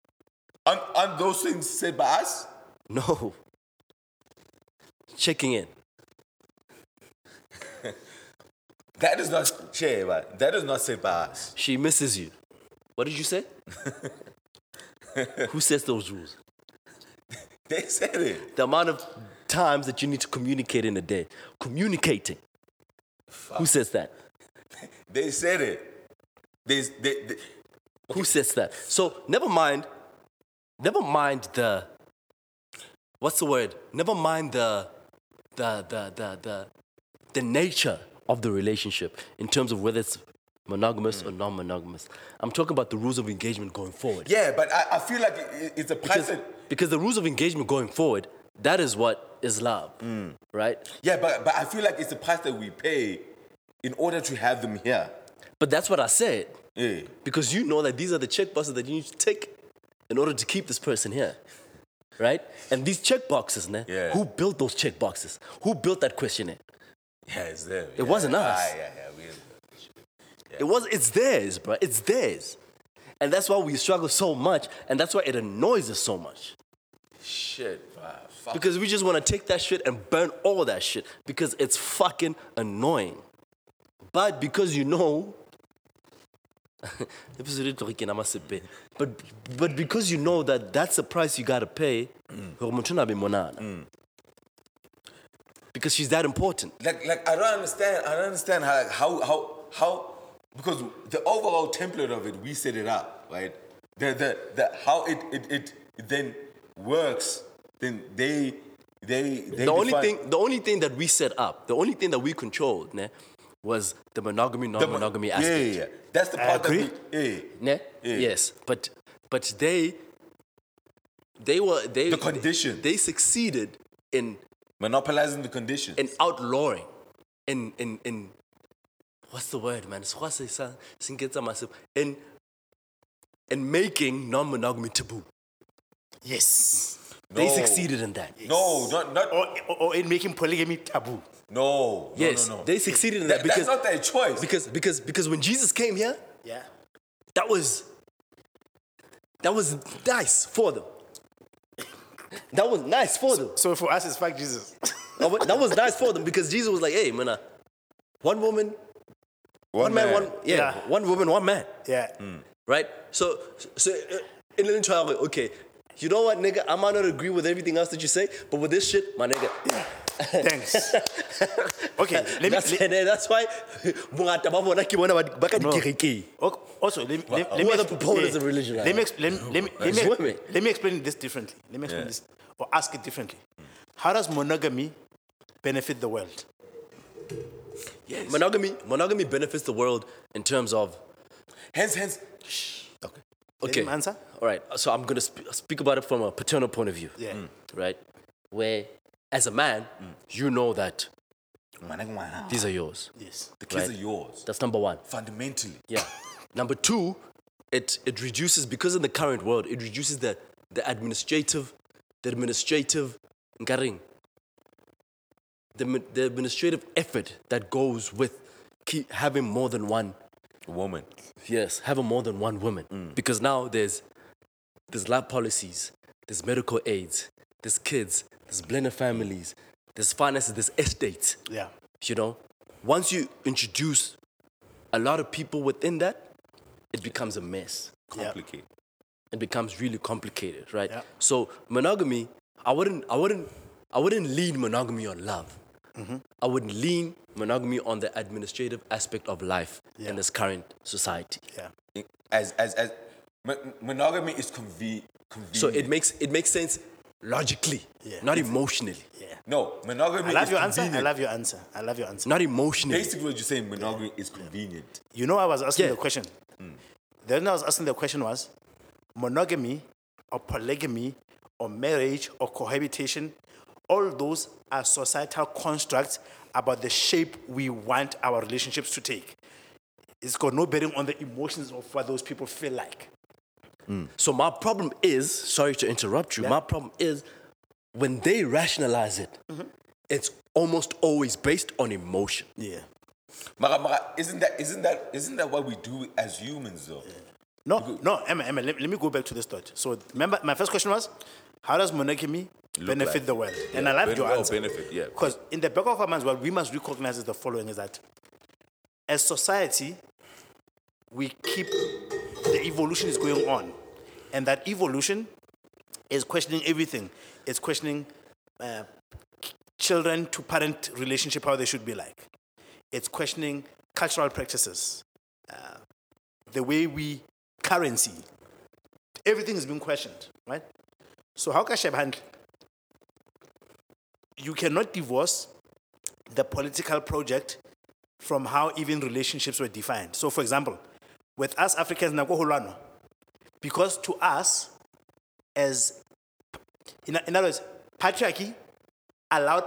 Aren't, aren't those things said by us? no, checking in. That is not, Che, but that is not said by us. She misses you. What did you say? Who sets those rules? They said it. The amount of times that you need to communicate in a day. Communicating. Who says that? They said it. They, they, they Who says that? So never mind. Never mind the. What's the word? Never mind the, the the the the, the nature of the relationship in terms of whether it's monogamous or non-monogamous. I'm talking about the rules of engagement going forward. yeah, but I, I feel like it, it's a price. Because, that- because the rules of engagement going forward, that is what is love, right? yeah, but, but I feel like it's a price that we pay in order to have them here. But that's what I said. Yeah. Because you know that these are the checkboxes that you need to tick in order to keep this person here. Right? And these checkboxes, man, Yeah. who built those checkboxes? Who built that questionnaire? Yeah, it's them. It wasn't us. Ah, yeah, yeah, we- It was it's theirs, bro. It's theirs. And that's why we struggle so much, and that's why it annoys us so much. Shit, bruh, fuck. Because we just want to take that shit and burn all that shit because it's fucking annoying. But because you know, but but because you know that that's the price you gotta pay, Mm. hore motho ona be monana. because she's that important. like, like I don't understand. I don't understand how, like, how, how, how, because the overall template of it, we set it up, right? The, the, the how it, it, it then works. Then they, they, they. the only define- thing the only thing that we set up, the only thing that we controlled, ne, was the monogamy, the mon- non-monogamy yeah, aspect. Yeah, yeah, that's the I part agree. that we, yeah. Ne? Yeah. Yes, but but they they were they The condition. they, succeeded in monopolizing the conditions. in outlawing in in in what's the word man Sikhwase sa- singetsa masip- in in making non-monogamy taboo Yes. they No. succeeded in that no, not not Oh. Or, or, or in making polygamy taboo. no. yes no, no, no. they succeeded in That- that, because that's not their choice. because because because when Jesus came here Yeah. that was that was nice for them that was nice for them So for us, it's fuck Jesus. That wa- that was nice for them because Jesus was like, "Hey, man, uh, one woman, one, man, one yeah, Yeah. one woman, one man." Yeah. Hmm. Right? So, so uh, in the trial, okay, you know what, nigga? I might not agree with everything else that you say, but with this shit, my nigga. Thanks. Okay, let me- that's, let- and then that's why. bongata ba bona ke bona ba- ba ka dikereke. Okay, Also, let, me- let, Wow. let Who me are the exp- proponents of religion right Let me, now? ex- let, me- let, me, let, It's me, women. let me explain this differently. Let me explain Yeah. this or ask it differently. How does monogamy benefit the world? Monogamy, monogamy benefits the world in terms of Hence, hence. Let okay. him answer. All Mm. right, so I'm gonna sp- speak about it from a paternal point of view. Yeah. right? Where as a man, Mm. you know that The these are yours. Yes. kids Right. are yours. That's number one. Fundamentally. Yeah. Number two, it it reduces because in the current world it reduces the the administrative, the administrative, ngaring, the mi- the administrative effort that goes with keep having more than one. Woman. Yes, having more than one woman because now there's there's lab policies, there's medical aids, there's kids, there's blended families, there's finances, there's estates Yeah. you know once you introduce a lot of people within that it becomes a mess Complicate. it becomes really complicated right Yeah. so monogamy i wouldn't i wouldn't i wouldn't lean monogamy on love i would lean monogamy on the administrative aspect of life in this current society Yeah. As as as mon- monogamy is conve- convenient. so it makes it makes sense logically not emotionally no monogamy. I love is your answer. convenient. I love your answer. I love your answer. not emotionally Basically, what you're saying, monogamy is convenient. You know, I was asking Yeah. the question. Mm. The reason I was asking the question was monogamy or polygamy or marriage or cohabitation, all those are societal constructs about the shape we want our relationships to take. It's got no bearing on the emotions of what those people feel like. So my problem is, sorry to interrupt you, my problem is when they rationalize it, it's almost always based on emotion. Yeah. Mara, Mara, isn't that isn't that isn't that what we do as humans though? No, no, Emma, Emma, let, let me go back to this thought. So remember, my first question was, how does monogamy benefit like- the world? and I like ben- your well, answer. benefit, yeah. Because in the back of our minds, what we must recognize is the following: is that as society, we keep the evolution is going on, and that evolution is questioning everything. It's questioning uh, ch- children to parent relationship, how they should be like. It's questioning cultural practices, uh, the way we currency. Everything is being questioned, right? So how can Shebhandle you cannot divorce the political project from how even relationships were defined. So, for example, with us Africans, nako holwano. because to us, as in, in other words, patriarchy allowed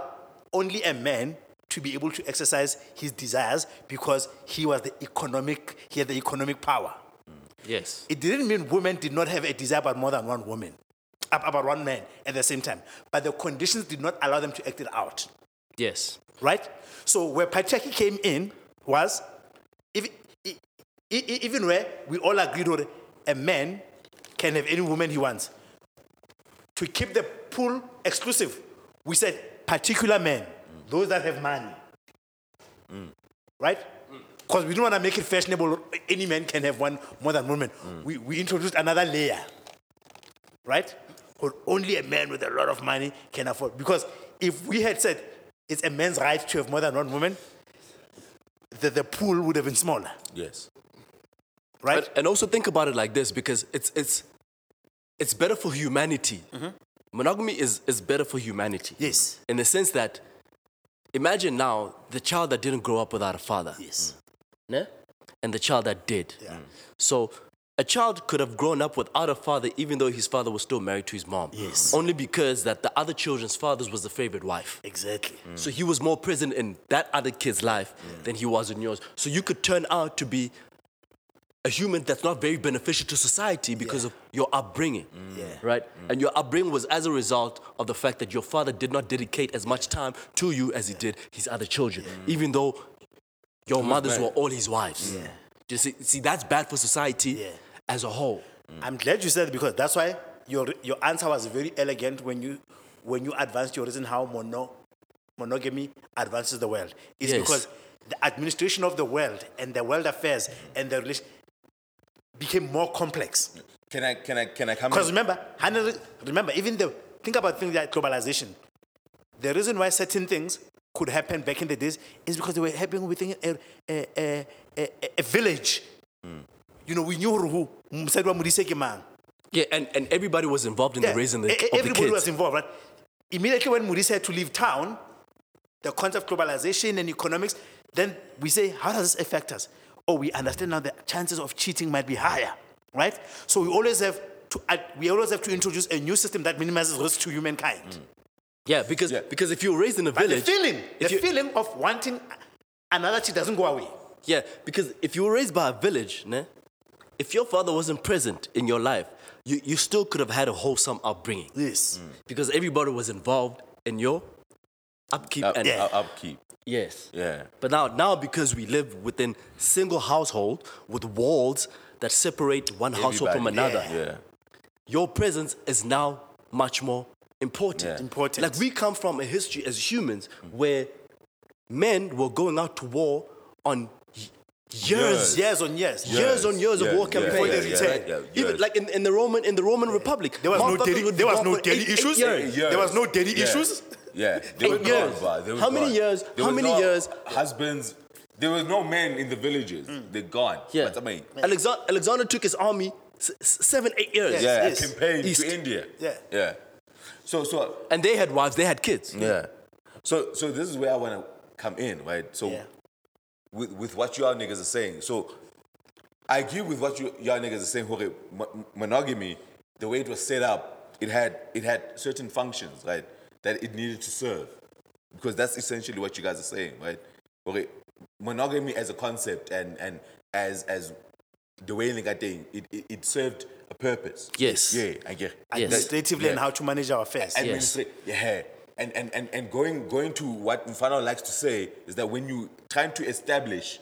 only a man to be able to exercise his desires because he was the economic, he had the economic power. Yes. It didn't mean women did not have a desire about more than one woman, ab- about one man at the same time, but the conditions did not allow them to act it out Yes. right? So where patriarchy came in was, if, e- e- e- even where we all agreed on a man can have any woman he wants, to keep the pool exclusive, we said particular men, those that have money, right? Because we don't want to make it fashionable. Any man can have one more than woman. We, we introduced another layer right? Or only a man with a lot of money can afford. Because if we had said it's a man's right to have more than one woman, the, the pool would have been smaller, Yes. right? And, and also think about it like this because it's it's it's better for humanity. Monogamy is, is better for humanity. yes. In the sense that imagine now the child that didn't grow up without a father. Yes. ne? and the child that did. Mm. So a child could have grown up without a father, even though his father was still married to his mom. Yes. Only because that the other children's fathers was the favorite wife. Exactly. So he was more present in that other kid's life than he was in yours. So you could turn out to be a human that's not very beneficial to society because of your upbringing, Yeah. right? And your upbringing was as a result of the fact that your father did not dedicate as much time to you as he did his other children, even though your mothers were all his wives. Yeah. You see, see, that's bad for society Yeah. as a whole. I'm glad you said it because that's why your, your answer was very elegant when you, when you advanced your reason how mono, monogamy advances the world. It's Yes. because the administration of the world and the world affairs and the relation became more complex. Can I can I can I come? Because In? remember, hundred- remember, even the think about things like globalization. The reason why certain things could happen back in the days is because they were happening within a, a, a, a, a village. Hmm. You know, we knew who Msadi wa Modise ke mang. Yeah, and, and everybody was involved in Yeah. the raising the, E- of e- the Everybody kids. was involved, right? Immediately when Modise had to leave town, the concept of globalization and economics, then we say, how does this affect us? Oh, we understand now the chances of cheating might be higher, right? So we always have to add, we always have to introduce a new system that minimizes risk to humankind. Yeah, because because if you were raised in a But The Mm. village, feeling, the if you, feeling of wanting another chick doesn't go away. yeah, because if you were raised by a village, ne, if your father wasn't present in your life, you, you still could have had a wholesome upbringing Yes. because everybody was involved in your upkeep Up- and up- upkeep. yes. Yeah. But now now because we live within single household with walls that separate one household from Everybody. another, Yeah. your presence is now much more important. Yeah. Important. Like we come from a history as humans where men were going out to war on y- years, Years. Years on years. years, on years Yeah, of war yeah, campaigns. Before they yeah, return. yeah, yeah. Even like in, in the Roman in the Roman Republic, There was no motherfuckers daily- would be there was gone no for daily eight- eight issues? years. There was no daily issues? Yeah, they were Eight years. gone, bro. They were How many gone. years? There How was many no years? Husbands. There was no men in the villages. They're gone. Mm. Yeah. But I mean, Alexander, Alexander took his army s- s- seven eight years. yeah, yes. campaign East. to India. Yeah. Yeah. So so and they had wives, they had kids. yeah. So so this is where I want to come in, right? So Yeah. with with what y'all niggas are saying. So I agree with what you, y'all niggas are saying. Jorge, Mo- monogamy, the way it was set up, it had it had certain functions, right? That it needed to serve, because that's essentially what you guys are saying, right? Okay, monogamy as a concept and and as as the way nigga thing, it, it it served a purpose. Yes. Yeah, I get. Administratively Yeah. and how to manage our affairs. Administra- Yeah. And, and, and, and going going to what Mfano likes to say is that when you trying to establish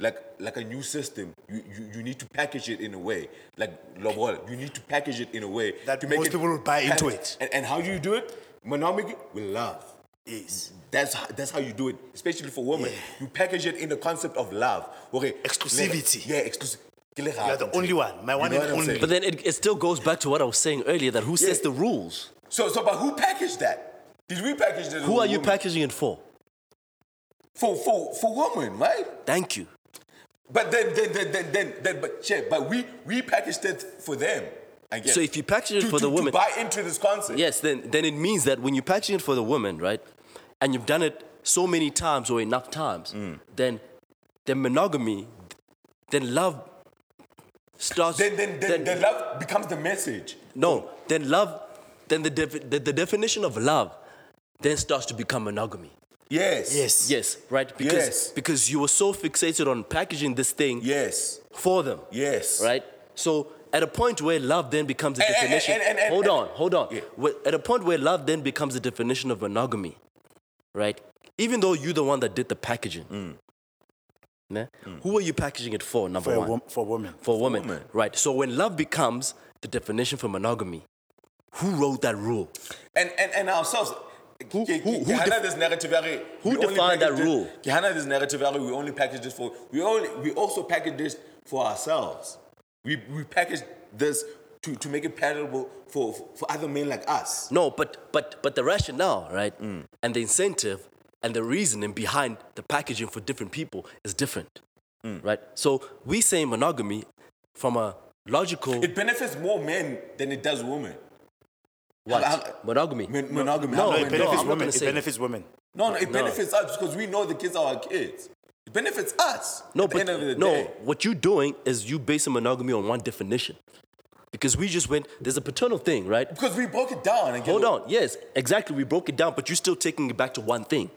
like like a new system, you, you, you need to package it in a way. Like Lobol, you need to package it in a way That to most people will buy into it. And, and how do you do it? Monomic with love. Yes. That's h- that's how you do it, especially for women. You package it in the concept of love. Okay. Exclusivity. Yeah, exclusive. You're You're the only one. My one know and what I'm only. saying? But then it, it still goes back to what I was saying earlier that who sets Yeah. the rules? So so but who packaged that? Did we package that? Who are you packaging packaging? it for? for for for women, right? Thank you. But then then then then then, then but shit, but we we packaged it for them. I guess. So if you package it To- for to- the women- to buy into this concept. Yes, then then it means that when you're packaging it for the woman, right, and you've done it so many times or enough times, Mm. then then monogamy, then love starts. Then then then, the love becomes the message. no, then love, then the, defi- the the definition of love, then starts to become monogamy. Yes. Yes. Yes, right? Because Yes. because you were so fixated on packaging this thing Yes. for them. Yes. right? So at a point where love then becomes a And- and- definition. and- and- and- hold and- on, hold on. Yeah. Wh- At a point where love then becomes a definition of monogamy, right? Even though you're the one that did the packaging, Mm. ne? who are you packaging it for? Number For, a one, wom- for women. for women, women. right? So when love becomes the definition for monogamy, who wrote that rule? And and and ourselves. Who- who- Ke- ke- who ke def- hana this narrative area, who we only defined that packaged it- rule? ke hana this narrative area, we only package this for we only we also package this for ourselves. We we package this to, to make it palatable for, for other men like us. No, but but but the rationale, right, mm, and the incentive and the reasoning behind the packaging for different people is different, Mm. right? So we say monogamy from a logical It benefits more men than it does women. what How- how- monogamy. Mon- monogamy. No, how no, It no, men do I'm benefits not women. gonna It say- benefits women. No, no, it No. benefits us because we know the kids are our kids. It benefits us. No, at the but end of the no, day. what you're doing is you basing monogamy on one definition, because we just went. There's a paternal thing, right? because we broke it down. Again. Hold on. Yes, exactly. We broke it down, but you're still taking it back to one thing,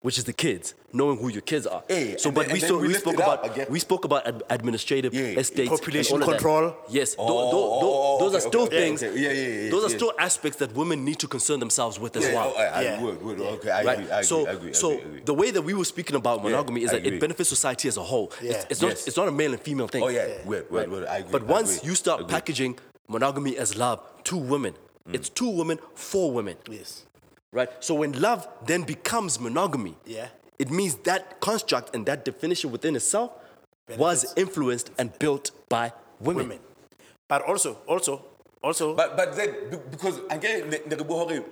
which is the kids, knowing who your kids are. Eh, so, but and then- we, and then still, we we lift spoke it up about again. we spoke about ad- administrative Yeah, estates, population and all of that. control. Yes, tho- Oh, tho- tho- oh, oh, those okay, are still okay, things. okay. Yeah, yeah, yeah, Those are yeah. still aspects that women need to concern themselves with as Yeah, well. oh, I, I Yeah. would, would. Okay, I Right. agree. I agree. so, I agree, so I agree, I agree. the way that we were speaking about monogamy is I that agree. it benefits society as a whole. Yeah. It's, it's not. Yes. It's not a male and female thing. oh yeah, Word, word, word. I agree. But I once agree, you start I agree. Mm. packaging monogamy as love to women, it's two women for women, Yes. right? So when love then becomes monogamy, Yeah. it means that construct and that definition within itself was influenced and built by women. Women. But also, also, also, But but then be- because again, the- the Bohori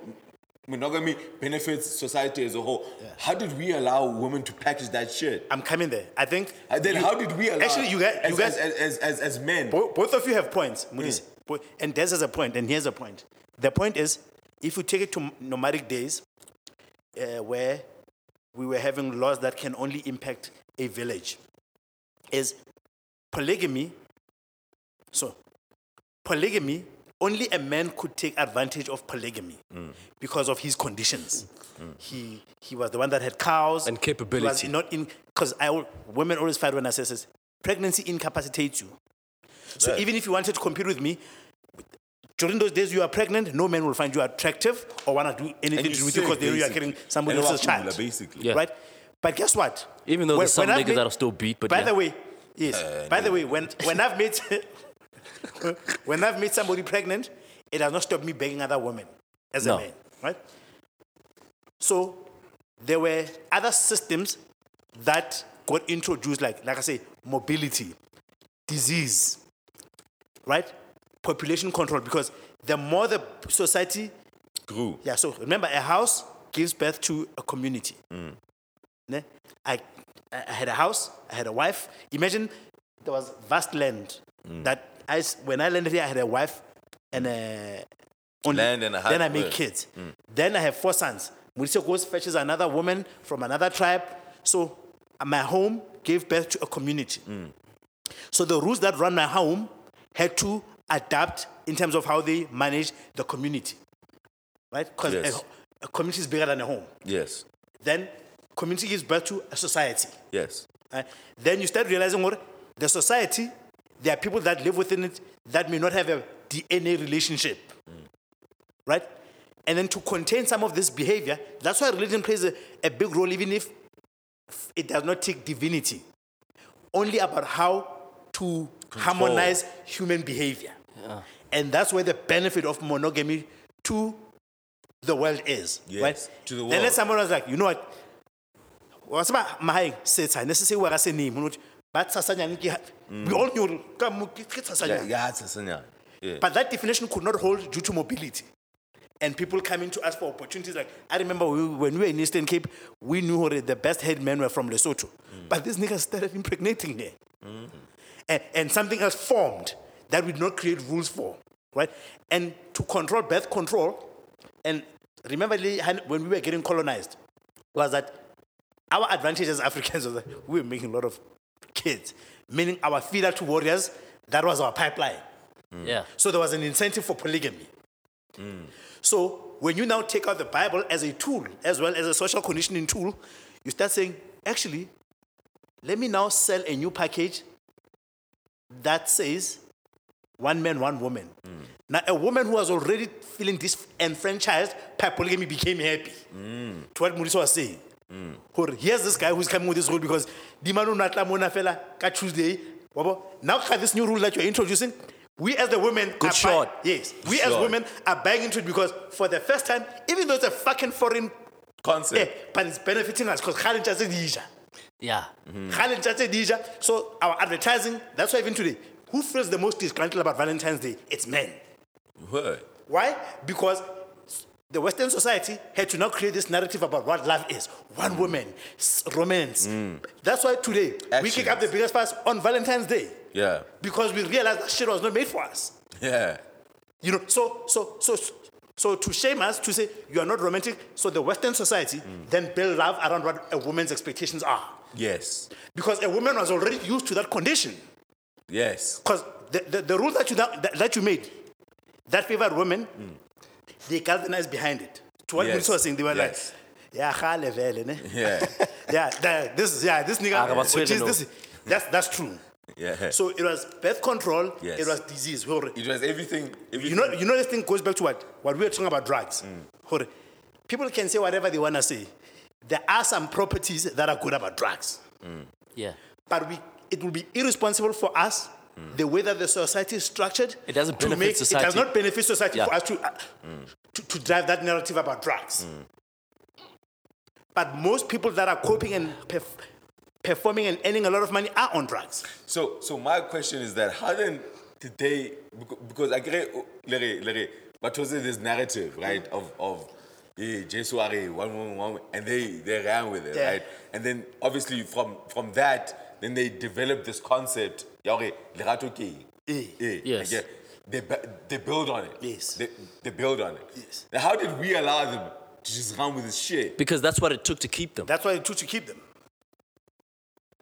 monogamy benefits society as a whole. How did we allow women to package that shit? I'm coming there. I think. And then you- how did we allow? Actually, you guys, as, you guys, as, as, as, as men. Bo- both of you have points, Mm. Mudis. Bo- And this is a point, and here's a point. The point is, if you take it to nomadic days, uh, where we were having laws that can only impact a village, is polygamy. So, polygamy only a man could take advantage of polygamy Mm. because of his conditions. He he was the one that had cows And He was capability. not in because I al- women always fight when I say this. Pregnancy incapacitates you. So even if you wanted to compete with me. During those days you are pregnant, no man will find you attractive or want to do anything you to do with you because they know you are carrying somebody And you are else's child. cooler, basically. Yeah. Right? But guess what? Even though When- there's some when I've niggas made- that'll still beat, but by yeah. Uh, the way, yes. by the way, when when I've met when I've made somebody pregnant, it has not stopped me begging other women as No. a man, right? So there were other systems that got introduced, like like I say, mobility, disease, right? Population control, because the more the society Grew. yeah, so remember, a house gives birth to a community. Ne? I, I I had a house, I had a wife. Imagine there was vast land that I, s- when I landed here, I had a wife and a only, Land and a Mm. Then I husband. make kids. Then I have four sons. Muriso goes fetches another woman from another tribe. So uh, my home gave birth to a community. So the rules that run my home had to adapt in terms of how they manage the community right? Because Yes. a, a community is bigger than a home. Yes. Then community gives birth to a society. Yes. right? Then you start realizing what the society, there are people that live within it that may not have a DNA relationship, Mm. right? And then to contain some of this behavior, that's why religion plays a, a big role, even if it does not take divinity, only about how to harmonize human behavior. And that's where the benefit of monogamy to the world is. Yes, right? to the Then world. someone was like, you know what? waseba magaeng setsha ne se se wera se nemo nothi ba tshasanyang ke ha- we all knew hore ka mo ke ke Mm. Yeah, tshasanyang yeah, it's a signal. Yeah. but that definition could not hold due to mobility and people coming to us for opportunities like i remember we, when we were in eastern cape we knew hore the best head men were from lesotho but these niggas started impregnating there and, and something else formed that we did not create rules for, right? And to control birth control, and remember Lee, Han- when we were getting colonized, was that our advantage as Africans was that we were making a lot of kids, meaning our feeder to warriors, that was our pipeline. Yeah. So there was an incentive for polygamy. So when you now take out the Bible as a tool, as well as a social conditioning tool, you start saying, actually, let me now sell a new package that says one man, one woman. Now, a woman who was already feeling disenfranchised by polygamy became happy. To what Muriso was saying. Hore, here's this guy who's coming with this rule because the man who not la mona fela ka Tuesday. wabo, Now, ka this new rule that you're introducing, we as the women are buy- shot. yes, we as shot. women are buying into it because for the first time, even though it's a fucking foreign, eh, Concept. but it's benefiting us because Yeah. Khalid Chate Dija. So our advertising, that's why even today, who feels the most disgruntled about Valentine's Day? It's men. Word. Why? Because the Western society had to now create this narrative about what love is. One woman, s- romance. That's why today we kick up the Actions. biggest fuss on Valentine's Day Yeah. because we realize that shit was not made for us. Yeah. You know, so so so so to shame us to say you are not romantic. So the Western society then build love around what a woman's expectations are Yes. because a woman was already used to that condition. Yes. Because the, the, the rule that you that, that you made that favored women, they galvanized behind it. To what Yes. yes. was saying, they were Yes. like, yeah, khale vele, ne? Yeah. yeah, that, this is yeah, this Ah, nigga, but which is Sweden, this, that's that's true. Yeah. So it was birth control, Yes. it was disease. Hore. it was everything. everything. You know, you know, this thing goes back to what what we were talking about drugs. Mm. Hore. People can say whatever they wanna say. There are some properties that are good about drugs. Yeah. but we, it will be irresponsible for us the way that the society is structured. Mm. It doesn't to benefit It does society. not benefit society Yeah. Mm. for us to, uh, to, to drive that narrative about drugs. But most people that are coping and perf- performing and earning a lot of money are on drugs. So, so my question is that how then did they? becau- Because I get Lere, Lere, but was it this narrative, right? Of of eh, Jesu Are, one woman, one woman, and they they ran with it, Yeah. right? And then obviously from from that, then they developed this concept. Yare, Lerato ke eng? Eh. Eh, Yes. like, yeah. They bu- they build on it. Yes. They, they build on it. Yes. Now, how did we allow them to just run with this shit? Because that's what it took to keep them. That's why they took to keep them.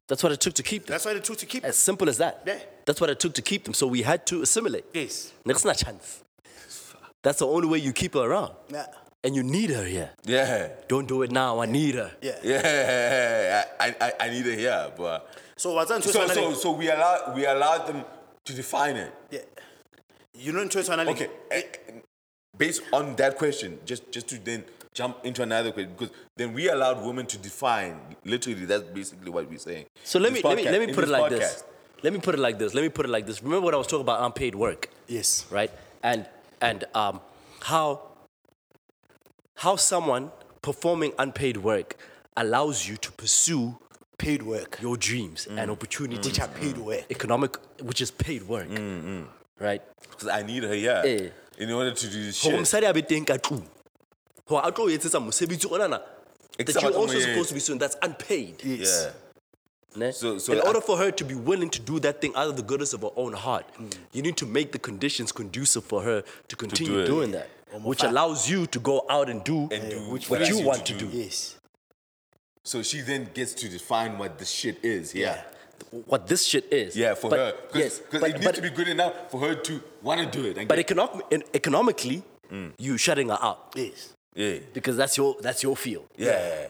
That's what it took to keep them. That's why they took to keep them. As simple as that. Yeah. That's what it took to keep them. So we had to assimilate. Yes. There's not chance. That's the only way you keep her around. Yeah. And you need her here. Yeah. Don't do it now. I need her. Yeah. Yeah. I, I, I need it here, but So what's on so so so we allow we allowed them to define it. Yeah. You know, in choice analytic. Okay. eh, eh, Based on that question, just just to then jump into another question because then we allowed women to define. Literally, that's basically what we're saying. So let This me, let me podcast- let me in put it like podcast. this. Let me put it like this. Let me put it like this. Remember what I was talking about unpaid work, Yes. right? And and um, how how someone performing unpaid work allows you to pursue Paid work. your dreams and opportunities, Which Mm. are paid work. economic, which is paid work, right? because I need her here Eh. in order to do this Gore shit. mosadi a be teng ka tlung, gore a tlo o etsetsa mosebetsi onana that Eketsa you're batho also mo supposed to be doing. That's unpaid. Yeah. Ne? So- so in I- order for her to be willing to do that thing out of the goodness of her own heart, you need to make the conditions conducive for her to continue it. doing that, which allows you to go out and do, And do which what what I you need want to to do. Yes. So she then gets to define what the shit is. Yeah. What this shit is. Yeah, for But- her. Cause, yes, 'cause but, it needs but, to be good enough for her to want to do it. And but get, economic, economically, Mm. you shutting her out Yes. yeah. because that's your that's your field. Yeah.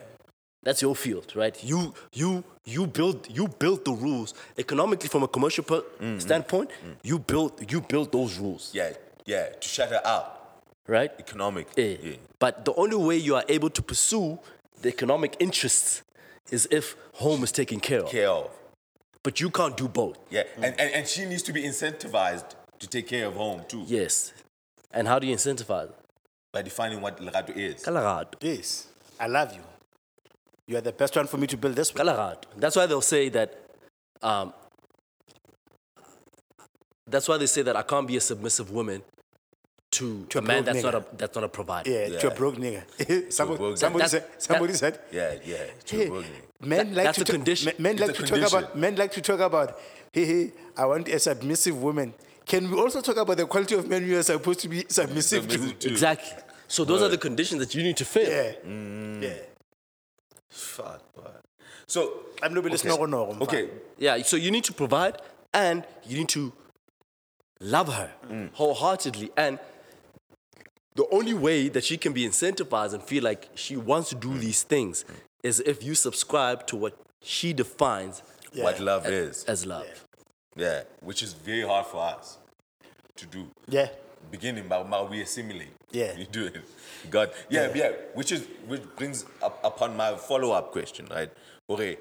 That's your field, right? You you you build you build the rules economically from a commercial per- standpoint. You build you build those rules, Mm-hmm. Mm. Yeah. Yeah. To shut her out. right? Economic. Eh. But the only way you are able to pursue the economic interests is if home is taken care of. Care of. But you can't do both. Yeah. And, and and she needs to be incentivized to take care of home too. Yes. And how do you incentivize? By defining what legato is. Ka lerato. Yes. I love you. You are the best one for me to build this Ka one. lerato. That's why they'll say that. Um, that's why they say that I can't be a submissive woman to, To a a man broke that's not a nigga. that's not a provider. Yeah, to a broke nigga. somebody broke somebody nigga. said, That- somebody that- said, Yeah. Yeah. To Hey, work. men That- like that's to a ta- condition. men- Men It's like a to condition. talk about. Men like to talk about. Hey, hey, I want a submissive woman. Can we also talk about the quality of men you are supposed to be submissive to? Submissive to. Exactly. So those are the conditions that you need to fill. Yeah, yeah. Fuck. But. So. I'm not listening to no. Okay. Yeah, so you need to provide and you need to love her wholeheartedly. And the only way that she can be incentivized and feel like she wants to do these things is if you subscribe to what she defines What love is. as love. Yeah. Which is very hard for us to do. Yeah, beginning, but, but we assimilate. Yeah. You do it. God. Yeah, yeah. Which is which brings up upon my follow up question, right? Okay,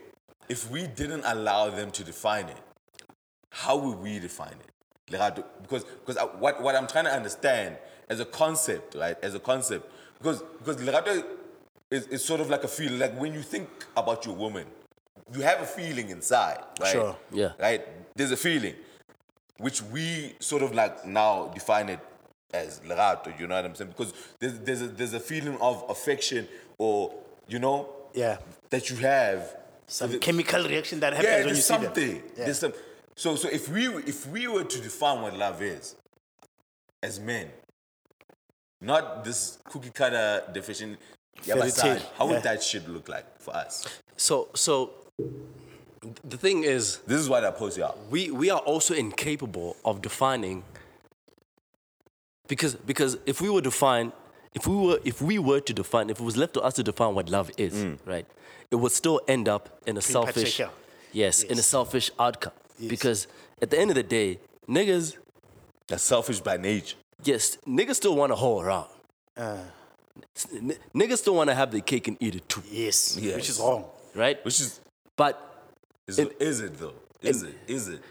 if we didn't allow them to define it, how would we define it? Like, how do- Because because I, what what I'm trying to understand as a concept, right? As a concept, because because legato is, is sort of like a feeling. Like when you think about your woman, you have a feeling inside, right? Sure. Yeah. Right. There's a feeling which we sort of like now define it as legato, you know what I'm saying? Because there's, there's, a, there's a feeling of affection or, you know, yeah. that you have. Some With- chemical reaction that happens yeah, when you there's see them. something. Yeah. There's some, so, so if, we, if we were to define what love is as men, not this cookie cutter definition, yeah, but Fairy side, tale, how would yeah. that shit look like for us? So so the thing is This is what I pose y'all. we we are also incapable of defining because because if we were define if we were if we were to define if it was left to us to define what love is right it would still end up in a selfish particular. yes, in a selfish outcome because at the end of the day niggas They're selfish by nature. yes niggas still want to hole around S- n- niggas still want to have their cake and eat it too Yes, which Yes. is wrong. right Which is, but is it, is it though? Is it? Is it?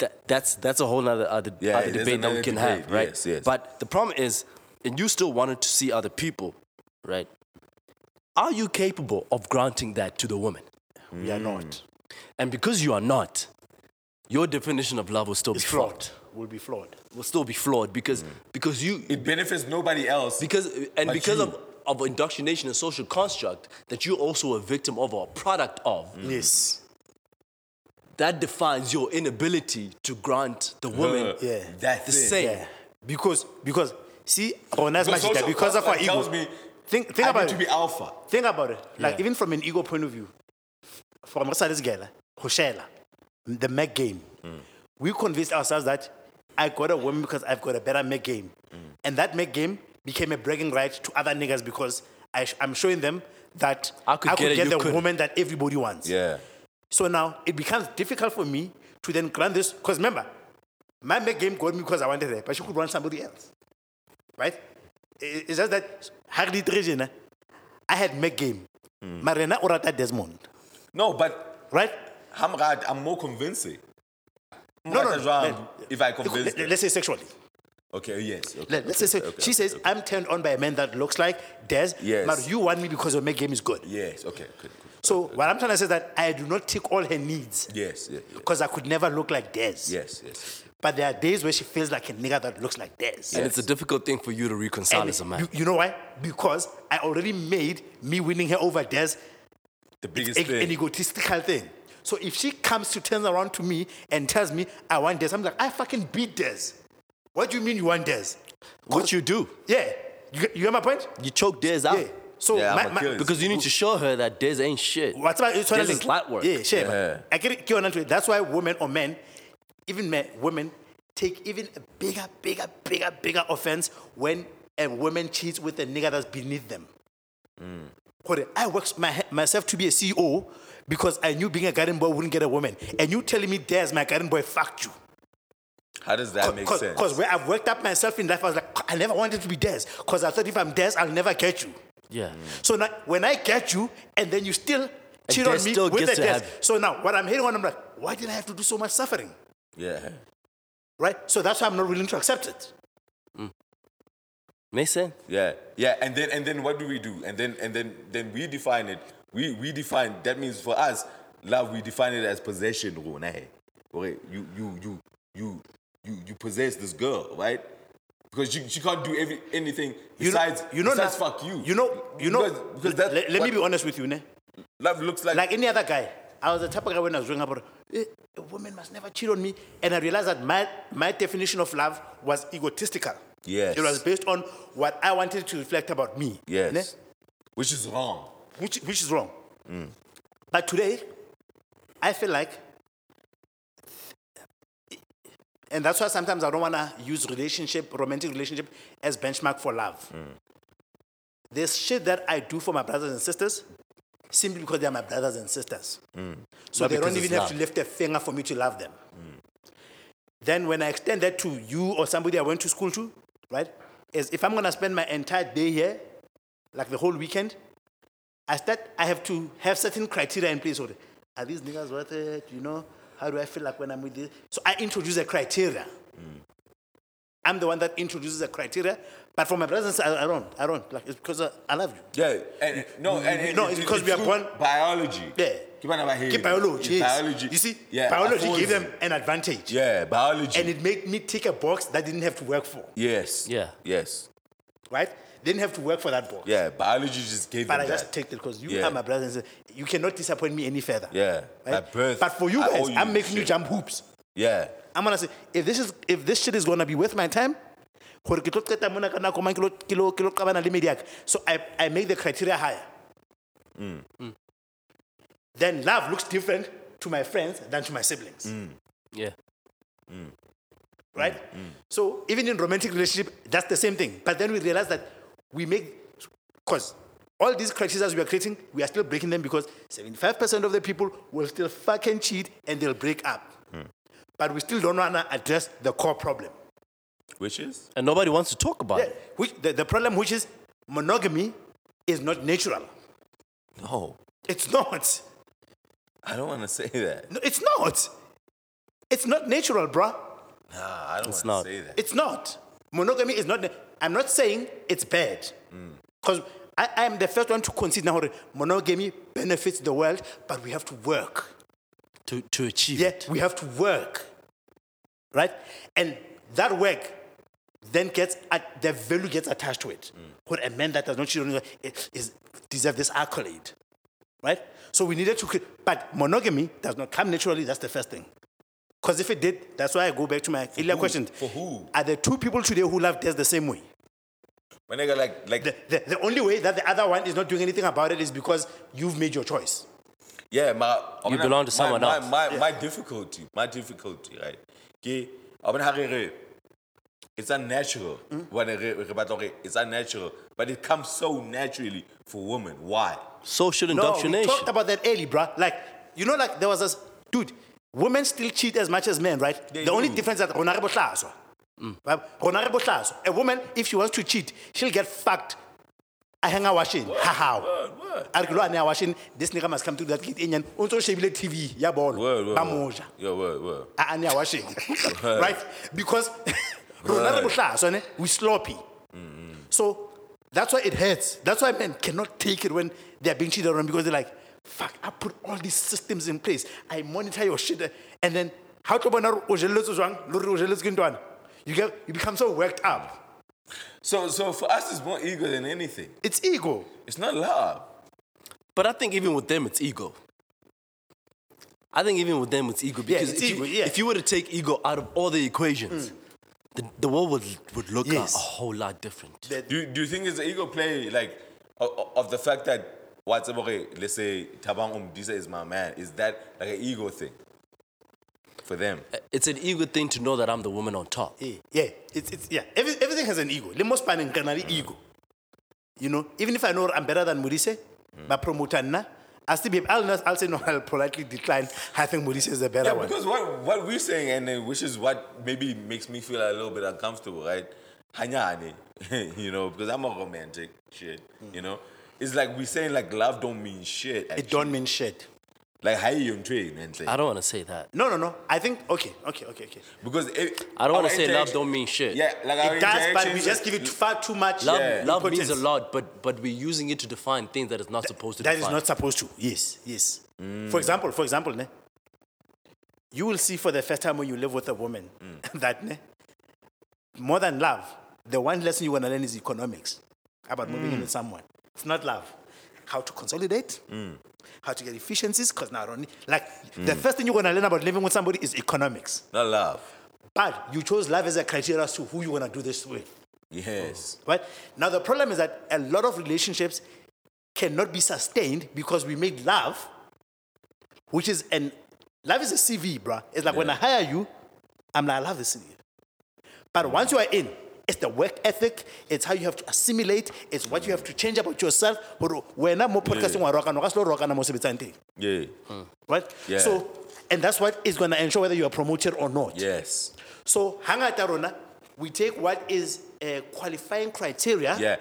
that, that's that's a whole other other, Yeah, other it is debate that we another can debate. have, right? Yes, yes. But the problem is, and you still wanted to see other people, right? Are you capable of granting that to the woman? We are not. And because you are not, your definition of love will still It's be flawed. flawed. Will be flawed. Will still be flawed because Mm. because you It benefits nobody else. because and But because you- of of indoctrination and social construct that you're also a victim of or a product of Mm. Yes. that defines your inability to grant the woman Yeah. That's the it. same Yeah. Because because see, Rona's magic Because that social because of our construct ego. tells me think think I about need to it. be alpha. Think about it. Like even from an ego point of view, from Rosales Gela, Hoshela, the Mac game, we convinced ourselves that I got a woman because I've got a better Mac game. And that make game became a bragging right to other niggas because I sh- I'm showing them that I could get it, you the couldn't. woman that everybody wants. Yeah. So now it becomes difficult for me to then grant this. Because remember, my make game got me because I wanted her, but she could want somebody else. Right? I- It's just that, hardly Trejana, I had make game. Hmm. Marina Orata Desmond. No, but Right? I'm glad I'm more convincing. No, no, no. If I Look, convince let- them. Let's say sexually. Okay, yes. Okay, Let, us say, okay, okay, she says, okay. I'm turned on by a man that looks like Des, Yes. but you want me because your make game is good. Yes, okay, good, good. So what I'm trying to say is that I do not tick all her needs Yes, yes, yes, because I could never look like Des. yes, yes. But there are days where she feels like a nigga that looks like Des. And it's a difficult thing for you to reconcile as a man. You, you know why? Because I already made me winning her over Des The biggest a- an thing. egotistical thing. So if she comes to turn around to me and tells me I want Des, I'm like, I fucking beat Des. What do you mean you want Des? what you do, Yeah. You, you get my point? you choke Dez out. Yeah. So Yeah, my, I'ma my, kill you. Because you need to show her that Dez ain't shit. What's about it's what I This is think. light work. Yeah, sure. Yeah. I get it. Keon Antwi- That's why women or men, even men, women take even a bigger, bigger, bigger, bigger offense when a woman cheats with a nigga that's beneath them. Hmm. Kore, I worked my, myself to be a CEO because I knew being a garden boy wouldn't get a woman. And you telling me there's my garden boy fucked you. How does that make sense? Because where I've worked up myself in life, I was like, I never wanted to be theirs. Because I thought if I'm theirs, I'll never get you. Yeah. Mm. So now, when I get you, and then you still cheat on Des me still with gets the to test. have- So now, what I'm hearing on, I'm like, why did I have to do so much suffering? yeah. Right? So that's why I'm not willing to accept it. Makes sense. Yeah, yeah, and then and then what do we do? And then and then then we define it. We we define that means for us love. We define it as possession. Okay, you you you you you you possess this girl, right? Because she, she can't do every anything You besides know, you know, besides now- fuck you. You know, you know. because, because that's let, let me what be honest with you, ne? love looks like. Like any other guy, I was the type of guy when I was growing up. eh, A woman must never cheat on me, and I realized that my my definition of love was egotistical. Yes. It was based on what I wanted to reflect about me. yes, ne? which is wrong. which, which is wrong. But today, I feel like, and that's why sometimes I don't want to use relationship, romantic relationship, as benchmark for love. There's shit that I do for my brothers and sisters simply because they are my brothers and sisters. So they don't because even it's have love. to lift a finger for me to love them. Then when I extend that to you or somebody I went to school to, right, is if I'm going to spend my entire day here, like the whole weekend, I start, I have to have certain criteria in place. Or are these niggas worth it? You know, how do I feel like when I'm with this? So I introduce a criteria. Hmm. I'm the one that introduces a criteria, but for my brothers, I, I don't, I don't. Like it's because uh, I, I love you. Yeah, and no, and, and No, it's because we are through born- biology. Yeah. keep on about here. Keep biology. yes. biology. You see, yeah, biology affords gave them it. an advantage, Yeah, biology. and it made me tick a box that didn't have to work for. Yes. Yeah. Yes. Right? Didn't have to work for that box. Yeah. Biology just gave But them I just that. take it because you Yeah. are my brother and sister. You cannot disappoint me any further. Yeah. Right? At birth, but for you I guys, owe you I'm making you shit. jump hoops. yeah. I'm gonna say if this is if this shit is gonna be worth my time, gore ke tlo qeta mona ka nako mang, ke lo- ke lo- ke lo qabana le media ya ka. So I I make the criteria higher. Then love looks different to my friends than to my siblings, Yeah. right? So even in romantic relationship, that's the same thing. But then we realize that we make because all these criteria we are creating, we are still breaking them because 75% of the people will still fucking cheat and they'll break up. But we still don't wanna address the core problem. Which is? And nobody wants to talk about Yeah, it. which the, the problem which is monogamy is not natural. No. It's not. I don't want to say that. No, it's not. It's not natural, bruh. Nah, I don't It's want not. to say that. It's not. Monogamy is not. na- I'm not saying it's bad. Because I, I am the first one to concede now that monogamy benefits the world, but we have to work. To, to achieve Yeah, it. we have to work. Right? And that work then gets at the value gets attached to it. Mm. What a man that does not cheat on his wife is- is deserve this accolade. Right? So we needed to cre- but monogamy does not come naturally, that's the first thing. Because if it did, that's why I go back to my earlier who? question. For who? Are there two people today who love death the same way? My nigga, like, like, The, the, the only way that the other one is not doing anything about it is because you've made your choice. yeah, my. You belong to someone my, else. My, my, my difficulty, my difficulty, right? Okay. I'm gonna have It's unnatural. When I re- re- but okay, It's unnatural. But it comes so naturally for women. Why? Social No, we indoctrination. talked about that early, bruh. Like, you know, like there was this dude. Women still cheat as much as men, right? They the only do. difference is that Ronare Bohlaswa. Right? Ronare Bohlaswa. A woman, if she wants to cheat, she'll get fucked. I hang out washing. Ha ha. Word, word. I go out washing. This nigga must come to that kid. Indian. Also, she will TV. Yeah, ball. Word, word. Bamoja. word. Yeah, word, word. Ah, and yeah, washing. Right. right? Because Ronare Bohlaswa, ne, we sloppy. So that's why it hurts. That's why men cannot take it when they're being cheated on because they're like, fuck, I put all these systems in place. I monitor your shit. And then, how to you get you become so worked up. So, so for us, it's more ego than anything. It's ego. It's not love. But I think even with them, it's ego. I think even with them, it's ego because it's if, ego, you, yeah. Mm. if you were to take ego out of all the equations, the, the world would, would look a- Yes. a, whole lot different. Do you, do you think it's an ego play, like, of, of the fact that what's okay? Let's say Tabang Umdisa is my man. Is that like an ego thing for them? It's an ego thing to know that I'm the woman on top. Yeah, Eh, yeah. It's, it's yeah. Every, everything has an ego. The most part in Canary ego. You know, even if I know I'm better than Murise, Mm. but promoter na, I still be I'll, not- I'll say no. I'll politely decline. I think Murise is the better Yeah, one. because what what we're saying, and uh, which is what maybe makes me feel a little bit uncomfortable, right? Hanyane, you know, because I'm a romantic shit, you know. It's like we're saying like love don't mean shit. It actually. don't mean shit. like how you train and thing. I don't want to say that. No, no, no. I think okay, okay, okay, okay. Because it, I don't our want to say love interaction- don't mean shit. Yeah, like our it does, but we interactions- just give it far too much. Love, Yeah. love means a importance. lot, but but we're using it to define things that it's not supposed to That is define. not supposed to. Yes, yes. For example, for example, ne, you will see for the first time when you live with a woman that ne, more than love, the one lesson you want to learn is economics about moving in with someone. It's not love. How to consolidate, how to get efficiencies, because now I don't need, like the first thing you're going to learn about living with somebody is economics. not love. But you chose love as a criteria as to who you want to do this with. Yes. Right? Now, the problem is that a lot of relationships cannot be sustained because we make love, which is an love is a CV, bruh. It's like when I hire you, I'm like, I love this CV. But once you are in, it's the work ethic, it's how you have to assimilate, it's what you have to change about yourself. But when I'm more podcasting, wa roka, noka, slow roka, na mo sebetsang teng. Yeah. right? Yeah. So, and that's what is going to ensure whether you are promoted or not. Yes. So, hangata rona, we take what is a qualifying criteria. Yeah.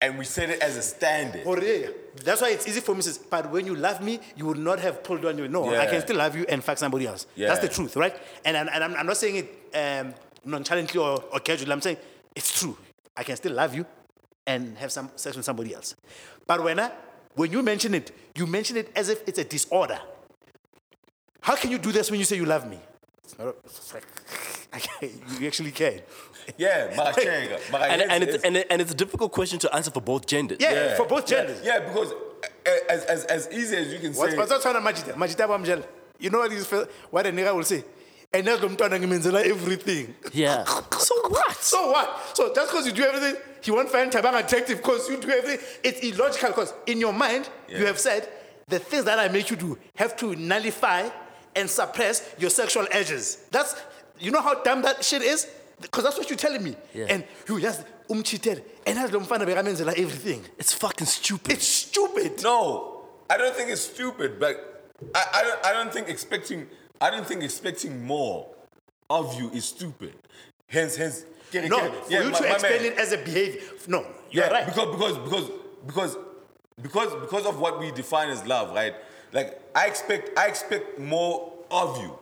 And we set it as a standard. Hore, yeah. That's why it's easy for me to say, but when you love me, you would not have pulled on you. No, I Yeah. can still love you and fuck somebody else. That's the Yeah. truth, right? And, and, and I'm, I'm not saying it um, nonchalantly or, or casually. I'm saying it's true. I can still love you and have some sex with somebody else. But when, I, when you mention it, you mention it as if it's a disorder. How can you do this when you say you love me? It's not a- it's like, I can't- you actually can. Yeah, Makachenga. and, and, it's, and, it- and it's a difficult question to answer for both genders. Yeah, for both genders. Yeah, because a- as, as, as easy as you can What's say. what's that sound of Majita? Majita Bamjel. You know what is what a nigga will say? And that's mntwana ngimenzela everything. Yeah. So what? So what? So just because you do everything, he won't find Tabang attractive because you do everything. It's illogical because in your mind, you Yeah. have said the things that I make you do have to nullify and suppress your sexual edges. That's you know how dumb that shit is? Because that's what you're telling me. Yeah. And you just umcheated and that's bekamenzela everything. It's fucking stupid. It's stupid. no, I don't think it's stupid, but I, I, don't, I don't think expecting I don't think expecting more of you is stupid. Hence, hence. No, for you to explain it as a behavior. No, you're yeah, right. Because because because because because because of what we define as love, right? Like I expect I expect more of you.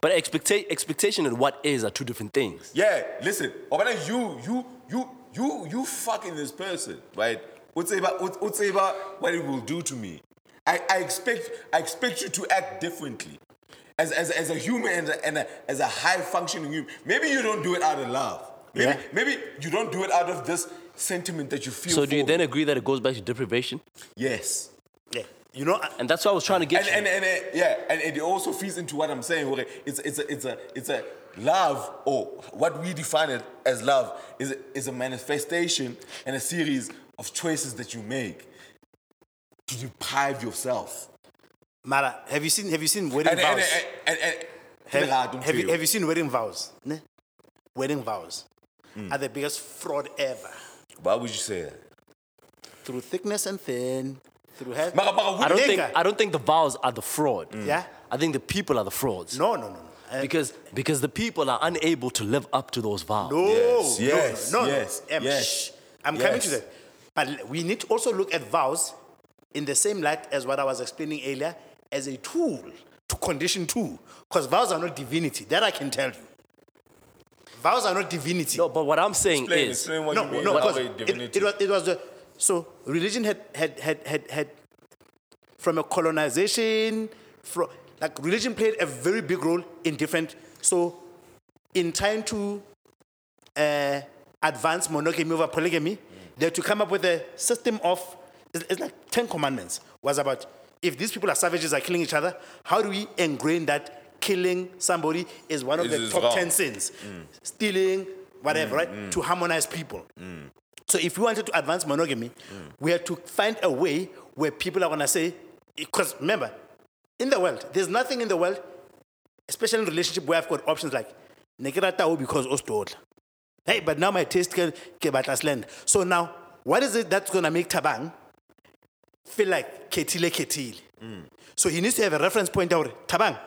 But expecta- expectation and what is are two different things. Yeah, listen. Obana, you you you you you fucking this person, right? What's about what- what's about what it will do to me? I, I expect I expect you to act differently. As, as, as a human and, a, and a, as a high functioning human, maybe you don't do it out of love. Maybe, Yeah. maybe you don't do it out of this sentiment that you feel. So do you for then me. agree that it goes back to deprivation? Yes. Yeah. You know, uh, I- And that's what I was trying to get and, you. and, and uh, yeah, and it also feeds into what I'm saying. Where it's it's a, it's a it's a love or what we define it as love is a, is a manifestation and a series of choices that you make to deprive yourself. Mara, have you seen have you seen wedding And and vows? and, and, and, have, Hela, I don't have you, feel. have you seen wedding vows? Ne? Wedding vows. Hmm. are the biggest fraud ever. Why would you say that? Through thickness and thin, through health. Maka, maka, who- I don't think Nigga. I don't think the vows are the fraud. Yeah? I think the people are the frauds. No, no, no, no. Uh, Because because the people are unable to live up to those vows. No, Yes, no, yes, no, no, yes, Um, yes, shh. I'm coming to yes. that. But l- we need to also look at vows in the same light as what I was explaining earlier as a tool to condition too. Because vows are not divinity. That I can tell you. Vows are not divinity. No, but what I'm saying Explain, is explain what no, you mean. no, by because way it, divinity. it was it was the so religion had had had had, had from a colonization from like religion played a very big role in different so in trying to uh, advance monogamy over polygamy they had to come up with a system of it's, it's like ten commandments was about if these people are savages are killing each other how do we ingrain that killing somebody is one of This the is top wrong. 10 Mm, sins stealing whatever right to harmonize people so if we wanted to advance monogamy, Mm. we had to find a way where people are gonna say, because remember, in the world, there's nothing in the world, especially in relationship where I've got options like Nekirata because Ostodla. Hey, but now my taste ke ke batla slender. So now, what is it that's gonna make Tabang feel like ketile ketile? So he needs to have a reference point out. Tabang,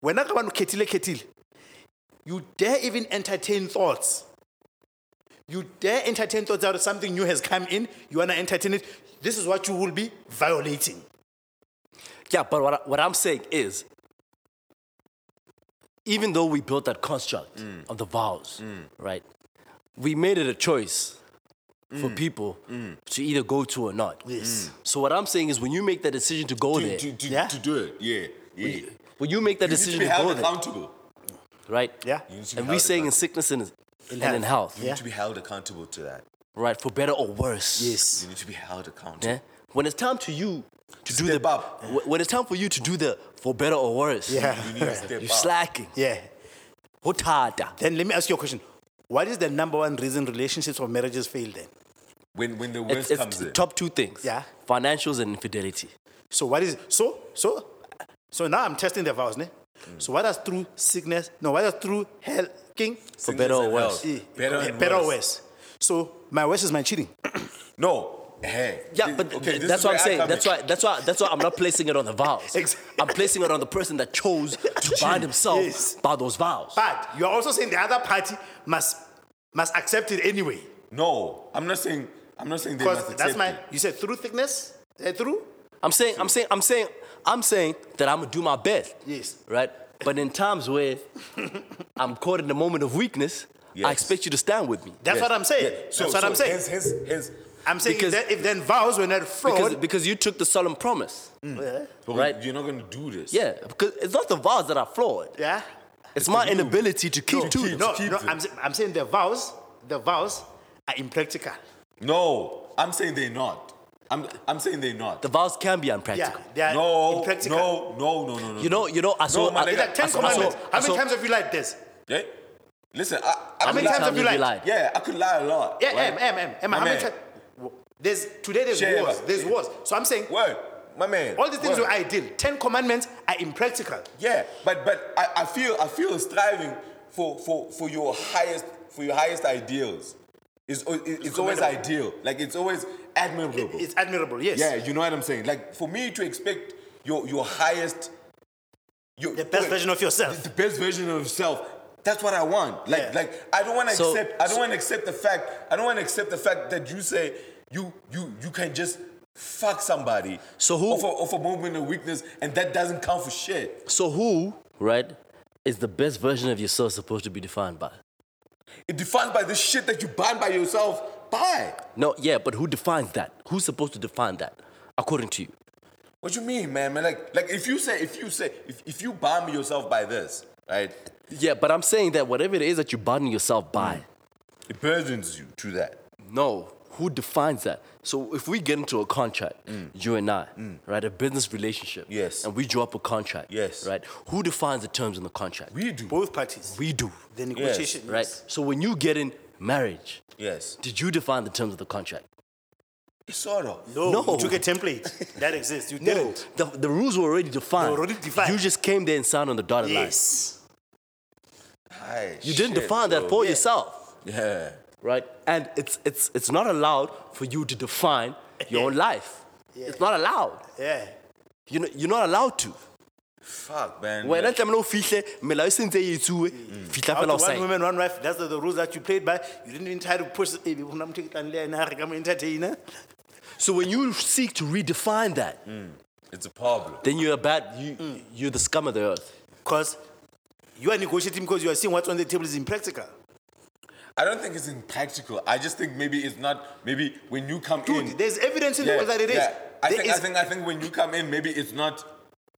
when I come on ketile ketile, you dare even entertain thoughts. You dare entertain thoughts out of something new has come in, you wanna entertain it. This is what you will be violating. Yeah, but what, I- what I'm saying is, even though we built that construct of the vows, right, we made it a choice for people to either go to or not. Mm. Yes. So what I'm saying is, when you make that decision to go to, there, to, to, Yeah. to do it, yeah, yeah. You when you make that need to decision be to go held there, accountable. right? Yeah. You need to be And we held saying in accountable. sickness and, and health. in health, You Yeah. need to be held accountable to that. right, for better or worse. You Yes. need to be held accountable. Yeah? When it's time to you to do Step the up. wh- when it's time for you to do the for better or worse, Yeah. You need to step you're up. slacking. Yeah. Hotata. Then let me ask you a question. What is the number one reason relationships or marriages fail then? When when the It's, worst it's comes t- in. top two things. Yeah. Financials and infidelity. So what is so so so now I'm testing the vows, ne? So what is through sickness? No, what is through hell king? For better or worse. Eh, Better and better or worse. worse. So my worst is my cheating. No. Hey. Yeah, This- but okay, th- this that's what is where I'm I saying. come That's in. why. That's why. That's why I'm not placing it on the vows. Ex- I'm placing it on the person that chose to bind himself Yes. by those vows. But you are also saying the other party must must accept it anyway. No, I'm not saying. I'm not saying they must Because accept that's my it. you said through thickness? Eh, through? I'm saying. I'm saying. I'm saying. I'm saying that I'm gonna do my best. Yes. Right. But in times where I'm caught in a moment of weakness, I Yes. expect you to stand with me. That's what I'm saying. Yeah, so- that's what so I'm saying. Hence, hence, hence. I'm saying Because- if, then, if then vows were not fraud, uh, Because, because you took the solemn promise. But Right. You're not going to do this. Yeah. Because it's not the vows that are flawed. yeah. It's my inability to keep to it. No, keep no. it. I'm, sa- I'm saying the vows, the vows are impractical. No, I'm saying they're not. I'm, I'm saying they're not. The vows can be Yeah, unpractical. they are no, impractical. no, no, no, no, no. You know, you know, I saw. my I- nigga. It's like Ten I saw- I saw- Commandments. How I many saw- times have you lied this? Yeah? Listen, I, I How could many lie- times have you lied? Yeah, I could lie a lot. Yeah, right? em, em, em, em. My How many man. times? There's today. There's Shame. wars. There's wars. So I'm saying Word, my man. all these things word. are ideal. Ten Commandments are impractical. Yeah, but but I, I feel I feel striving for for for your highest for your highest ideals. It's al- it- it's always commendable. ideal. Like it's always admirable. It's admirable. Yes. Yeah, you know what I'm saying. Like for me to expect your your highest, your The best version of yourself. the best version of yourself. That's what I want. Like Yeah. like I don't want to So- accept. I don't so- want to accept the fact. I don't want to accept the fact that you say you you you can just fuck somebody. So who- Oh, off a, off a moment of weakness and that doesn't count for shit. So who, right, is the best version of yourself supposed to be defined by? It defines by the shit that you bind by yourself. By No, yeah, but who defines that? Who's supposed to define that, according to you? what you mean, man? Man, like like if you say if you say if if you bind yourself by this, right? Yeah, but I'm saying that whatever it is that you're binding yourself by, It burdens you to that. no, who defines that? So if we get into a contract, Mm. you and I, right, a business relationship, Yes. and we draw up a contract, Yes. right, who defines the terms in the contract? We do. Both parties. We do, The negotiation. right? So when you get in marriage, Yes. did you define the terms of the contract? Sort of. No, No. You took a template that exists. You didn't. The, the rules were already defined. They were already defined. You just came there and signed on the dotted line. Yes. Hi, You didn't define that for yourself. Yeah. right? And it's it's it's not allowed for you to define your own life. It's not allowed. Yeah. You know, you're not allowed to. Fuck, man. Wena tlamehile o fihle melao e sentse e etsuwe fihla Out fela o Mm. to one sign. woman, one wife. That's the, the rules that you played by. You didn't even try to push. Eh, we wanna take it and learn, ah, come entertainer. So when you seek to redefine that, Mm. It's a problem. then you're a bad. You you're the scum of the earth. Because you are negotiating because you are seeing what's on the table is impractical. I don't think it's impractical. I just think maybe it's not. Maybe when you come Dude, Mm. in, there's evidence in the world that it is. I There think, I is- think I think when you come in, maybe it's not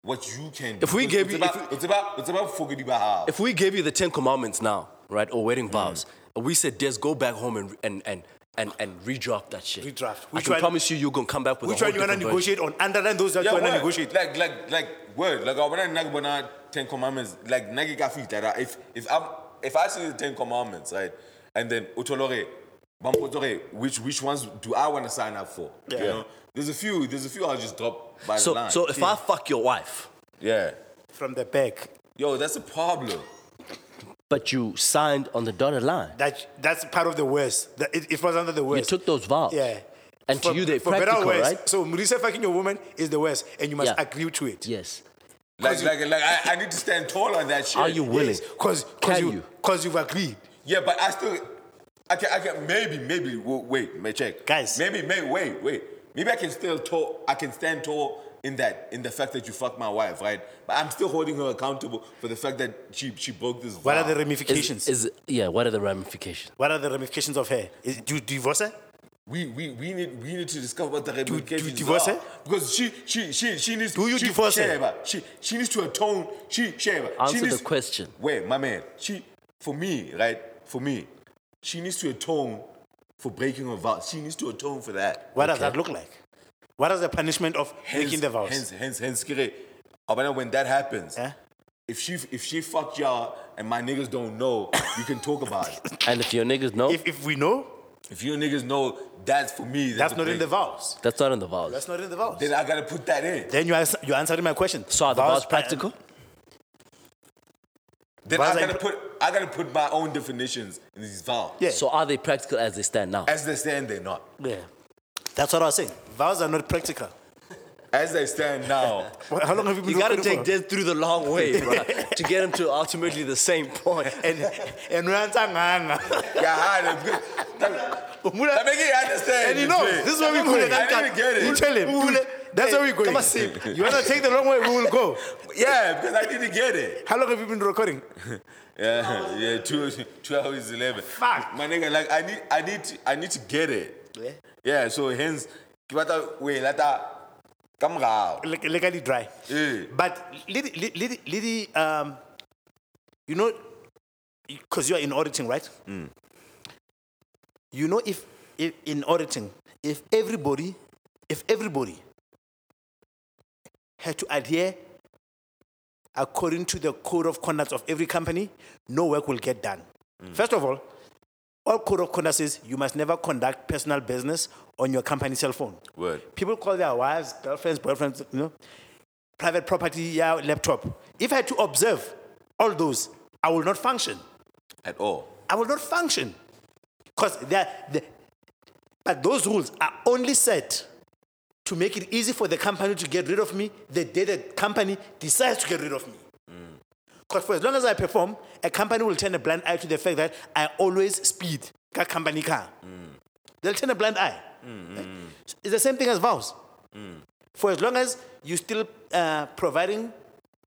what you can. Do. If we It's- gave it's you- about, if it's about it's about forgetting about how. If we gave you the Ten Commandments now, right, or Hmm. wedding vows, and we said, "Des, go back home and and and and, and redraft that shit." Redraft. I Which can one- promise you, you're gonna come back with Which a whole one you wanna different version. negotiate on? Underline those that you wanna word. negotiate. Like like like word. Like I wanna nagbona ten commandments. Like nagi kafi that if if I'm if I see the ten commandments right, and then utolore, bampotore, which which ones do I wanna sign up for? You know, there's a few. There's a few I'll just drop by the So line. so if I fuck your wife, yeah. From the back. Yo, that's a problem. but you signed on the dotted line, That that's part of the worst. That it, it was under the you worst. took those vows. Yeah. And to you, they're for better or practical, worse. right? So Marisa fucking your woman is the worst, and you must Yeah. agree to it. Yes. Like, like, like I, I need to stand tall on that shit. Are you willing? Cause, cause Can you, you? cause you've agreed. Yeah, but I still, I can, I can maybe, maybe w- wait, may check, Guys. Maybe, maybe wait, wait. Maybe I can still tall. I can stand tall in that, in the fact that you fucked my wife, right? But I'm still holding her accountable for the fact that she she broke this. What vow. are the Is, ramifications? is yeah. What are the ramifications? what are the ramifications of her? Is, do you divorce her? we, we we need we need to discover what the ramifications divorce are her? because she she she she needs Do you she, divorce her? Sheba, she she needs to atone. She Sheba, she Answer needs, the question. Wait, my man. She for me, right? For me, she needs to atone for breaking her vow. She needs to atone for that. What does that look like? What is the punishment of breaking the vows? Hence, hence, hence, Kire. Abana, when that happens, Eh? if she if she fucked y'all and my niggas don't know, you can talk about it. And if your niggas know, If, if we know, If your niggas know, that's for me. That's, that's a not in the break. vows. that's not in the vows. That's not in the vows. Then I gotta put that in. Then you are you answering my question. so are the vows practical? Then Vows I are gotta put I gotta put my own definitions in these vows. Yeah. So are they practical as they stand now? As they stand, they're not. Yeah. That's what I was saying. Vows are not practical. As they stand now, Well, How long have you been You gotta recording take Des through the long way, bro, to get him to ultimately the same point. for? And and we answer nganga. yeah, I had a good. I make it understand. And you the know, trick. this is where we call it. I didn't get You it. tell him. Pule, That's where we go. Come and sip. You wanna take the long way? We will go. Yeah, because I didn't get it. How long have you been recording? Yeah, yeah, two, two hours eleven. Fuck. My nigga, like I need, I need, to, I need to get it. Yeah. Yeah. So hence, kibata wait, e lata kamrao. Leg- Legally dry. Yeah. But lady, lady, lady, um, you know, because you are in auditing, right? You know, if, if in auditing, if everybody, if everybody had to adhere according to the code of conduct of every company, no work will get done. First of all, all code of conduct says you must never conduct personal business on your company cell phone. Word. People call their wives, girlfriends, boyfriends, you know, private property, yeah, laptop. If I had to observe all those, I will not function. At all. I will not function. Because they're, they but those rules are only set to make it easy for the company to get rid of me the day the company decides to get rid of me. Because for as long as I perform, a company will turn a blind eye to the fact that I always speed ka company car. They'll turn a blind eye. It's the same thing as vows. For as long as you're still uh, providing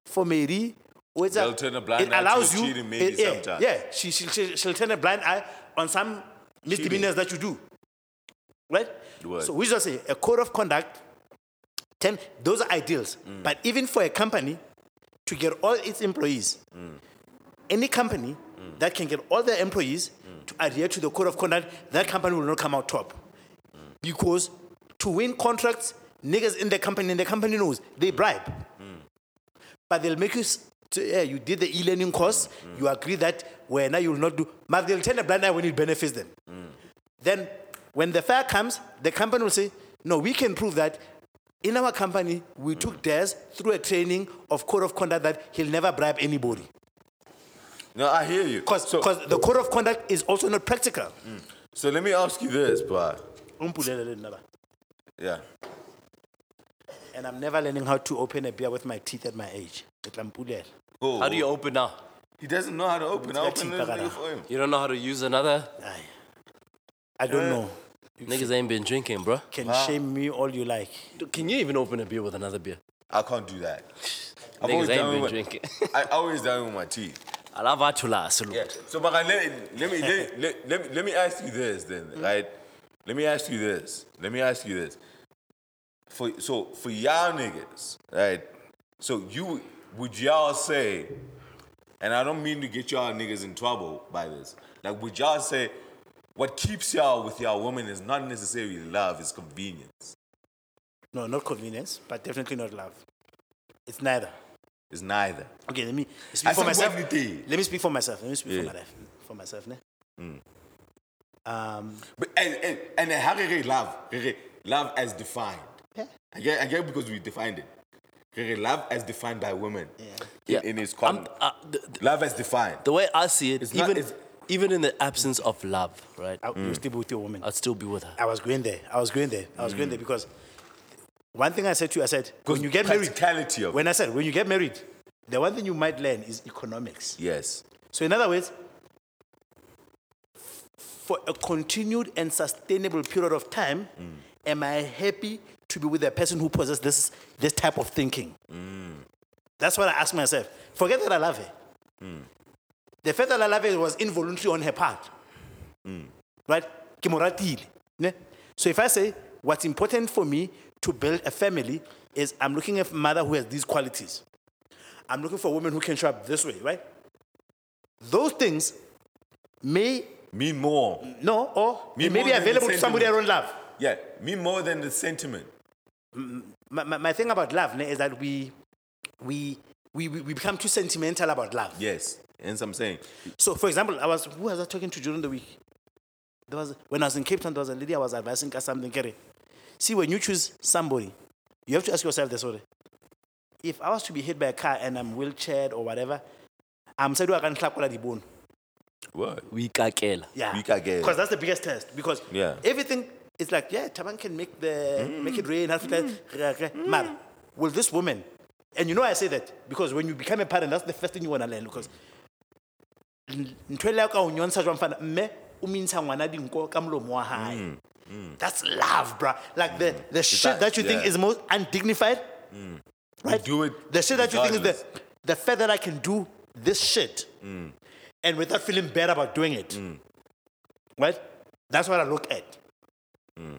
for Mary, or it's a- They'll turn a blind it eye to allows you. cheating Mary it- yeah, sometimes. Yeah, she, she, she, she'll turn a blind eye on some misdemeanors that you do. Right? Word. So we just say a code of conduct, ten, those are ideals. But even for a company to get all its employees, any company that can get all their employees to adhere to the code of conduct, that company will not come out top. Because to win contracts, niggas in the company, and the company knows, they bribe. But they'll make you, s- to, yeah, you did the e learning course, you agree that where now you'll not do, but they'll turn a blind eye when it benefits them. Then when the fire comes, the company will say, no, we can prove that in our company, we took Des through a training of code of conduct that he'll never bribe anybody. No, I hear you. Because so, the code of conduct is also not practical. so let me ask you this, but Umpulelele ndaba. yeah. And I'm never learning how to open a beer with my teeth at my age. Ke tla mpulela. Cool. How do you open now? He doesn't know how to open. I open this nigga for him. You don't know how to use another? Aye. I don't know. Niggas ain't been drinking, bro. Can shame me all you like. Can you even open a beer with another beer? I can't do that. I've Niggas always ain't done it been with- drinking. I always done it with my teeth. I love Atula, salute. Yeah. So, but let, let, me, let, let, let, me, let me ask you this then, Mm. right? Let me ask you this. Let me ask you this. For so for y'all niggas, right? So you would y'all say, and I don't mean to get y'all niggas in trouble by this. Like, would y'all say what keeps y'all with y'all woman is not necessarily love, it's convenience. No, not convenience, but definitely not love. It's neither. It's neither. Okay, let me speak for said myself. what you did. Let me speak for myself. Let me speak Yeah. for my life. For myself, ne? Um, But and and and then how can love? Rere, Love as defined. Yeah. I get, I get because we defined it. Rere, Love as defined by women. Yeah. In, in its I'm- common. uh, the, love as defined. the way I see it, It's not- even, it's- even in the absence of love, right? I, you still be with your woman. I'd still be with her. I was going there. I was going there. I was going there because one thing I said to you, I said, when you get married, practicality of when I said, when you get married, the one thing you might learn is economics. yes. So, in other words, for a continued and sustainable period of time, am I happy to be with a person who possesses this, this type of thinking? That's what I ask myself. Forget that I love her. The fact that I love her was involuntary on her part. Right? Ke mo ratile, ne? So if I say what's important for me to build a family is I'm looking at a mother who has these qualities. I'm looking for a woman who can show up this way, right? Those things may Me more. no or Me it may more be than the available to somebody I sentiment. don't love. Yeah. Me more than the sentiment. My, my, my thing about love ne, is that we we, we we we become too sentimental about love. Yes. Hence I'm saying. So, for example, I was who was I talking to during the week? There was when I was in Cape Town, there was a lady I was advising her something. Kerry, see when you choose somebody, you have to ask yourself this: already. If I was to be hit by a car and I'm wheelchaired or whatever, I'm said I can clap the bone. What? We kakela. Yeah, You can get- because that's the biggest test. Because Yeah. Mm. everything is like yeah, Taban can make the make it rain. half the time, Man, will this woman? And you know why I say that because when you become a parent, that's the first thing you want to learn. Because ntho e le ya ka o nyontsha jwang fana, mme o mintsha ngwana dinko ka molomo wa Mm. hae. That's love, bruh. Like the, the shit that- that you think Mm. yeah. is most undignified, right? do it the shit that you think is the, regardless. the fact that I can do this shit and without feeling bad about doing it. Right? That's what I look at. Hold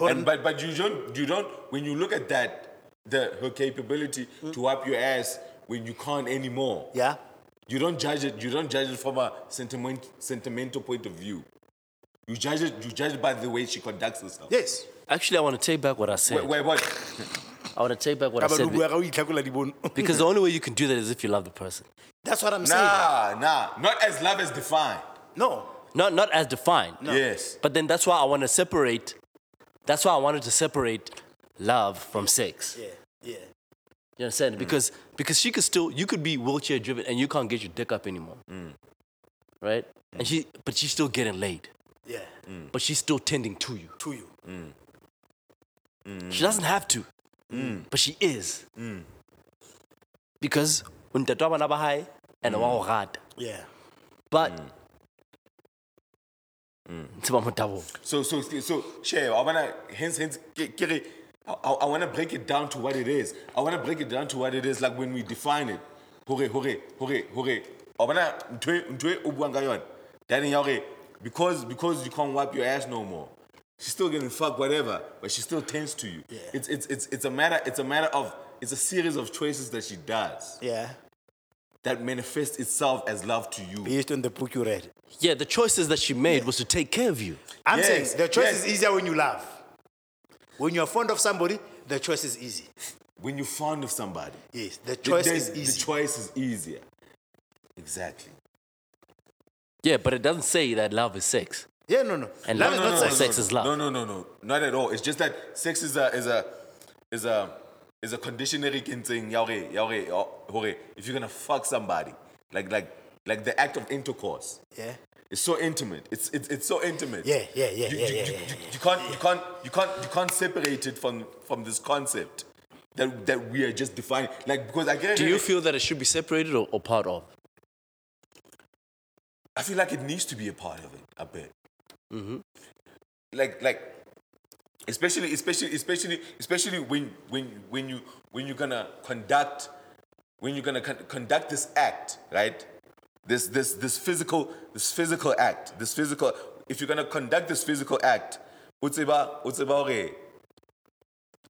on. And but but you don't you don't when you look at that the her capability Mm. to wipe your ass when you can't anymore. yeah. You don't judge it. You don't judge it from a sentiment, sentimental point of view. You judge it. You judge it by the way she conducts herself. Yes. Actually, I want to take back what I said. Wait, wait, what? I want to take back what I said. be- Because the only way you can do that is if you love the person. That's what I'm saying. Nah, nah. Not as love is defined. No. Not, not as defined. Yes. But then that's why I want to separate. That's why I wanted to separate love from sex. Yeah. Yeah. You understand? Because because she could still you could be wheelchair driven and you can't get your dick up anymore. Right? And she but she's still getting laid. Yeah. Mm. But she's still tending to you. To you. She doesn't have to. But she is. Because untatwa bana ba hae and wa o rata. Yeah. But Tseba motabo. So, so, so, share. I wanna hence, hence, ke- ke re, I, I wanna break it down to what it is. I wanna break it down to what it is. Like when we define it. Hore, hore, hore, hore. I wanna ntwe, ntwe ubuangayon. That in hore, because because you can't wipe your ass no more. She's still getting fuck whatever, but she still tends to you. It's, it's it's it's a matter it's a matter of it's a series of choices that she does Yeah. that manifests itself as love to you. Based on the book you read. Yeah, the choices that she made was to take care of you. I'm Yes, saying the choice yes. is easier when you love. When you're fond of somebody, the choice is easy. When you're fond of somebody, Yes. The the- choice the- is The easy. choice is easier. Exactly. Yeah, but it doesn't say that love is sex. yeah, no, no. And love no, is no, not no, sex. sex is love. No, no, no, no, not at all. It's just that sex is a is a is a is a conditionary thing. Yaure, yaure, hore. If you're gonna fuck somebody, like like Like the act of intercourse. Yeah. It's so intimate. It's it's, it's so intimate. Yeah, yeah, yeah, You, yeah, you- yeah, you- yeah, you- you can't you can't you can't you can't separate it from from this concept that that we are just defining. Like because I get Do you feel that it should be separated or, or part of? I feel like it needs to be a part of it a bit. Like like especially especially especially especially when when when you when you're gonna conduct when you're gonna con- conduct this act right this this this physical this physical act this physical if you're gonna conduct this physical act o tseba- o tseba hore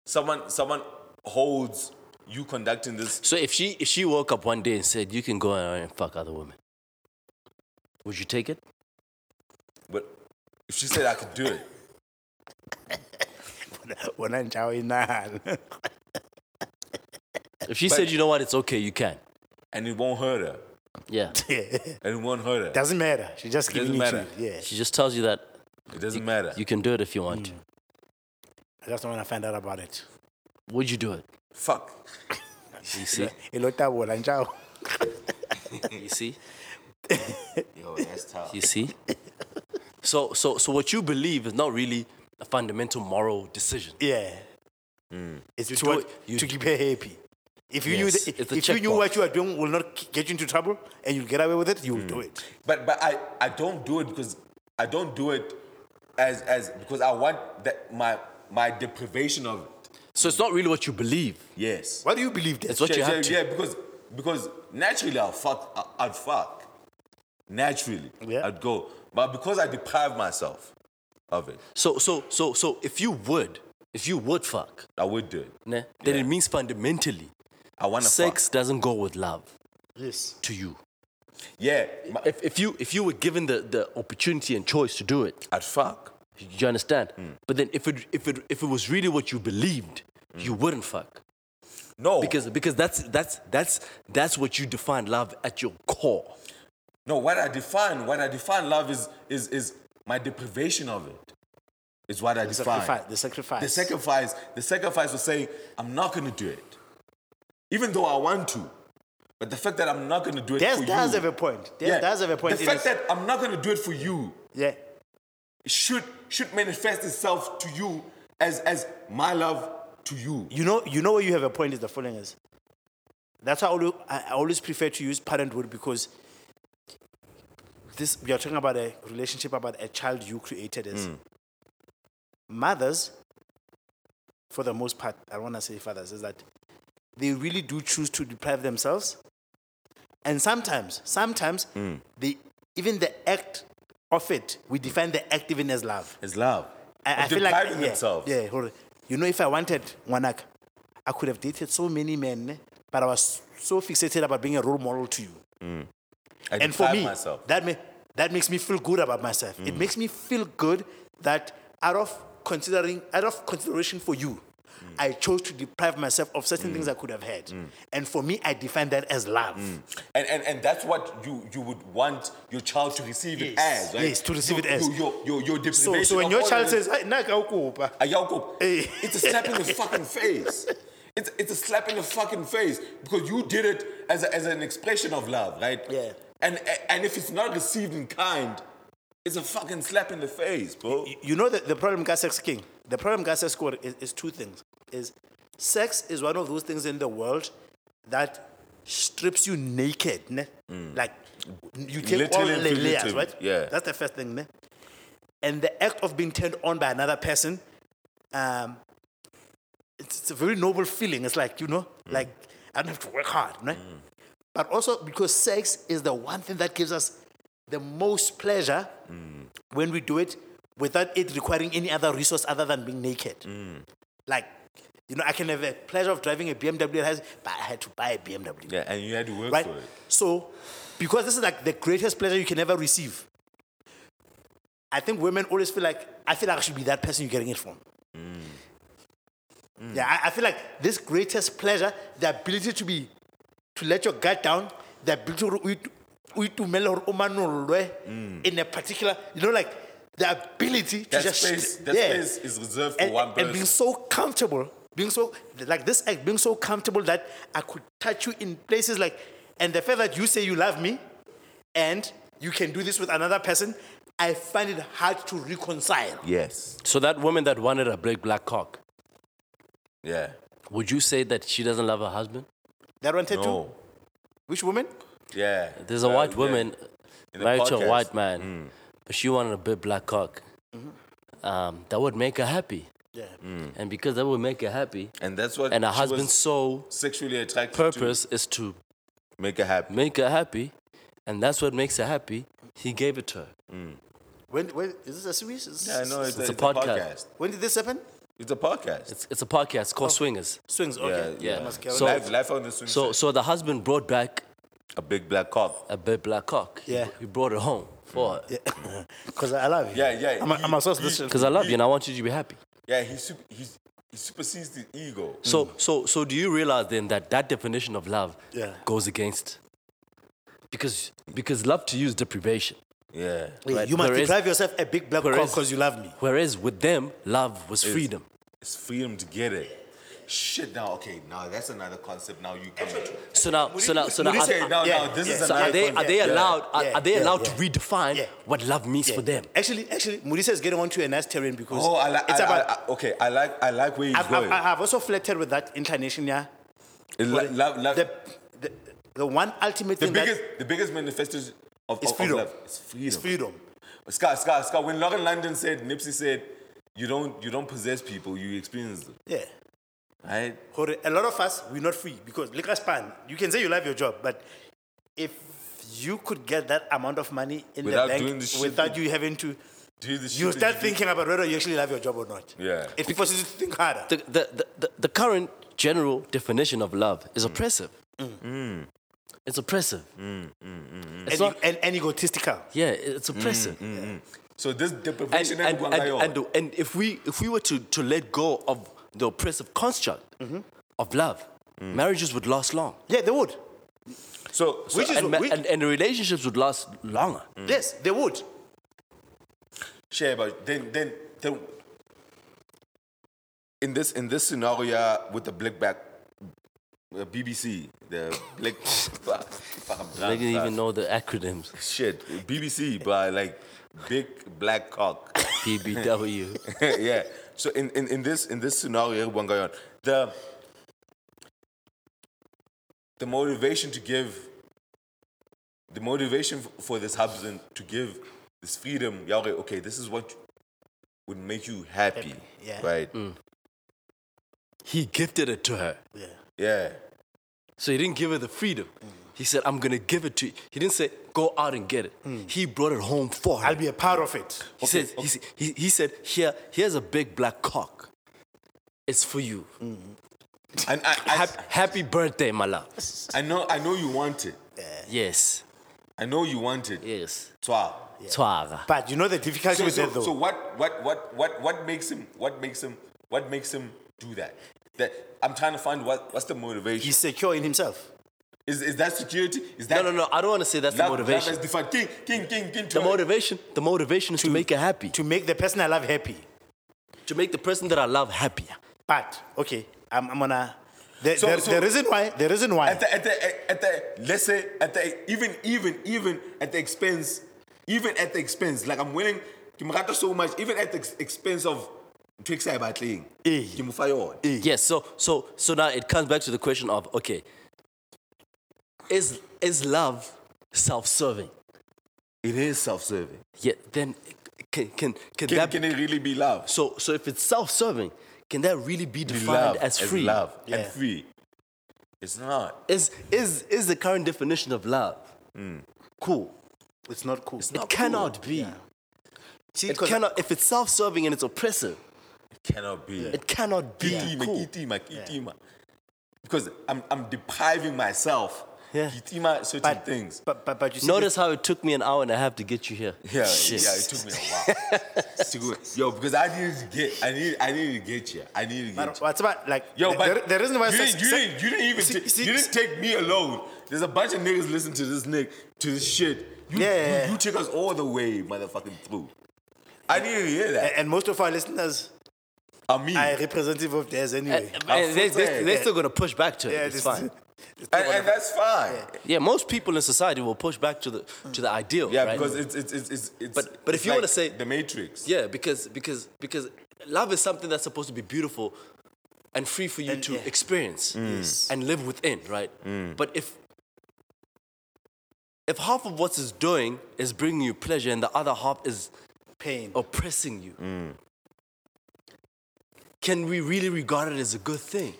someone someone holds you conducting this So if she if she woke up one day and said you can go around and fuck other women, would you take it? but if she said i could do it Bona nchawo inani. If she said you know what it's okay you can. and it won't hurt her Yeah. and it won't hurt her Doesn't matter. She just giving Doesn't you matter. truth. Yeah. She just tells you that it doesn't matter you can do it if you want. to. I just want to find out about it. Would you do it? fuck You see? Ilotabola nchawo. You see? yo that's tough You see? So so so what you believe is not really a fundamental moral decision. Yeah. It's You to, do what- it- you to do- keep her happy. If you Yes, knew it's that, a if you knew checkbox. what you are doing will not k- get you into trouble and you'll get away with it, you'll do it. but but I I don't do it because I don't do it as as because I want that my my deprivation of it. So it's not really what you believe. Yes. What do you believe then? It's what you yeah, have to. yeah, because because naturally I'll fuck I- I'd fuck naturally Yeah. I'd go but because I deprive myself of it So so so so if you would, if you would fuck, I would do it ne, then Yeah. it means fundamentally I want to sex doesn't go with love Yes. to you. fuck. yeah my- If, if you if you were given the, the opportunity and choice to do it, I'd fuck do you understand? But then if it if it if it was really what you believed, you wouldn't fuck. no Because because that's that's that's that's what you define love at your core. no what I define what I define love is is is my deprivation of it is what I The define sacrifice. The sacrifice. The sacrifice, the sacrifice was saying, I'm not gonna do it. Even though I want to. But the fact that I'm not gonna do it Des for does you. have a point. Des does have a point. The in fact his- that I'm not gonna do it for you yeah. should should manifest itself to you as as my love to you. You know, you know where you have a point is the following is. That's why I always, I always prefer to use parenthood because this we are talking about a relationship about a child you created as mothers, for the most part, I don't want to say fathers, is that they really do choose to deprive themselves. And sometimes, sometimes they even the act of it, we define the act even as love. It's love. I, I Of feel like depriving yeah, themselves. Yeah, hold on. You know, if I wanted Wanaka, I could have dated so many men, eh, but I was so fixated about being a role model to you. I and for deprive me, myself. Mm. that ma- that makes me feel good about myself. It makes me feel good that out of considering out of consideration for you, Mm. I chose to deprive myself of certain things I could have had. And for me, I define that as love. Mm. And, and and that's what you you would want your child to receive it Yes. as, right? Yes, to receive Your- it as. your your your, your So, deprivation so when of your all of child it- says, "Hey, nna ka o kopa," Uh, Yoko, Hey. it's a slap in the fucking face. It's, it's a slap in the fucking face because you did it as, a, as an expression of love, right? Yeah. And and if it's not received in kind, it's a fucking slap in the face, bro. Y- you know that the problem with sex king the problem with sex squad is, is two things is sex is one of those things in the world that strips you naked ne? like you take Mm. Literally all and the layers figuratively, right yeah. that's the first thing ne? and the act of being turned on by another person um, it's, it's a very noble feeling it's like you know Mm. like i don't have to work hard ne? but also because sex is the one thing that gives us the most pleasure when we do it without it requiring any other resource other than being naked. Like, you know, I can have a pleasure of driving a BMW, that has, but I had to buy a BMW. Yeah, and you had to work Right? for it. So, because this is like the greatest pleasure you can ever receive, I think women always feel like, I feel like I should be that person you're getting it from. Mm. Yeah, I, I feel like this greatest pleasure, the ability to be, to let your guard down, the ability to, to, uitumela hore o manololwe in a particular, you know, like the ability to Mm. That just space, that space is reserved for and, one person. and being so comfortable, being so like this act, being so comfortable that I could touch you in places like, and the fact that you say you love me, and you can do this with another person, I find it hard to reconcile. Yes. So that woman that wanted a big black cock, Yeah. would you say that she doesn't love her husband? That one, tattoo? No. Which woman? Yeah. There's a Uh, white yeah. woman In the married to a podcast. Hmm. white man, but she wanted a big black cock. Um, that would make her happy, Hmm. Yeah. and because that would make her happy, And that's what. and her she was husband's sole sexually attracted purpose is to to make her happy. make her happy, and that's what makes her happy. He gave it to her. When, when is this a series? Is Yeah, I know. It's, It's a, a it's a podcast. podcast. When did this happen? It's a podcast. It's, it's a podcast Oh. called Swingers. Swings. Okay. Yeah, yeah. I must carry So- on. life, life on the swing. So, set. so the husband brought back a big black cock. a big black cock. He- Yeah. He brought it home for her. Because I love you. Yeah, yeah. Mm. I'm, a- I'm a source this. Because I love you and I want you to be happy. Mm. Yeah, he super, he's, he supersedes the ego. So, so, so do you realize then that that definition of love Yeah. goes against? Because, because love to you is deprivation. Yeah. Right. You must There is- deprive yourself a big black There cock is- because you love me. Whereas with them, love was freedom. It's freedom to get it. Shit. Now, okay. Now that's another concept. Now you come into. So now, so now, so now, Maurice, are- hey, now, yeah, now, this yeah. is so another are they are concept. they Yeah. allowed are, yeah, are they yeah, allowed yeah. to redefine Yeah. what love means for them? Actually, actually, Murisa is getting onto a nice terrain because Oh, I like. it's I, about. I, I, okay, I like. I like where he's I've, going. I've, I've also flirted with that inclination, yeah. It li- love- love- The, the, the one ultimate the thing biggest, the biggest manifestos of, It's of, freedom. of love is freedom. that is freedom. Scott, Scott, Scott. When Lauren London said, Nipsey said, "You don't, you don't possess people. You experience them." Yeah. Right? For a lot of us, we're not free because look at span. You can say you love your job, but if you could get that amount of money in Without the bank doing the shit without that- you having to, Do the shit you that start do. thinking about whether you actually love your job or not. Yeah. It forces you to think harder. The, the, the, the, the current general definition of love is oppressive. Mm. It's oppressive. and, not- and, and egotistical. Yeah, it's oppressive. Mm, So this and, deprivation and, and, and, and, and if we if we were to, to let go of the oppressive construct Mm-hmm. of love, Mm. marriages would last long, Yeah, they would. so, so Which is and, ma- we- and, and relationships would last longer. Mm. Yes, they would. share, but then then then in this in this scenario with the black back uh, the BBC the black fuck, fuck, I'm They blank, didn't bruh. even know the acronyms shit BBC but like big black cock PBW. yeah so in, in in this in this scenario Wangayon, the the motivation to give the motivation f- for this husband to give this freedom, yeah, okay, okay, this is what would make you happy, yeah. right? he gifted it to her, Yeah. Yeah, so he didn't give her the freedom. He said, "I'm gonna give it to you." He didn't say, "Go out and get it." He brought it home for her. I'll be a part of it. He said, he s- He, he said, here, here's a big black cock. It's for you. and I, I, Hap- happy birthday, my love. I know, I know you want it. Yes, I know you want it. yes. Twa. Twaga. But you know the difficulty So, with so, that, though. so what, what, what, what, what makes him? What makes him? What makes him do that? That I'm trying to find what, what's the motivation? He's secure in himself. Is, is that security? Is that no, no, no. I don't want to say that's Love, the motivation. Love is defined. King, king, king, king. the motivation, the motivation is to, make her happy, to, To make the person I love happy. make the person that I love happier. But, okay, I'm, I'm gonna. The, So- the, so- the reason why, the reason why. At the, at the, at the, let's say at the, even, even, even at the expense, even at the expense. Like I'm willing, Kimurata so much, even at the ex- expense of e Twixai Batling. Eh. Kimufayon. Yes. So, so, so now it comes back to the question of okay, is is love self-serving? It is self-serving. Yeah. Then can can can, Can, that can it really be love? so so if it's self-serving, can that really be Be defined love as free? love and Yeah. free. It's not. Is is is the current definition of love cool? it's not cool. It cannot be. See, It 'cause- cannot. If it's self-serving and it's oppressive, Cannot be. it cannot be Kitima, cool. kitima, kitima. Because I'm, I'm depriving myself. Yeah. Kitima certain but, things. But, but, but you see. Notice how it took me an hour and a half to get you here. Yeah, Shit. yeah, it took me a while. to go. Yo, because I needed to get, I need, I needed to get you. I needed to But get you. what's about, like. Yo, the, but the, the reason why. you sex- didn't, you sex- didn't, you didn't even, see- ta- see- you didn't take me alone. There's a bunch of niggas listening to this nigga, to this shit. You, Yeah, yeah, yeah. you, you took us all the way, motherfucking through. I needed to hear that. And most of our listeners I mean, are representative of theirs anyway. And- and they, full they, time. they're still gonna push back to it. Yeah, Uh, it's this- fine. Mm. And, and that's fine. Yeah, most people in society will push back to the to the ideal. Yeah, right? because it's it's it's it's. it's But- but it's if you wanna like say- the Matrix, yeah, because because because love is something that's supposed to be beautiful and free for you And- to yeah. Mm. experience and live within, right? But if if half of what is doing is bringing you pleasure and the other half is Pain. oppressing you, Mm. can we really regard it as a good thing?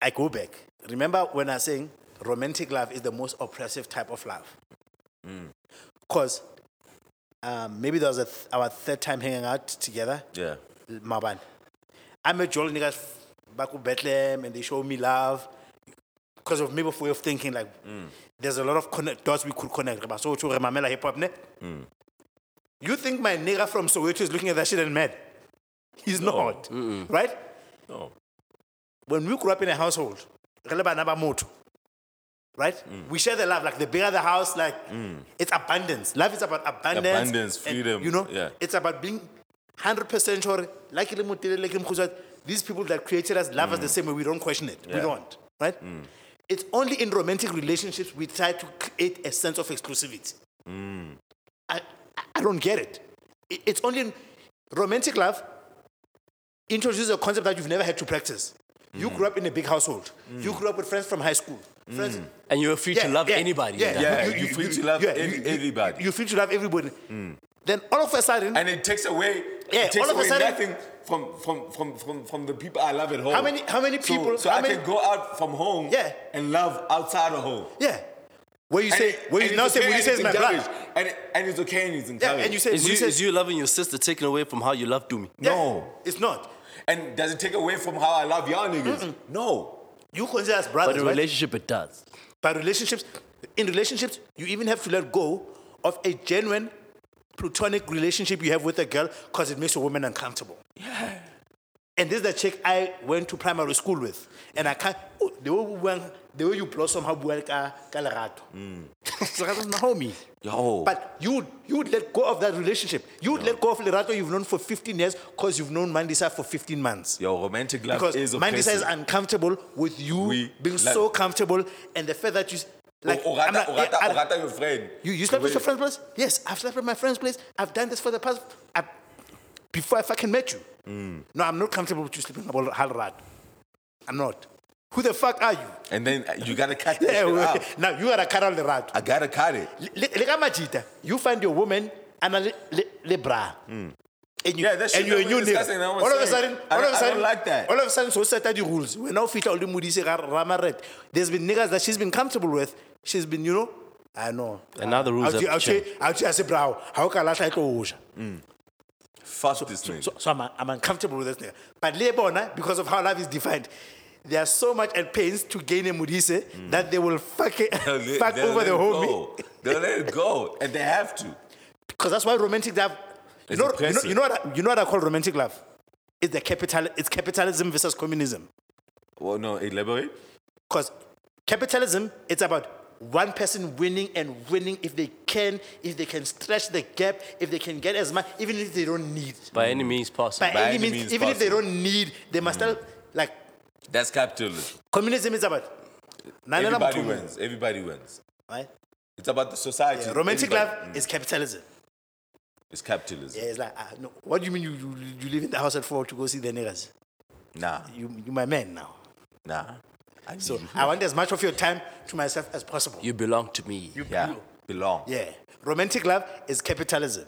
I go back. Remember when I saying romantic love is the most oppressive type of love? Mm. Because um, maybe that was a th- our third time hanging out together, yeah, Maban. I met Joel niggas back with Bethlehem and they showed me love because of maybe way of thinking. Like, there's a lot of connect, dots we could connect. But So, to Ramamela hip hop, ne? You think my nigga from Soweto is looking at that shit and mad? He's not. Right? no, when we grew up in a household, re le bana ba motho, right? Mm. We share the love. Like the bigger the house, like it's abundance. Life is about abundance. Abundance, and, freedom, you know, yeah. it's about being hundred percent sure. Like Ile Motile, like Ile Mkhuzwa, these people that created us love us Mm. the same way. We don't question it. We don't, right? It's only in romantic relationships we try to create a sense of exclusivity. Mm. I, I- I don't get it. I- It's only in romantic love introduces a concept that you've never had to practice. You Mm. grew up in a big household. You grew up with friends from high school. Friends, And you're free to love anybody. in Yeah, that. Yeah, you feel to love any- everybody. You, feel to love everybody. Then all of a sudden, and it takes away. Yeah, it takes all of a away sudden- nothing from from from from from the people I love at home. How many- how many So- people- So, how I many- can go out from home. Yeah. and love outside of home. yeah, where you say, where you now say, where you say is my blood. And, it- and it's okay and it's Yeah, encouraged. and you say, Is Modise you, is- is you loving your sister taken away from how you love Dumi? yeah, No. it's not. And does it take away from how I love y'all niggas? No. You consider us But brothers, in right? relationship, it does. But relationships, in relationships, you even have to let go of a genuine platonic relationship you have with a girl because it makes a woman uncomfortable. And this is the chick I went to primary school with. And I can't, oh, the, way we went, the way you blossom, how well ka, ka lerato. Lerato's my homie. Yo. But you would, you would let go of that relationship. You would let go of Lerato you've known for 15 years because you've known Mandisa for 15 months. Your romantic love Because is Mandisa oppressive. is uncomfortable with you We being love- so comfortable and the fact that you. s- Like, O- Orata, I'm not- Orata, I- I- Orata, your friend. you, you slept The with your way- friend's place? Yes, I've slept with my friend's place. I've done this for the past. I, before I fucking met you. Mm. No, I'm not comfortable with you sleeping with Halrad. I'm not. Who the fuck are you? And then uh, you gotta cut that Yeah, shit we- out. now you are a Carol Lerad. I gotta cut it. Lega Majita, you find your woman and a le, le, le bra. And you, Hmm. Yeah, that shit and you're a that new we're discussing, nigga. that All was of a saying. sudden, I all don't- of a I sudden, don't like that. All of a sudden, so set the rules. We're now fit all the Moody's Ramaret. There's been niggas that she's been comfortable with. She's been, you know, I know. And now the rules I'll have I'll say, changed. I'll say, I say, bra, how can I like a Fuck this nigga. so, so I'm, I'm uncomfortable with this nigga. But Lebona, because of how life is defined, they are so much at pains to gain a Mudise that they will fuck, it, They'll let- fuck they'll over Hmm. let the it homie. go. They'll let it go. And they have to. Because that's why romantic love. You It's know, you, know, oppressive. you, know what I, you know what I call romantic love? It's, the capital, it's capitalism versus communism. Well, no, elaborate. Because capitalism, it's about one person winning and winning if they can, if they can stretch the gap, if they can get as much, even if they don't need. By any means possible. By, any any means, means even if they possible. Mm. don't need, they must still, like, That's capitalism. communism is about. Nana Everybody Muthumo, wins. Everybody wins. Right? It's about the society. Yeah, romantic Everybody- love is capitalism. It's capitalism. Yeah, it's like, ah, no, what do you mean you, you, you live in the house at four to go see the niggas? Nah, You, you my man now. nah. I So need I want as much of your time to myself as possible. You belong to me. you. yeah, belong. yeah. Romantic love is capitalism.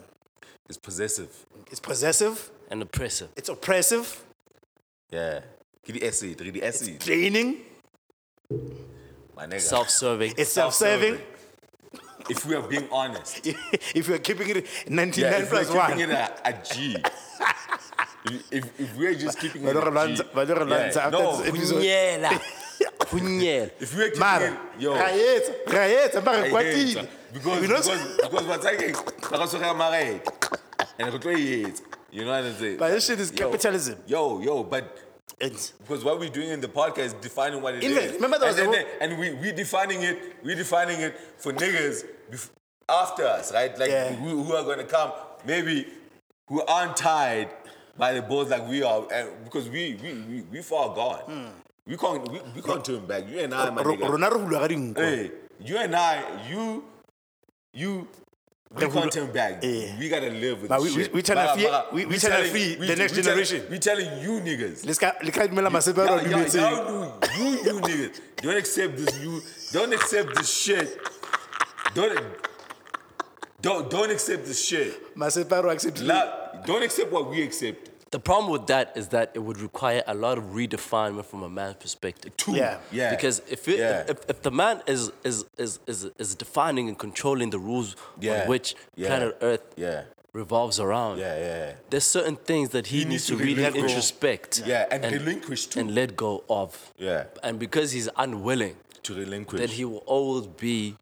It's possessive. It's possessive, and oppressive. it's oppressive, Yeah. Give the acid, give the acid, draining, my nigga. Self-serving. it's self serving. If we are being honest, if you're keeping it 99 yeah, if plus we're keeping 1. it a, a G. if, if, if we're just keeping But it don't a G, run- but don't run- yeah, after no, this episode- Kunyela. Kunyela. if we're keeping Mara, it, yo, I Rayet, Rayet, hate Marakwati. it. because You know, because because what's happening? Because we're married, and we're doing it. You know what I'm saying? But this shit is capitalism. Yo, yo, but It's- Because what we're doing in the podcast is defining what it is. In fact, remember there was and, a and, and we we defining it, we defining it for niggas bef- after us, right? Like Yeah. who, who are going to come, maybe who aren't tied by the balls like we are, and because we we we, we far gone. We can't, we, we can't turn back. You and I, my Hmm. Ro- nigga. rona re hulwa ka dinko Hey, you and I, you, you, we can't turn back. Yeah. We gotta live with But this we- we- shit. we tryna Mara, feed- mara, we- we tryna telling- feed the next we telling- generation. we telling you niggas. le ska le ka dumela masepe a Y'all, rona dilo y'all, tseo. y'all do- you, you niggas. Don't accept this. You don't accept this shit. Don't, don't, don't accept this shit. masepe a re wa accept La, don't accept what we accept. The problem with that is that it would require a lot of redefinement from a man's perspective. Two. Yeah. yeah. Because if, it, Yeah. if, if the man is, is, is, is, is defining and controlling the rules Yeah. on which Yeah. planet Earth yeah, revolves around, yeah, yeah, there's certain things that he, needs to, really let go. introspect Yeah, and relinquish too. and let go of. Yeah. And because he's unwilling, to relinquish then he will always be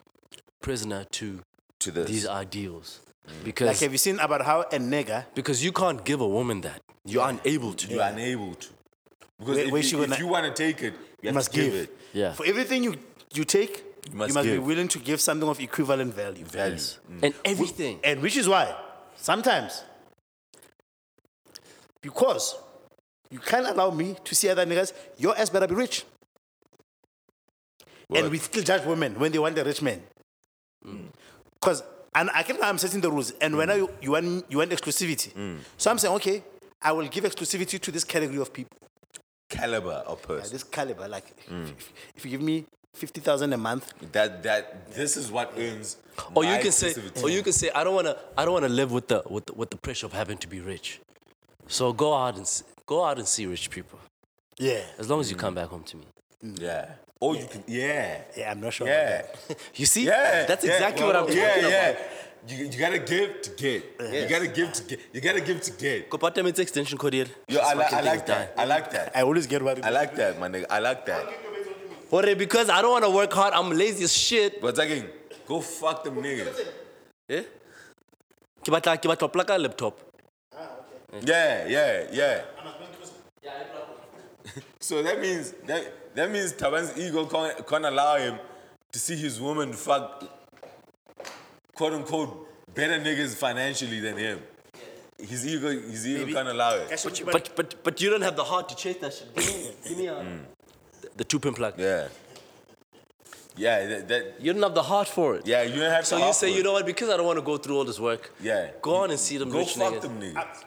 prisoner to to this. these ideals. Mm. Because, like have you seen about how a nigga because you can't give a woman that. You're unable to. You're unable to. Because Where- if, where you, she if gonna- you want to take it, you have must to give, give. it Yeah. for everything you you take you must must, be give. willing to give something of equivalent value value. Mm. And everything. and which is why sometimes because you can't allow me to see other niggas your ass better be rich and we still judge women when they want a rich man Mm. because and I can I'm setting the rules and when you, you want you want exclusivity Mm. so I'm saying okay I will give exclusivity to this category of people Caliber of at person. this caliber like if- if, if you give me 50,000 a month That that this is what earns. Or you my can say, exclusivity. or you can say, I don't wanna, I don't wanna live with the with the, with the pressure of having to be rich. So go out and s- go out and see rich people. yeah As long as you come back home to me. yeah. Or you can yeah yeah I'm not sure about yeah that. You see, yeah. that's yeah, exactly what well, I'm talking yeah, about. Yeah. You, you gotta give to get. You gotta give to get. You gotta give to get. Go part time, it's extension cordial. Yo, I, li- I fucking thing's like that. I like that. I always get worried I like that, my nigga. I like that. Jorge, because I don't wanna work hard. I'm lazy as shit. But again, go fuck them niggas. Eh? Ke batla- ke batla plaka laptop. Yeah, yeah, yeah. so that means that that means Taban's ego can't, can't allow him to see his woman fuck quote unquote better niggas financially than him. His ego his ego can't allow it. But but but you don't have the heart to chase that shit. Give me, give me a, Mm. the, the two pin plug. Yeah. Yeah, that, that You don't have the heart for it. yeah, you don't have So to you offer say, you it. know what? Because I don't want to go through all this work. Yeah. Go on and see them Go rich fuck niggas. them niggas.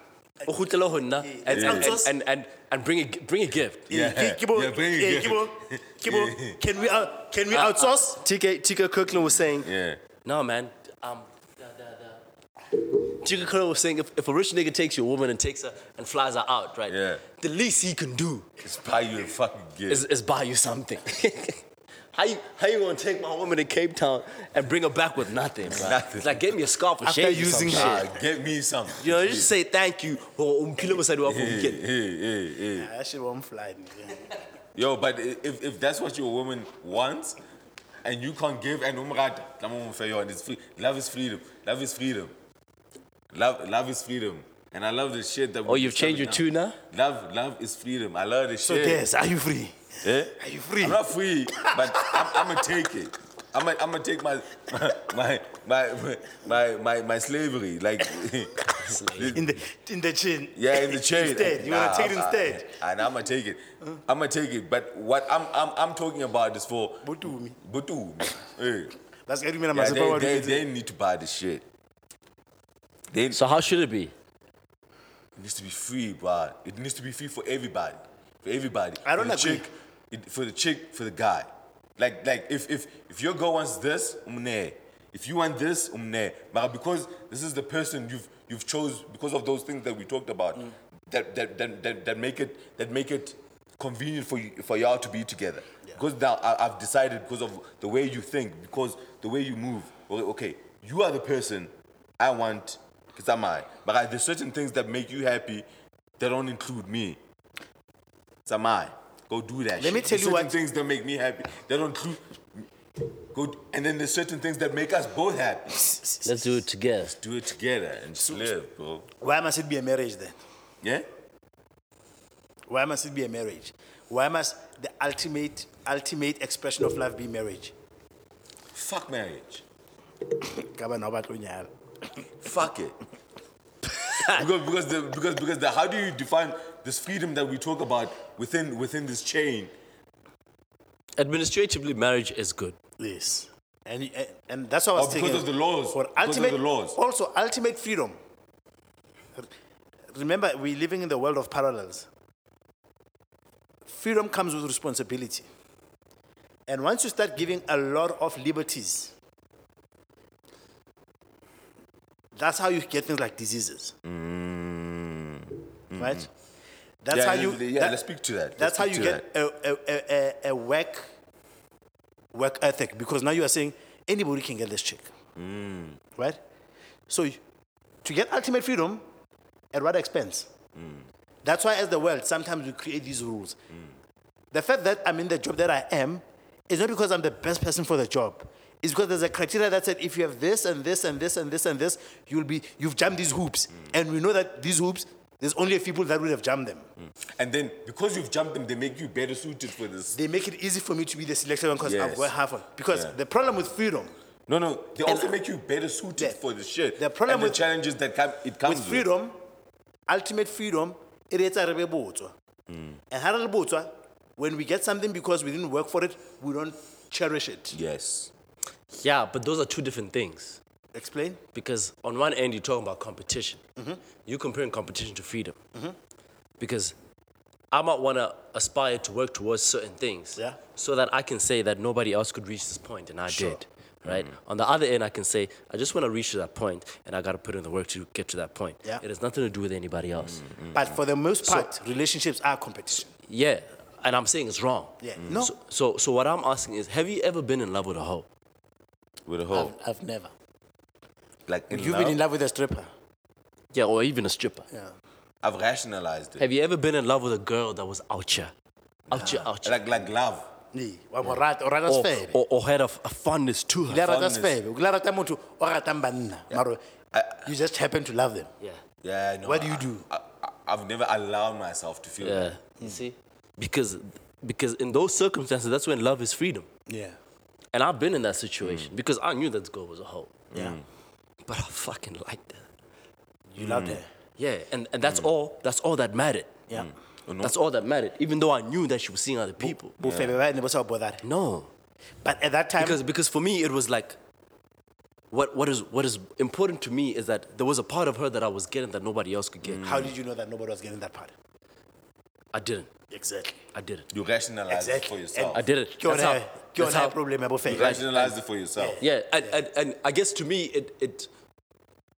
o kgutlele ho nna and, Yeah. and, and, and, and bring, a, bring a gift Yeah, Ki- Kibo, yeah, bring it yeah, here. Kibo, Yeah. Kibo, can we out, can we outsource? TK, TK Kirkland was saying Yeah. no man um, da, da, da. TK Kirkland was saying if, if a rich nigga takes your woman and takes her and flies her out right Yeah. the least he can do Just buy you a fucking gift. is, is buy you something How you, how you gonna take my woman to Cape Town and bring her back with nothing? bruh? Nothing. Like, get me a scarf or After shades or some using shit. Ah, get me something. You know, just say thank you. Or um, umphile mosadi wa hao Hey, weekend. hey, hey, hey. ah, I should one fly. nigga. Yo, but i- if, if that's what your woman wants and you can't give and oh umrad, and it's free. Love is freedom. Love is freedom. Love love is freedom. And I love the shit that we Oh, you've changed your discovered tune now. Love love is freedom. I love the So shit. yes, are you free? Eh? Are you free? I'm not free, but I'm, I'm gonna take it. I'm gonna, I'm gonna take my my my my my, my slavery like In the in the chin. Yeah, in the chain. Instead, you wanna take it I'm- instead? I, and I'm gonna take it. I'm gonna take it. But what I'm I'm I'm talking about is for Butumi. Butumi. Hey. That's every man. Yeah, they, they, they need to buy this shit. They So how should it be? it needs to be free, bro. It needs to be free for everybody. For everybody. I don't for the agree. Chick, it, for the chick, for the guy. Like like if if if your girl wants this, umne. If you want this, umne. But because this is the person you've you've chose because of those things that we talked about, that, that that that that make it that make it convenient for you for y'all to be together. Because now I, I've decided because of the way you think, because the way you move. Okay, okay, you are the person I want because I'm I. But I, there's certain things that make you happy that don't include me. It's a mine. Go do that. shit. me tell There's you certain what- things that make me happy. That don't include. Go d- and then there's certain things that make us both happy. Let's do it together. Do it together and just live, bro. Why must it be a marriage then? Yeah. Why must it be a marriage? Why must the ultimate ultimate expression of love be marriage? Fuck marriage. Kaba na ba tlo nyala. Fuck it. because because the because because the how do you define this freedom that we talk about within within this chain Administratively, marriage is good. Yes. And, and, and that's what I Oh, was thinking. because of the laws. For Because of ultimate, the laws. Also, ultimate freedom. R- Remember, we're living in the world of parallels. Freedom comes with responsibility. And once you start giving a lot of liberties, that's how you get things like diseases. Right? That's Mm. Mm-hmm. yeah, how you. yeah, that- let's speak to that. that's Let's how speak you to get a, a, a, a, a work work ethic because now you are saying anybody can get this check, Mm. right? So y- to get ultimate freedom, at what expense? Mm. That's why, as the world, sometimes we create these rules. The fact that I'm in the job that I am is not because I'm the best person for the job. It's because there's a criteria that said if you have this and this and this and this and this, you'll be you've jumped these hoops, Mm. and we know that these hoops. There's only a few people that would have jumped them. And then because you've jumped them, they make you better suited for this. they make it easy for me to be the selected one because I've Yes. got half of Because Yeah. the problem with freedom, No, no, they And- also make you better suited The- for the shit. the problem and with- the challenges that come, it comes with freedom, ultimate freedom, it is a rebebotswa. And haralbotswa, when we get something because we didn't work for it, we don't cherish it. Yes. Yeah, but those are two different things. Explain? Because on one end, you're talking about competition. Mm-hmm. You're comparing competition to freedom. Because I might want to aspire to work towards certain things Yeah. so that I can say that nobody else could reach this point, and I did. Right? Mm-hmm. On the other end, I can say, I just want to reach to that point, and I got to put in the work to get to that point. Yeah. Mm-hmm. It has nothing to do with anybody else. But for the most part, relationships are competition. Yeah. And I'm saying it's wrong. Mm. Yeah. No. So, so, so what I'm asking is, have you ever been in love with a hoe? With a hoe. I've never. Like in You've love, been in love with a stripper. Yeah, or even a stripper. Yeah. I've rationalized it. Have you ever been in love with a girl that was out here? Out here, out here. Like like love. Nee. Wa mo rata- o rata or, sefebe. or, or had a, f- a fondness to her. Le rata fondness. sefebe. O kile rata motho o ratang banna, maro You just happen to love them. Yeah. Yeah, no. What do you I- do? I, I, I've never allowed myself to feel Yeah. that. You see? Because because in those circumstances, that's when love is freedom. Yeah. And I've been in that situation because I knew that girl was a hoe. Yeah. But I fucking liked her. You loved her. Yeah. mm. Oh, And, and that's all that's all that mattered. Yeah. That's all that mattered. Even though I knew that she was seeing other people. bofebe ba ne bo sa o bothare Oh. No. but at that time because because for me it was like what what is what is important to me is that there was a part of her that I was getting that nobody else could get. how did you know that nobody was getting that part I didn't. exactly I didn't. You rationalize it for exactly yourself. I did it. ke That's how- yona ke that's yona how- problem ya you bofebe rationalize it for yourself. Yeah, and, and, and I guess to me it it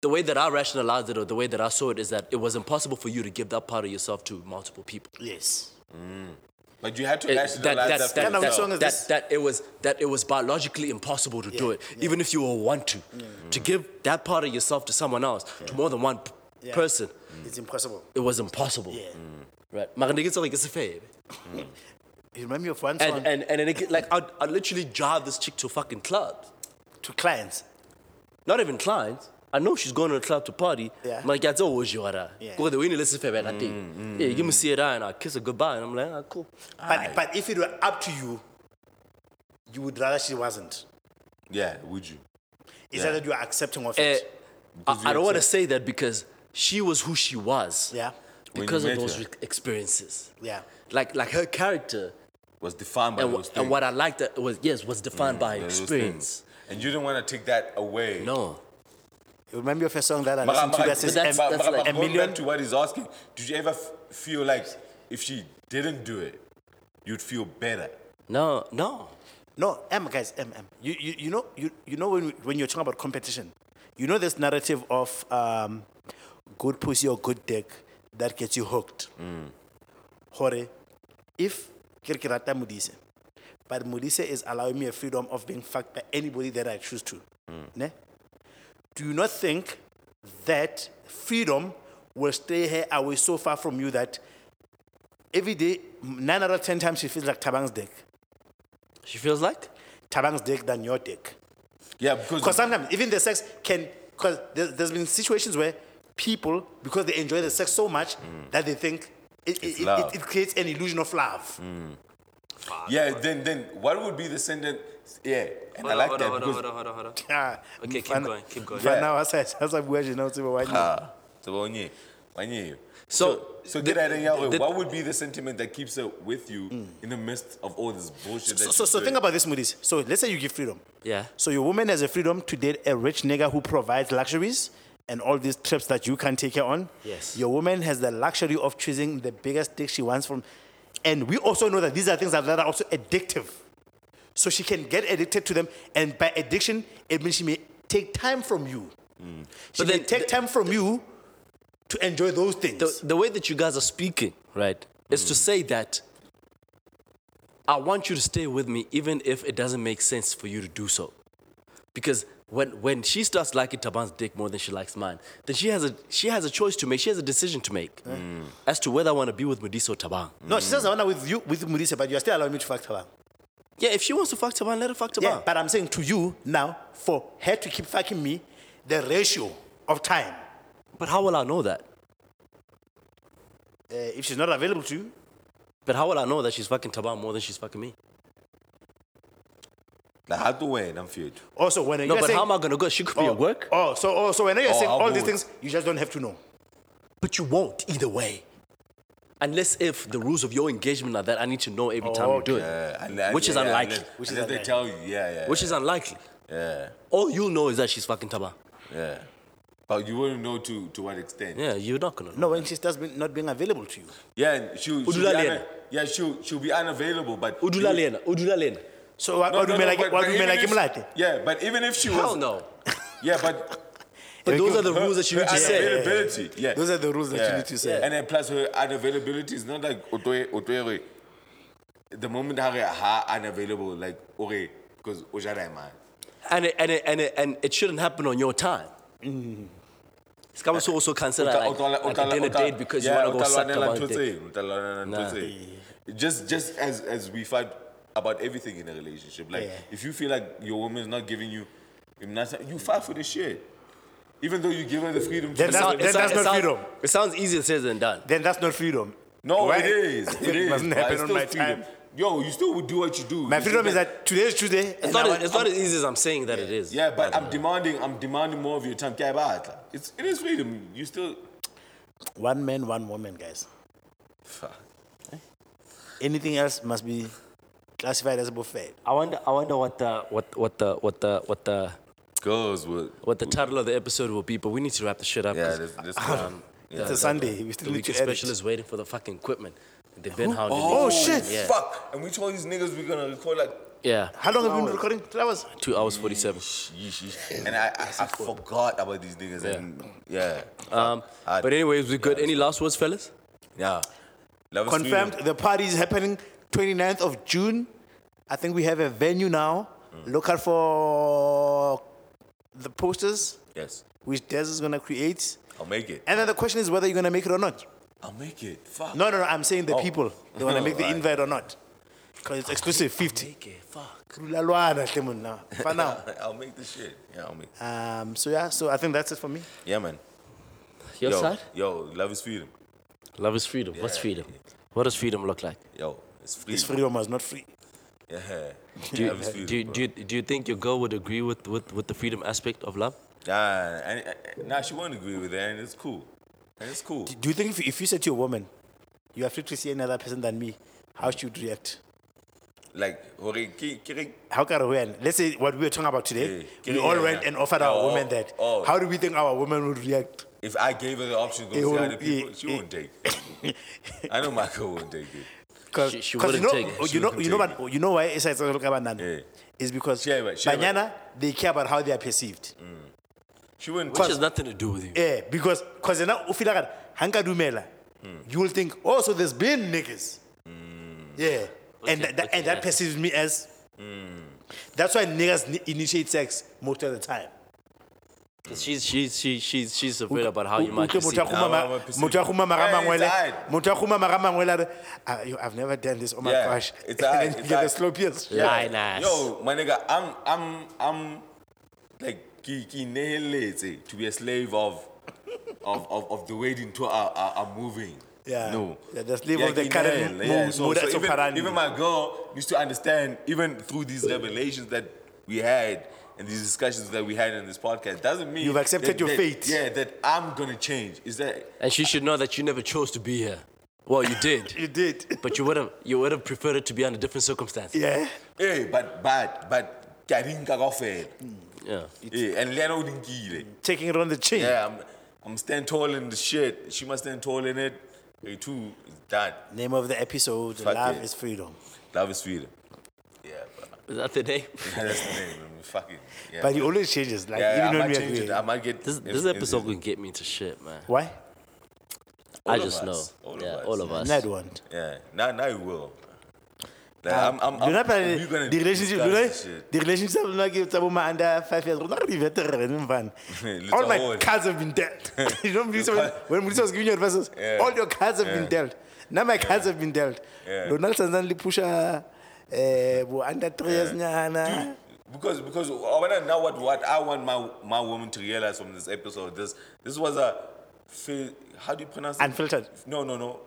the way that I rationalized it or the way that I saw it is that it was impossible for you to give that part of yourself to multiple people. yes But you had to It- rationalize that, that, that's- for that, Kind of that- which song yourself. is this? that- that it was that it was biologically impossible to do it, even if you were want to. To give that part of yourself to someone else, to more than one p- Yeah. person, it's impossible it was impossible. yeah Right. Mara ne ke tsoga ke sefebe. you remember your one And song and and, and it, get- like I'd, I'd literally drive this chick to a fucking club. to clients Not even clients. I know she's going to a club to party. Yeah. I'm like, yeah, it's always you are. Yeah. Mm, Go the way you listen for I think. Yeah, give me see it and I kiss her goodbye and I'm like, ah, cool. but but if it were up to you you would rather she wasn't Yeah, would you? is Yeah. that you are accepting of Eh, it I, I you don't want to accept- say that because she was who she was. yeah When you Because of met those her. re- experiences. yeah Like like her character Was defined by and, those wh- and things. Mm, what I liked that was yes, was defined by by those experience. things. And you didn't want to take that away. No. you remember your first song that I But- listened to but- that says but that's- em- but- that's but- like- but a going million- back to what he's asking, did you ever f- feel like if she didn't do it, you'd feel better? No, no. No, M guys, M M. You you, you know you, you know when when you're talking about competition, you know this narrative of um, good pussy or good dick that gets you hooked. Hore, if ke re ke rata Modise, but Modise is allowing me a freedom of being fucked by anybody that I choose to. Ne? Do you not think that freedom will stay her away so far from you that every day, nine out of ten times, she feels like Tabang's dick? She feels like Tabang's dick than your dick. Yeah, because Because sometimes even the sex can, because there's, there's been situations where people, because they enjoy the sex so much, that they think it, it, it, love. it creates an illusion of love. yeah, then then what would be the sentence? Yeah, and I like that because Ah, Okay, keep mfana- going, keep going. mfana wa sa- sasa bua tjena o tsebe wa nyala. Ah, so, yeah. Wanyeyo. So, So get out of here. the- What would be the sentiment that keeps her with you in the midst of all this bullshit? Mm. So, so, so think about this, Moody's. So let's say you give freedom. yeah. So your woman has a freedom to date a rich nigga who provides luxuries and all these trips that you can take her on. Yes. Your woman has the luxury of choosing the biggest dick she wants from, and we also know that these are things that are also addictive. So she can get addicted to them, and by addiction, it means she may take time from you. She Mm. But may then take the- time from you to enjoy those things. The, the way that you guys are speaking, right, is to say that I want you to stay with me even if it doesn't make sense for you to do so. Because when, when she starts liking Taban's dick more than she likes mine, then she has a she has a choice to make. She has a decision to make Mm. as to whether I want to be with Mediso or Taban. no, she says I wanna with you with Murisa, but you are still allowing me to fuck her. Yeah, if she wants to fuck Taban, let her fuck Taban. Yeah, but I'm saying to you now, for her to keep fucking me, the ratio of time, but how will I know that? uh, if she's not available to you, But how will I know that she's fucking Taban more than she's fucking me? Like, how to win? I'm feared. also when No, you're but saying, how am I gonna go? She could be oh, at work, Oh, so oh, so when you're saying how all these good. things, you just don't have to know. but you won't either way. Unless if the rules of your engagement are that I need to know every time you do it, which is unlikely. Which Which is is they unlikely. tell you, yeah, yeah. which is unlikely. yeah, All you'll know is that she's fucking Taban. yeah. But you wouldn't know to to what extent. Yeah, you're not gonna know. No, when she starts being, not being available to you. Yeah, and she'll, she'll be Udula una- lena. yeah, she'll she'll be unavailable, but Udula lena, udula lena. So what what No, do no, you no, mean like but- what but do you mean even like if- him like? that? Yeah, but even if she Hell was no. Yeah, but But those you- are the her- rules that she her just said. unavailability. Yeah. Those are the rules that you yeah. need to say. And then plus her unavailability is not like e, Otoye, Otoye. The moment her her unavailable, like okay, because Ojara man. And it, and it, and it, and it shouldn't happen on your time. It's coming to also consider like, like a dinner date because you want to go suck Taban dick. Nah. Just just as as we fight about everything in a relationship. Like Yeah. if you feel like your woman is not giving you enough- you fight for this shit. Even though you give her the freedom to Then that's- decide. then that's it not sounds- freedom. It sounds easier said than done. Then that's not freedom. No, Why? it is. It is. doesn't but happen it's on still my freedom. time. Yo, you still would do what you do. My You freedom still is like- that today is Tuesday. It's and I not, as- want- it's not as easy as I'm saying that it is. Yeah, but I'm demanding. I'm demanding more of your time. Kya baat la. It's it is freedom. You still. One man, one woman, guys. Fuck. Anything else must be classified as buffet. I wonder. I wonder what the what what the what the what the Girls would. what the title of the episode will be. But we need to wrap the shit up. Yeah, 'cause this, this It's a Sunday. We the still need weekend to edit. special is waiting for the fucking equipment. They've been hounding. Oh, me. shit. Yeah. Fuck. And we told these niggas we're gonna record like. Yeah. How long have we been recording? Three hours. Two hours forty-seven. Yeesh, yeesh. And I, I, I forgot about these niggas. Yeah. And yeah. Um, I- but anyways, we good. Any last words, fellas? Yeah. Love is confirmed freedom. the party is happening 29th of june i think we have a venue now Mm. look out for the posters Yes. which des is going to create I'll make it. and then the question is whether you're going to make it or not I'll make it. Fuck. no no no i'm saying the Oh. people they want to make the Right. invite or not because it's exclusive 50 Okay. Fuck. Kulalwana, Clement, now. for now I'll make the shit. Yeah, I'll make. um, so yeah so i think that's it for me Yeah, man. Your yo, side? Yo, love is freedom. Love is freedom. What's Yeah. freedom? What does freedom look like? Yo, it's freedom. this freedom was not free Yeah. Do you, love is freedom. do, you, bro. do, you, do you think your girl would agree with, with, with the freedom aspect of love? Nah, Ah, and, nah, she won't agree with that, and it's cool. And it's cool. do you think if, if you said to a woman you are free to see another person than me how she would react Like, hore, ki, ki, ki, how can we end? Let's say what we were talking about today. Yeah. We Yeah, all yeah, went yeah. and offered Yeah, our oh, women that. oh. How do we think our women would react? if I gave her the option to It go see won't- other people, it- she it- won't take it. I know Michael won't take it. Because She- she you wouldn't know, take it. you She know, wouldn't you know, take what, you know why it's like look about Nana Yeah. is because Share it, share it. Banyana they care about how they are perceived. Mm. She wouldn't Which take has nothing to do with you. Yeah, because because now if you like that, hanka dumela, Mm. you will think oh so there's been niggas. Yeah, and Okay, that, okay, Mm. and that yeah. perceives me as. That's why niggas ni- initiate sex most of the time. Because she's, she's, she, she's, she's afraid about how you U- might utlwe perceive motho a her. kgumama- Nah, ba- ba perceive- motho a kgumama ga Hey, mangwele- it's aight. motho a kgumama ga mangwele a re, "Ah, yo, I've never done this. Oh my Yeah, gosh. it's And aight, then you it's get the aight. slow pills. Lie, nice. Yo, my nigga, I'm, I'm, I'm, like, ki, ki, nehele, to be a slave of, of, of, of the way into our, our, our moving. Yeah. No. Yeah, the slave of the ki, current nehele, mo- yeah. So, mo- so that's even, operandi. even my girl needs to understand, even through these revelations that we had, and these discussions that we had in this podcast doesn't mean You've accepted that- your that- fate. Yeah, that I'm gonna change. Is that And she should know that you never chose to be here. Well, you did, You did. but you would have you would have preferred it to be under different circumstances. yeah. hey? eh, But but but I didn't get off it. Yeah. Yeah, Eh, and Leno didn't get it. Taking it on the chin. Yeah, I'm I'm stand tall in the shit. She must stand tall in it. Hey, too that Name of the episode, Fuck Love yeah. is Freedom. love is freedom. Yeah, but Is that the name? that's the name. man. Fucking yeah. But he always changes, like, even yeah, I when might we change agree. it. I might get This if- this if- episode can get me into shit, man. Why? I of just us. know. All of yeah, us. all of us. Ned one. Yeah, now now you will. Like, I'm, I'm, Do I'm, not we're gonna uh, the relationship, do discuss not the relationship not give Tabuma under uh, five years. We're not really veteran, man. Little All my old. cards have been dealt. you know, Mulisa, Your when, when Mulisa was giving you advices, Yeah. all your cards have been Yeah. dealt. Now my cards have been dealt. Yeah. Donald Sanzanli Pusha, eh, bo under three years, nyana. Because because oh, I wanna know what what I want my my woman to realize from this episode. This this was a phi- how do you pronounce it? Unfiltered. No no no,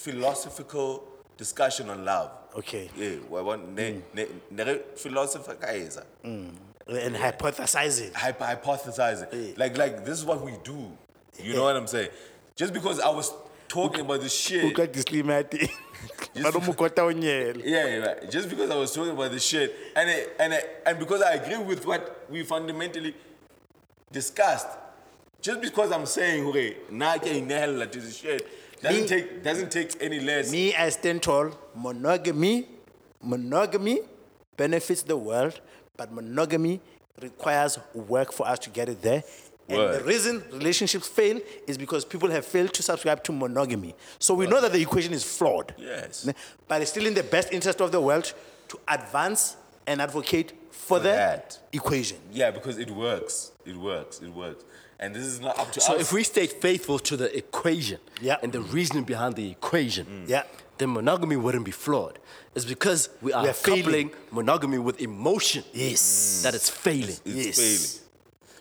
philosophical discussion on love. Okay. Hmm. Yeah, we want ne ne ne philosophize. And hypothesizing. hyper hypothesizing. Like like this is what we do. You know what I'm saying? Just because I was talking about this shit. Uka disclaimer ati, banomukota unyele. Yeah, yeah, right. Just because I was talking about this shit, and I, and I, and because I agree with what we fundamentally discussed, just because I'm saying, okay, now I can inhale to this shit, doesn't Me- take doesn't take any less. Me, I stand tall. Monogamy, monogamy benefits the world, but monogamy requires work for us to get it there. And the Word. reason relationships fail is because people have failed to subscribe to monogamy. So we know that the equation is flawed. Yes. But it's still in the best interest of the world to advance and advocate for, the that. equation. Yeah, because it works. It works. It works. And this is not up to So us. if we stayed faithful to the equation Yeah. and the reasoning behind the equation, Mm. Yeah. then monogamy wouldn't be flawed. It's because we are, We are failing. coupling monogamy with emotion Yes. that it's failing. yes. it's failing.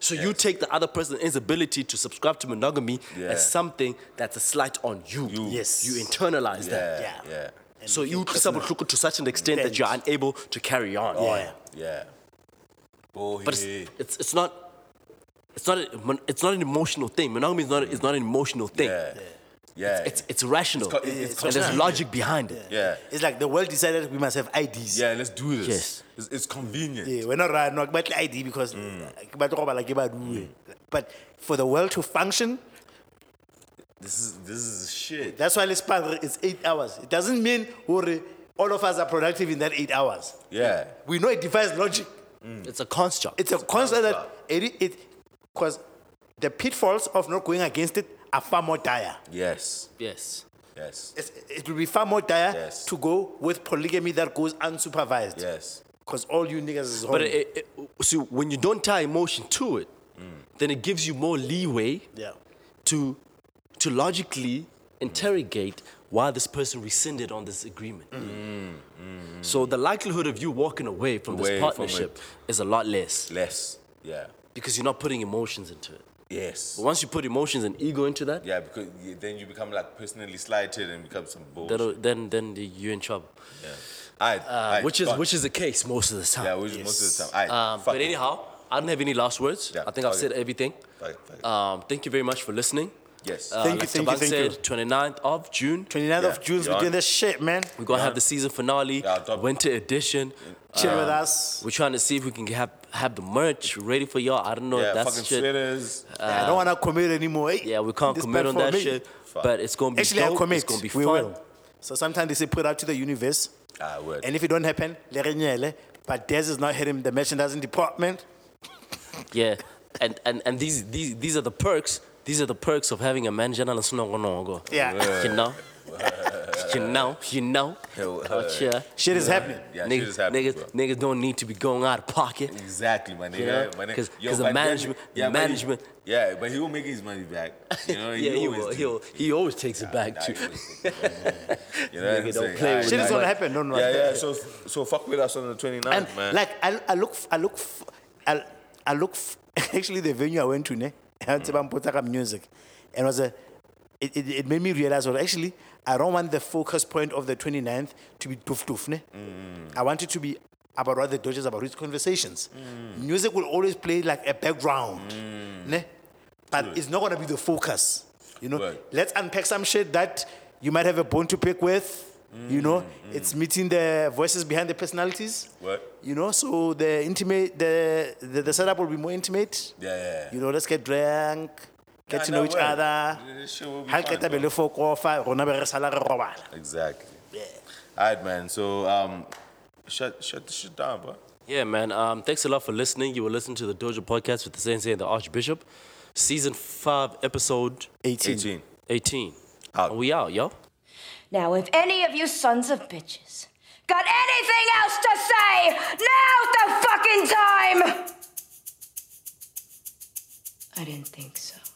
So you take the other person's inability to subscribe to monogamy Yeah. as something that's a slight on you. You. Yes. You internalize that. Yeah, Yeah. yeah, So you look to such an extent that Then- you're unable to carry on. Oh, Yeah. yeah. Boy, But it's, it's, it's not. It's not, a, mon- it's not an emotional thing. Monogamy is not, is not an emotional thing. yeah, yeah. It's, it's rational. It's co- it's and there's conscious. logic behind it. yeah. It's like the world decided we must have IDs. Yeah, let's do this. Yes. It's, it's convenient. Yeah, we're not right, not but ID because Mm. but talk about like about we. but for the world to function, This is this is shit. that's why this part is eight hours. It doesn't mean we're, all of us are productive in that eight hours. Yeah. We know it defies logic. It's a construct. It's a concept that it it because the pitfalls of not going against it are far more dire. Yes. yes. Yes. It's, it will be far more dire Yes. to go with polygamy that goes unsupervised. Yes. Because all you niggas is home. But it, it, see, when you don't tie emotion to it, Mm. then it gives you more leeway yeah. to to logically interrogate why this person rescinded on this agreement. Mm, So the likelihood of you walking away from Away this from partnership is a lot less Less. Yeah. because you're not putting emotions into it. Yes. But once you put emotions and ego into that, Yeah, because y- then you become like personally slighted and become some bullshit. that'll, then then you're in trouble. Yeah. Aight, Uh, aight, which is fuck. which is the case most of the time. yeah, which most of the time. Aight, Um, fuck but it. anyhow, I don't have any last words. Yeah, I think I've okay. said everything. Fuck it, fuck it. Um, thank you very much for listening. yes. Uh, Thank you, like thank you, Taban thank said, you. 29th of June, 29th Yeah, of June, we're yeah. doing this shit, man. we're going to have the season finale, Yeah, top- winter edition. Chill with Uh-huh. us. We're trying to see if we can have, have the merch ready for y'all. I don't know yeah, if that's fucking shit. Uh, sweaters. I don't want to commit anymore. eh? Yeah, we can't This commit part on for that me. shit. Fuck. But it's going to be Actually, dope. I commit. It's going to be we fun. will. So sometimes they say put out to the universe, ah, word. and if it don't happen, le re nyele. But Des is not hitting the merchandising department. Yeah. And, and, and these, these, these are the perks. These are the perks of having a manager. and a sonongo. Yeah. Yeah. You know? you know? You know? Hell, Out yeah. uh, here. Shit is happening. yeah, shit niggas, is happening, niggas, bro. niggas don't need to be going out of pocket. Exactly, my know? nigga. my nigga. 'Cause- Yo, 'cause the but then- management- the but he- management- yeah, but he will make his money back. You know, yeah, he always will. do. He'll, he always takes it back Nah, too. he always do. you know what I'm don't saying? play with Aight, Shit is aight. gonna happen. Don't worry. Yeah, yeah. So, so fuck with us on the 29th, And man. like I, I look, f- I look, f- I, I look. f- Actually, the venue I went to, ne, had Sebampotsaka music, and it was a. It, it, it made me realize, well, actually, I don't want the focus point of the 29th to be tuf tuf, ne. I want it to be about what the Dodgers about his conversations. Music will always play like a background, ne? but it's not going to be the focus. You know, Word. let's unpack some shit that you might have a bone to pick with. You know, it's meeting the voices behind the personalities. Word. You know, so the intimate, the the, the setup will be more intimate. Yeah, yeah, yeah. You know, let's get drunk, get Nah, to nah, know each word. other. This shit will be Ha re fun, qeta be bro. le fokofa, rona be re sala re robala. Exactly. Yeah. All right, man. So um, shut shut the shit down, bro. Yeah, man. Um, thanks a lot for listening. You were listening to the Dojo podcast with the Sensei and the Archbishop, season five, episode 18. 18. 18. Out. We out, yo. Now, if any of you sons of bitches got anything else to say, now's the fucking time! I didn't think so.